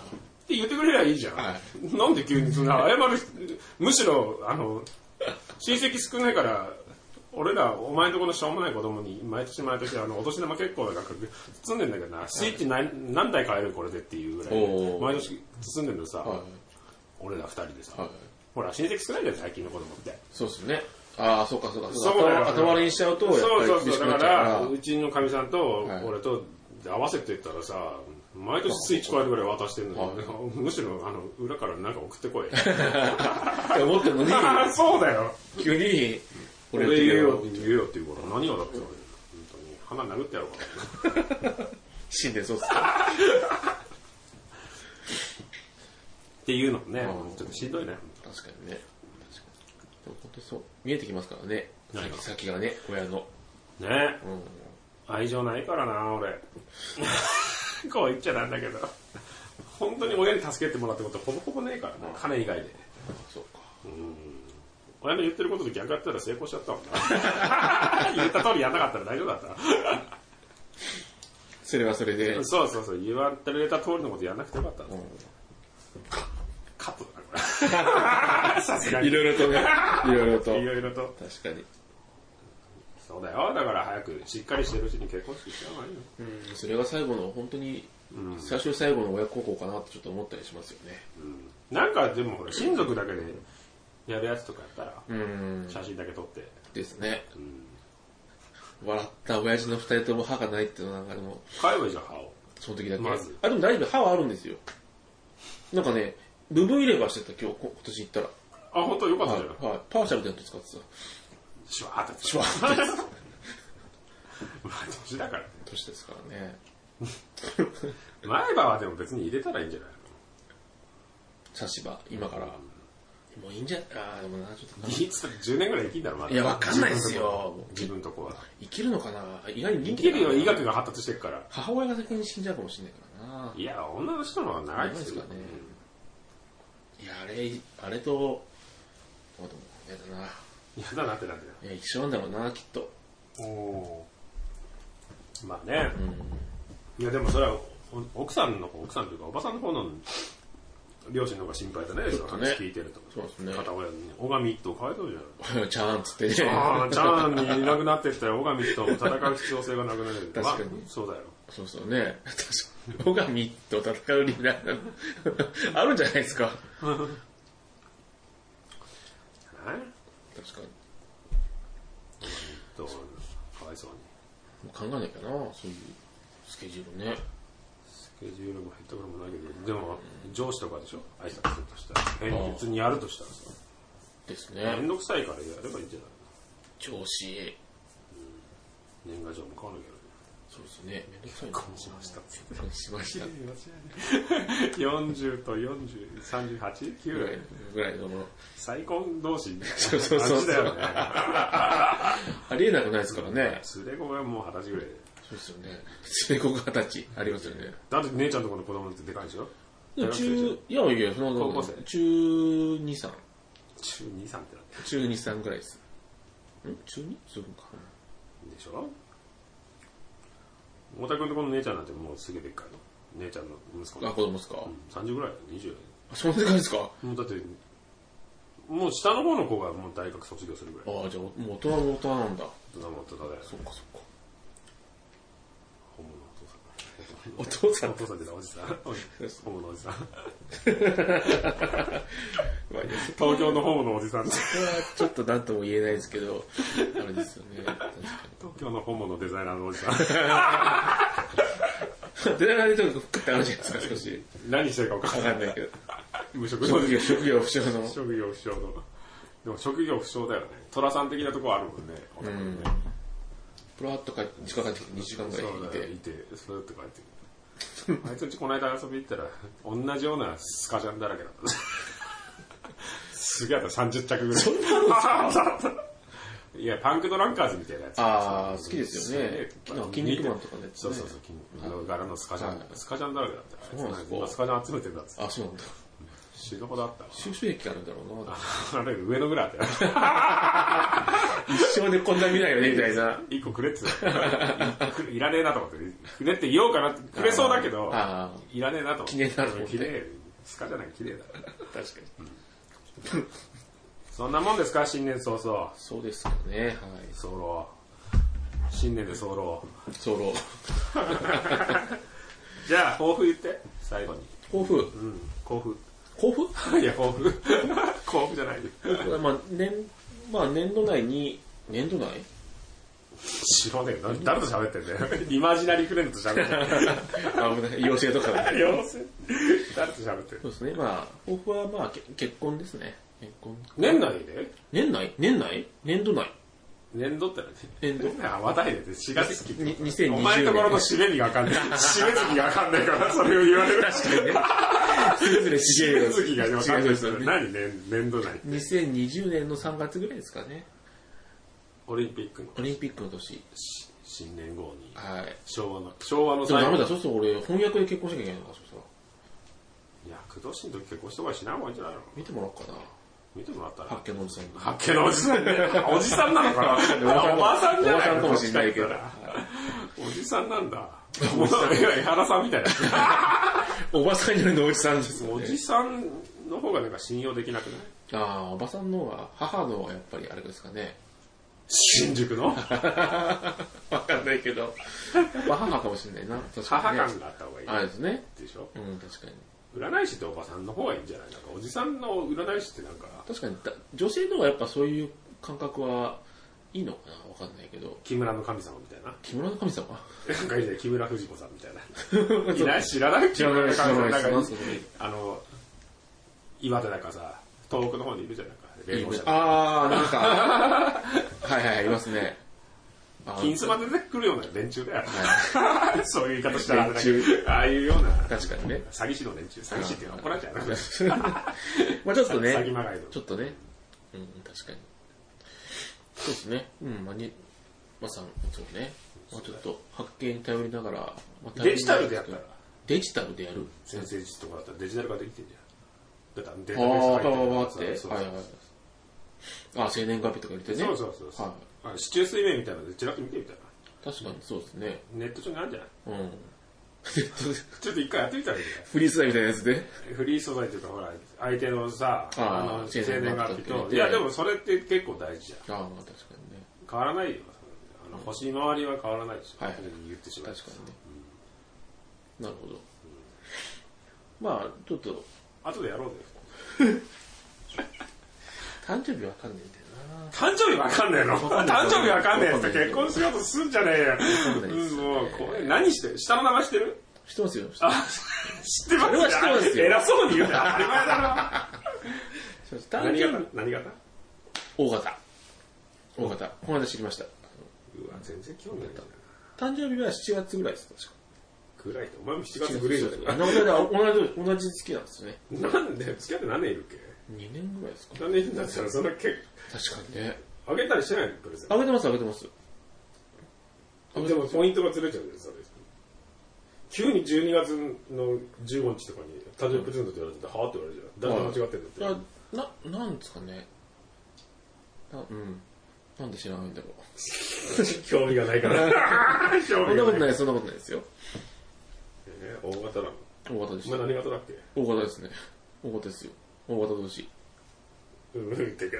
A: て言ってくれりゃいいじゃん。
B: は
A: なんで急にそんな謝る、むしろ、あの、親戚少ないから、俺ら、お前のとこのしょうもない子供に、毎年毎年、あの、お年玉結構なんか、包んでんだけどな、スイッチ何何台買えるこれでっていうぐらい
B: お
A: で、
B: ー
A: 毎年包んでんのさ、
B: ーは
A: 俺ら二人でさ、
B: い。はい。
A: ほら、親戚少ないじゃん、最近の子供って。
B: そうですよね。ああ、そうかそうか。
A: そうだよ
B: 頭頭割りにしちゃうと、やっ
A: そう
B: ぱ
A: そう
B: り厳し
A: そ
B: く
A: う、だ
B: なっ
A: か、
B: ちゃうから
A: うちのかみさんと
B: はい、
A: 俺と、合わせてったらさ、毎年スイッチ超えるぐらい渡してんのに、むしろ、あの、裏からなんか送って こい。
B: ら。って思ってるのに、
A: そうだよ。
B: 急に、
A: 俺
B: やって
A: 言え
B: る
A: よって言えよって言うから、何がだって言われる本当に、鼻殴ってやろうかな。
B: 死んでそうっす。
A: っていうのもね、
B: うん
A: ちょっとしんどいね。
B: 確かにね。確かに。でも本当そう。見えてきますからね。
A: 何が
B: 先先がね、親の。
A: ね
B: うん。
A: 愛情ないからな、俺。 こう言っちゃなんだけど。本当に親に助けてもらったことほぼほぼねえからな、金以外で。
B: そうか。
A: 親の言ってることと逆やったら成功しちゃったも んな。言った通りやんなかったら大丈夫だっ
B: それはそれで。う
A: た。
B: ん。
A: そうそうそう、言われた通りのことやんなくてよかった。カットだな、これ。 さすがに。
B: い
A: いろ
B: ろいろとね、いろい ろと。
A: いろと。
B: 確かに。
A: そうだよ、だから早く、しっかりしてるうちに結婚式しちゃうがいいよ。
B: うんそれが最後の、本当に、最初で最後の親孝行かなってちょっと思ったりしますよね。
A: なんかでもほら、親族だけでやるやつとかやったら、
B: うん。
A: 写真だけ撮って。
B: ですね。
A: うん。
B: 笑った親父の二人とも歯がないっていうのはなんかでも、
A: 買えばいいじゃん、歯を。
B: その時だけ。
A: まず
B: あ、でも大丈夫。歯はあるんですよ。なんかね、部分入れ歯してた今日、こ今年行ったら。
A: あ、本当よかった
B: はい
A: じゃん。。
B: はい。パーシャルでやっと使ってた。
A: シュワーって。
B: シュワー
A: って。まあ、年だからね。
B: 年ですからね。
A: 前歯はでも別に入れたらいいんじゃない
B: 差し歯、今から。もういいんじゃ、あーでもな、ちょっとな
A: の。いつだって10年ぐらい生きんだろ、まだ。
B: いや、わかんないですよ。
A: 自分とこは。
B: 生きるのかな意外に
A: 生き
B: 元気だ
A: る
B: な
A: よ、医学が発達してるから。
B: 母親が先に死んじゃうかもしれないからな。
A: いや、女の人の方が長いですよ
B: 長い。ですかねいや、あれ、あれと、あでも、やだな。
A: いやだなってなんだよ。
B: いや、一緒なんだろうな、きっと。
A: おおー。まあね。
B: うん。
A: いや、でもそれは、お奥さんの方、奥さんというか、おばさんの方の両親の方が心配だね、その
B: とね
A: 話聞いてると。
B: そうです ね
A: 片親にね、拝み一党変えとるじゃん。
B: ちゃんつってね。
A: ああ、チャーンにいなくなってきたら、ガミと戦う必要性がなくなる。
B: 確かに
A: まあそうだよ。
B: そうそうね。確かに。拝みと戦う理由があるんじゃないですか。
A: はい
B: 確かに。
A: どうかわいそうに。
B: もう考えないかな、そういうスケジュールね。
A: スケジュールも減ったくれもないけど、でも、上司とかでしょ挨拶するとしたら。え、別にやるとしたらさ。
B: です
A: めん
B: ね。
A: どくさいからやればいいんじゃ
B: 調子。
A: ない年賀状も買わなきゃい
B: そうですね。めんどくさい
A: 結婚しました。
B: 結婚しました。
A: けない。40と40、38、
B: ぐらい
A: 9、
B: ぐらいのもの。
A: 再婚同士みたいな
B: そうそうそう
A: 感じだよね。
B: ありえなくないですからね。
A: 連れ子がもう二十歳ぐらいで。
B: そうですよね。成功が二十歳ありますよね。
A: だって姉ちゃんとこの子供ってでかいでしょ
B: でも中、いやいや、その
A: 高校生
B: 中2、3。
A: 中2、3ってなって
B: 中2、3ぐらいです。ん中 2? そうか。
A: るでしょ太田君とこの姉ちゃんなんてもうすげえでっかいの。姉ちゃんの息子
B: あ、
A: の。
B: 子供ですか、
A: 30ぐらい ?20?
B: あ、そんな感じですか
A: もうだって、もう下の方の子がもう大学卒業するぐらい。
B: ああ、じゃあ、もう大人の大人なんだ。
A: 大人も大人で、
B: そっかそっか。
A: 本物のお父さん。
B: お父さ
A: お
B: ん
A: 父さんじゃないおじさん。ホモのおじさん。
B: まあねそこは
A: 東京のホモのおじさん。東
B: ちょっと何とも言えないですけど、あれですよね。確か
A: 京のホモのデザイナーのおじ さん。
B: に。出られてると食ってあるじゃないですか、少し。
A: 何してるか分か
B: わ
A: んない。
B: かんないけど。
A: 無職の。
B: 職業、職業不詳の。
A: 職業不詳の。でも職業不詳だよね。寅さん的なとこあるもんね。
B: んプラッと帰って、時間帰ってきて2時間ぐらい
A: そうだよ
B: い
A: い
B: て。
A: て、そうやって帰ってくる。あいつうちこの間遊び行ったら、同じようなスカジャンだらけだった。すげえあった、30着ぐらい。そんなのさいや、パンクドランカーズみたいなやつ。
B: あー、好きですよ
A: すげ
B: ね
A: え。
B: 昨日、筋肉マンとかね。
A: そうそうそう、金の柄のスカジャン、
B: はい
A: スカジャンだらけだったよ。
B: そ
A: あ
B: うないん
A: つ
B: ですか
A: 今スカジャン集めてんだっつって。
B: あ、そうなんだ。
A: 死ぬほどあったわ。
B: 収集益あるんだろうな。
A: あれ、上のぐらいあったよ。
B: 一生でこんな見ないよね、みたいな。
A: 一個く れって言ったよいらねえなと思って、くれって言おうかなって、くれそうだけど、
B: あ
A: いらねえなと思って。
B: 綺麗だろうね
A: 綺麗スカジャンなんか綺麗だ。
B: あ、確かに。
A: そんなもんですか、新年早々。
B: そうですよね。はい。
A: 早漏。新年で早漏。
B: ソロ。
A: じゃあ、抱負言って、最後に。
B: 抱負。
A: うん、抱負。
B: 抱負
A: いや、抱負。 甲府じゃない。
B: これ まあ年、まあ年度内に、年度内
A: 知らねえ。何誰と喋ってんだよ。イマジナリーフレンドと喋って る。
B: あ、危ない。養成とかだね。
A: 妖精誰と喋ってる
B: そうですね。まあ、抱負はまあ、け結婚ですね。結婚。
A: 年内で
B: 年内年内年度内
A: 年度って
B: 年度
A: 何あ、またいでて4月期。
B: に2020年。
A: お前のところの締め日がわかんない。締め月がわかんないから、それを言われる。確かにね。
B: それぞれ資
A: 締め
B: 源
A: 月がわかんない
B: 違う
A: で
B: んですよ
A: す。
B: ね
A: 何年、年度内って。
B: 2020年の3月ぐらいですかね。
A: オリンピックの
B: オリンピックの年。
A: 新年号に。
B: はい。
A: 昭和の、昭和の
B: でも
A: 最
B: ダ
A: 後
B: メだ、そうそう俺、翻訳で結婚しなきゃいけないのか、そうしたら。
A: いや、工藤氏の時結婚した方がしない方がいいんじゃないの
B: 見てもらおうかな。
A: 見てもらったら。
B: 発見のおじさんに。
A: 発見のおじさんね。おじさんなのか なおばさんじゃない
B: おばさんかもしんないけど
A: おじさんなんだ。おじさんいや、江原さんみたいな。
B: おばさんよりのおじさんですも
A: お
B: んね。
A: じさんの方がなんか信用できなくない
B: ああ、おばさんの方が、母の方がやっぱりあれですかね。
A: 新宿の
B: わかんないけど。やっぱ母かもしれないな。確
A: 母
B: かに、ね。
A: 感があった方がい
B: あ
A: い
B: れですね。
A: でしょ
B: うん、確かに。
A: 占い師っておばさんの方がいいんじゃないなんかおじさんの占い師ってなんか、
B: 確かにだ、女性の方がやっぱそういう感覚はいいのかなわかんないけど。
A: 木村の神様みたいな。
B: 木村の神様
A: なんかいいね、木村富士子さんみた いな。いない知らない木
B: 知ら
A: 村
B: な
A: の
B: い、知ら
A: 神
B: な
A: 様。
B: い、
A: なん
B: 知
A: から
B: ない。
A: あの、岩手なんかさ、東北の方にいるじゃんないか。
B: い
A: 霊
B: い
A: 能
B: ね
A: 者とか
B: あー、なん か、はいはい、いますね。あー
A: 金スマで出てくるような連中だよ。 そういう言い方したらあれだけ
B: 連
A: ど、ああいうような、
B: 確かにね。
A: 詐欺師の連中、詐欺師っていうのは怒られちゃうな。
B: まあちょっ
A: 詐
B: と
A: 欺
B: ね、
A: まがいの。
B: ちょっとね、うん、確かに。そうですね、うん、まあに、まあさん、そうね、まあちょっと発見に頼りながら、まあ
A: デジタルでやったら、
B: デジタルでやる。
A: 先生術とかだったらデジタル化できてんじゃん。だってデー
B: あ
A: タ
B: あ、
A: ベー
B: わ
A: ス入って
B: かわ
A: るか
B: わって。はい
A: らさそうそう
B: はいはい。ああ、生年月日とか入れてね。
A: そうそうそうそう
B: は
A: あの市中水面みたいなのでちらっと見てみたら
B: 確かにそうですね。
A: ネット上にあるんじゃない
B: うん。
A: ちょっと一回やってみたらいいんじゃない
B: フリースタイルみたいなやつで。
A: フリー素材っていうかほら相手のさ
B: あー
A: あの生年月日
B: 生年月日
A: と
B: と
A: いやでもそれって結構大事じゃん
B: ああ、まあ確かにね。
A: 変わらないよあの星回りは変わらないでしょ、
B: はい
A: 言ってしまう
B: 確かにね。なるほど。まあちょっと、
A: 後でやろうぜ
B: 誕生日わかんないんだよな。
A: 誕生日わかんねえの
B: かんない
A: 誕生日わかんねえって
B: わかんない
A: 結婚しようとすんじゃねえよ
B: んない
A: うんもうこれ何してる下の名前知ってる
B: 知ってますよ。知ってま
A: あ知ってます
B: それは知ってますよ
A: 偉そうに言うて当たり前だ
B: す誕
A: な何
B: 生日
A: 型何型
B: 大型。大型。この間知りました。
A: うわ全然興味ないんだ
B: 誕生日は7月ぐらいです、確か。
A: 暗いってお前も7月グレ ーじゃ
B: あの同じ、同じ月なんですね。
A: んなんで付き合って何年いるっけ
B: 2年ぐらいですか。
A: 何年いるんだったらそれ結
B: 確かにね。
A: 構あげたりしてないのプレゼン
B: あげてます、あげてます。
A: トでもポイントがずれちゃうじゃんそれ急に12月の15日とかに誕生日プレゼントって言われててはあって言われるじゃんだいたい間違ってん
B: い
A: だっ
B: や
A: て、
B: な、なんですかね。な、うん。なんで知らないんだろう。
A: 興味がないから 興
B: そん
A: 味
B: な
A: が
B: こと
A: ない
B: ない、そんなことないですよ。
A: え大型なの
B: 大型で
A: お
B: し
A: 前
B: た。
A: 何型だっけ
B: 大型ですね。大型ですよ。大型同士。
A: うんうんってか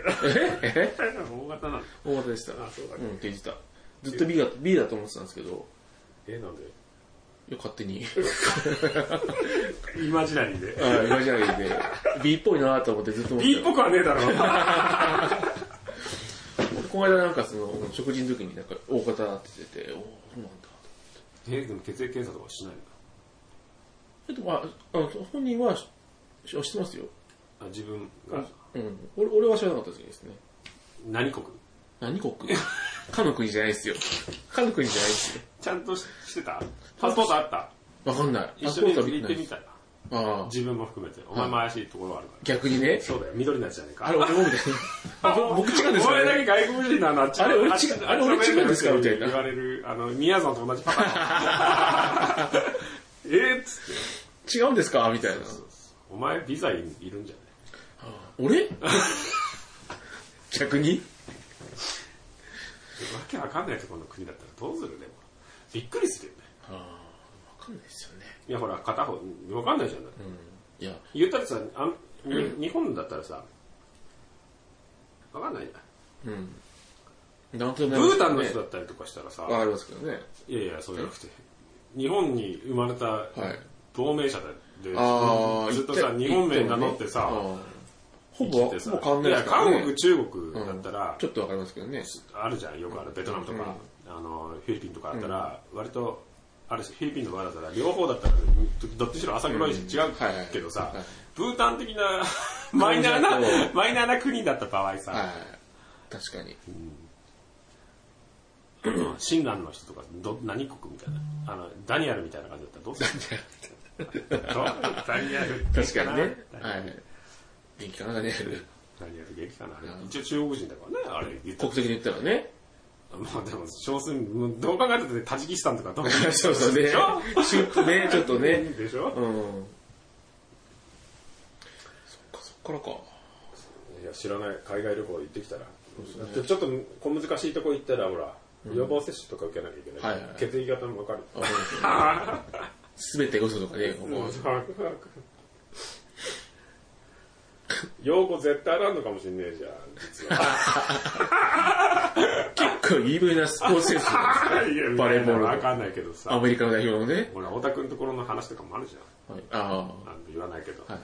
B: え
A: 大型なの
B: 大型でした。
A: あそうだっ
B: う
A: け
B: ん、って言ってた。ずっと B だ、B だと思ってたんですけど、い
A: えなんで
B: や、勝手 に。
A: イマジナリーで
B: あイマジナリーで、B っぽいなと思ってずっと思って
A: B っぽくはねえだ ろ
B: た。この間なんかその、食事の時になんか大型って出てて、おーそうなんだ。
A: えでも血液検査とかしないの
B: えっと、まあ、あの本人は、し知ってますよ。
A: あ自分が
B: うん。俺俺は知らなかったですね。
A: 何国
B: 何国かの国じゃないですよ。かの国じゃないですよ。
A: ちゃんとししてたパスポートあった
B: わかんない。
A: 一緒に
B: パスポートは見
A: 行って
B: ない
A: み
B: です
A: たら
B: ああ。
A: 自分も含めてお前も怪しいところはあるから
B: 逆 にね。
A: そうだよ緑のやつじゃねえか
B: あれ、俺もみたいな。あぼ僕違うんです
A: お
B: か
A: 前だ
B: ね
A: け外国人なのあっち
B: あれ俺違うあれ俺違うんですかみたいな
A: 言われるあの宮さんと同じパタ ーンえっつって
B: 違うんですかみたいな。
A: お前ビザいるんじゃ
B: 俺逆に
A: ないわけわかんないところの国だったらどうするでもびっくりするよね
B: ああ、わかんないですよね。
A: いやほら片方わかんないじゃない、
B: いや、
A: 言ったらさあん日本だったらさわかんないじゃん
B: うん。なんと
A: ブ
B: なく
A: ータンの人だったりとかしたらさ、
B: わかりますけどね。
A: いやいや、そうじゃなくて、日本に生まれた
B: はい。
A: 亡命者で、
B: ああ、
A: ずっとさ、日本名名乗ってさ、
B: 行ったよねああほぼ、
A: ってさ
B: ほぼ変わんない
A: い
B: で
A: や
B: すからね。
A: 韓国、中国だったら、
B: ちょっとわかりますけどね。
A: あるじゃんよくあるベトナムとか、あのフィリピンとかだったら、割とあれしフィリピンの場合だったら両方だったらどっちにしろ浅黒いし違う
B: はいはい
A: けどさ
B: はい
A: ブータン的 なマイナー
B: 感じだ
A: なマイナーな国だった場合さ、
B: はい。確かに。
A: 親鸞の人とかど何国みたいなあのダニエルみたいな感じだったらどうする どうダニエル元気
B: 確かにね。
A: な
B: は
A: ダニエ
B: い
A: ル。
B: 元気かな、ダニエル。
A: ダニエル元気かなあれ一応中国人だからねあれ言った
B: 国籍で言ったらね。
A: まあでも少数もうどう考えたってタジキスタンとかどう考えたって
B: そうそうね。
A: で
B: ち
A: しょ
B: ょっとね、ちょっとね。
A: でしょ
B: うん。そっか、そっからか。
A: いや知らない海外旅行行ってきたら、だってちょっと小難しいとこ行ったらほら、予防接種とか受けなきゃいけない、
B: はいはいはい
A: 血液型も分かる
B: あそうですねすべて嘘とかね、思
A: も
B: う
A: う。さ用語絶対あらんのかもしんねえじゃん実は
B: 結構有名なスポーツ選 手なんですよバレーボー
A: 分
B: ルの。
A: かんないけど
B: ア
A: さ
B: メリカの代表のね。
A: ほら太田君のところの話とかもあるじゃ
B: はい、あ
A: んなんて言わないけど、
B: あ。はい。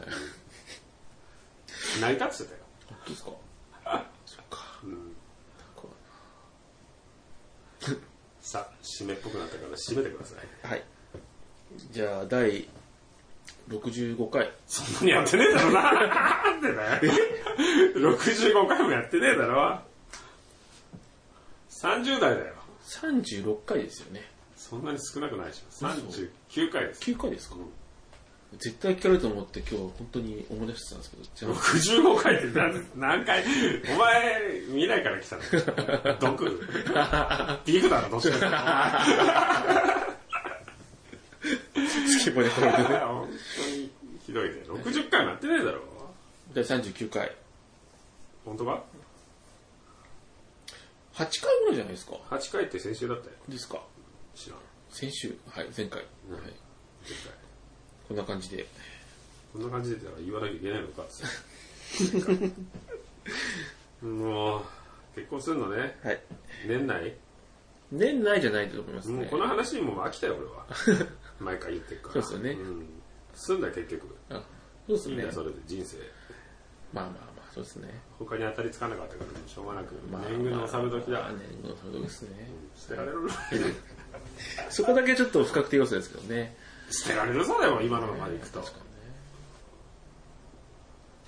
A: 成り立ってたよ
B: 本当ですか。そっか。こ
A: さ締めっぽくなったから締めてくださいう
B: はい。じゃあ、第65回。
A: そんなにやってねえだろな。なんでだよ。65回もやってねえだろ。30代だよ。
B: 36回ですよね。
A: そんなに少なくないでしょ。39回です。
B: 9回ですか、絶対聞かれると思って今日本当に思い出してたんですけど、違う。
A: 65回って何何回お前、未来から来たの毒ビーフだろ、どっちかって
B: スケボーで来られてね。
A: 本当にひどいね。60回もやってねえだろ。
B: 第39回。
A: 本当か
B: 8回ぐらいじゃないですか。
A: ?8 回って先週だったよ。
B: ですか。
A: 知らん。
B: 先週、はい、前回。は
A: 10
B: い、
A: 回。
B: こんな感じで。
A: こんな感じでだから言わなきゃいけないのか。もう、結婚するのね。
B: はい。
A: 年内、
B: 年内じゃないと思います
A: もう
B: ね
A: こ。の話にもう飽きたよ、俺は。毎回言ってるから。
B: そうですよね
A: ん。すんだよ、結局。
B: あそうです
A: いいん
B: ね
A: だよ、。それで人生。
B: まあまあまあ、そうですね。
A: 他に当たりつかなかったから、しょうがなく。
B: まあ、
A: 年貢の納め時だ
B: まあ。年貢の納め時ですね。
A: 捨てられる
B: そこだけちょっと不確定要素ですけどね。
A: 捨てられるそうだよ、今のままでいくと
B: 確。かにね。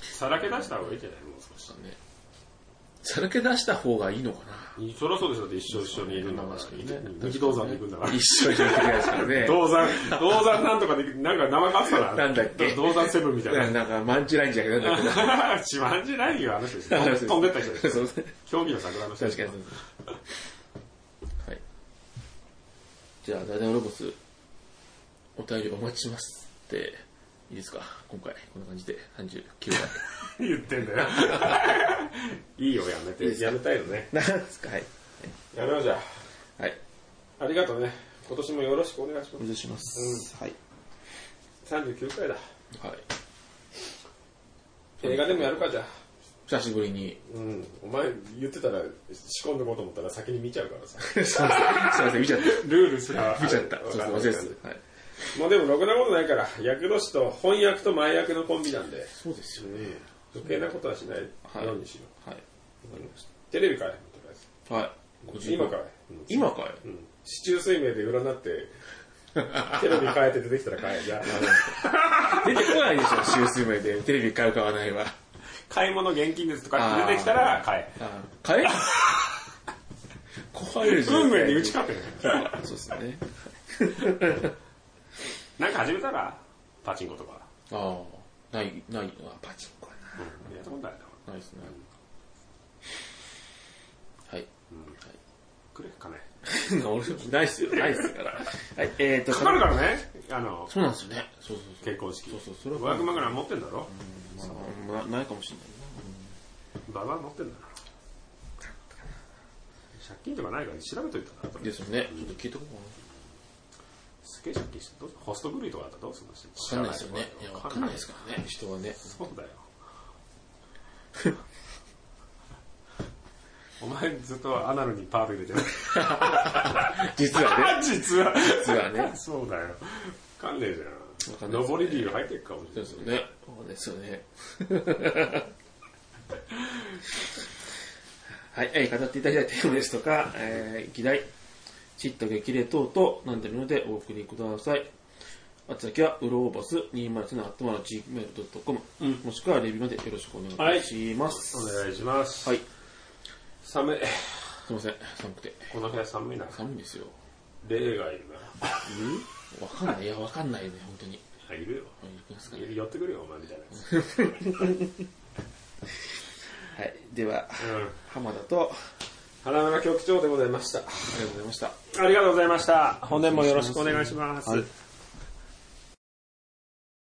A: さらけ出した方がいいんじゃないもう少し
B: そ。うだね。さらけ出した方がいいのかな。
A: そりゃそうでしょ、だって一生一緒にいるんだから。
B: 確かにね
A: 無期銅山に行くんだから。
B: 一緒にいなきゃいけないですからね。
A: 銅山、銅山なんとかで、なんか名前バスだな。
B: なんだっけ
A: 銅山セブンみたい な。
B: なんか、マンチラインじゃなくて、なんだ
A: ちまんじないよ、あの 人です。
B: けど
A: 飛んでった人です。
B: そうですね。
A: 競技の桜の人で
B: 確
A: す
B: かにそうですね。はい。じゃあ、ダイダオロボス、お便りお待ちしますって、いいですか今回、こんな感じで、39
A: 言ってん だよ。いいよ、やめて。やめたいよね。
B: 回。 なんですかはい。
A: やめようじゃ
B: はい。
A: あ。ありがとうね。今年もよろしくお願いしま
B: お願いします。はい。
A: す。39回だ。
B: はい。
A: 映画でもやるかじゃあ。
B: 久しぶりに、
A: うん。お前言ってたら仕込んでこうと思ったら先に見ちゃうからさ。
B: すいま せん、すいません、見ちゃった。
A: ルールすら。
B: 見ちゃった。そうそう、忘れてたはい。
A: まあでもろくなことないから、役年と翻訳と前役のコンビなんで、
B: そうですよね。
A: 余計なことはしないようにしよう。
B: はい。
A: テレビからとりあえず。
B: はい。55
A: 今から。うん
B: 今かい
A: 市中水明で占 って、テレビ変えて出てきたら変えじゃあ。
B: 出てこないでしょ、週数名で。テレビ買う買わないは。
A: 買い物現金ですとか
B: あー
A: 出てきたら買え。
B: あ買え 壊れるじゃん。
A: 運命に打ち勝てる。
B: そうですね。
A: なんか始めたら、パチンコとか。
B: ああ、ない、ない、あパチンコはな
A: やったことないだろ。
B: い。ないですね。はい。
A: くれ、金。
B: 俺、 ないっすよ、ないっすから。 はい、えーと、
A: かかるからね、あの、
B: そうなんですよね。そうそうそう。
A: 結婚式。
B: そうそう、それは、
A: 500万ぐらい持ってんだろ
B: まあなないかもしれない
A: ババア持ってんだろ借金とかないから調べといたら
B: な。ですよね。ちょっと聞いとこうかな。
A: すげえ借金してどうすホスト狂いとかだったらどうするの
B: わ
A: 知
B: かんないですよね。いや、わかんないですからね、人はね。
A: そうだよ。お前ずっとアナルにパール入れてる。
B: 実はね。
A: 実は。
B: 実はね。
A: そうだよ。わかんねえ
B: わ
A: じ
B: か
A: ゃ
B: ん
A: ん。
B: ないですね
A: 上りビール入ってくかもし
B: そ
A: れ
B: う
A: な
B: で
A: い
B: すよね。そうですよね。 はい、えー語っていただいたテーマですとか、えー、議題、チッタ激励等々何でもいいのでお送りください。あつ先は、うろおばす207アットマーク Gmail.com、もしくはレビューまでよろしくお願いします。
A: お願いします。
B: はい。
A: 寒い。
B: すいません、寒くて。
A: この部屋寒いな。
B: 寒いんですよ。
A: 霊がいる
B: わかんない、いや、わかんないね、本当に。
A: な。いるよ。
B: はい行きますかね
A: 寄ってくるよ、お前みたいなやつ。
B: はい、では、
A: うん。
B: 浜田と、
A: 花村局長でございました。
B: ありがとうございました。
A: ありがとうございました。本年もよろしくお願いします。
B: はい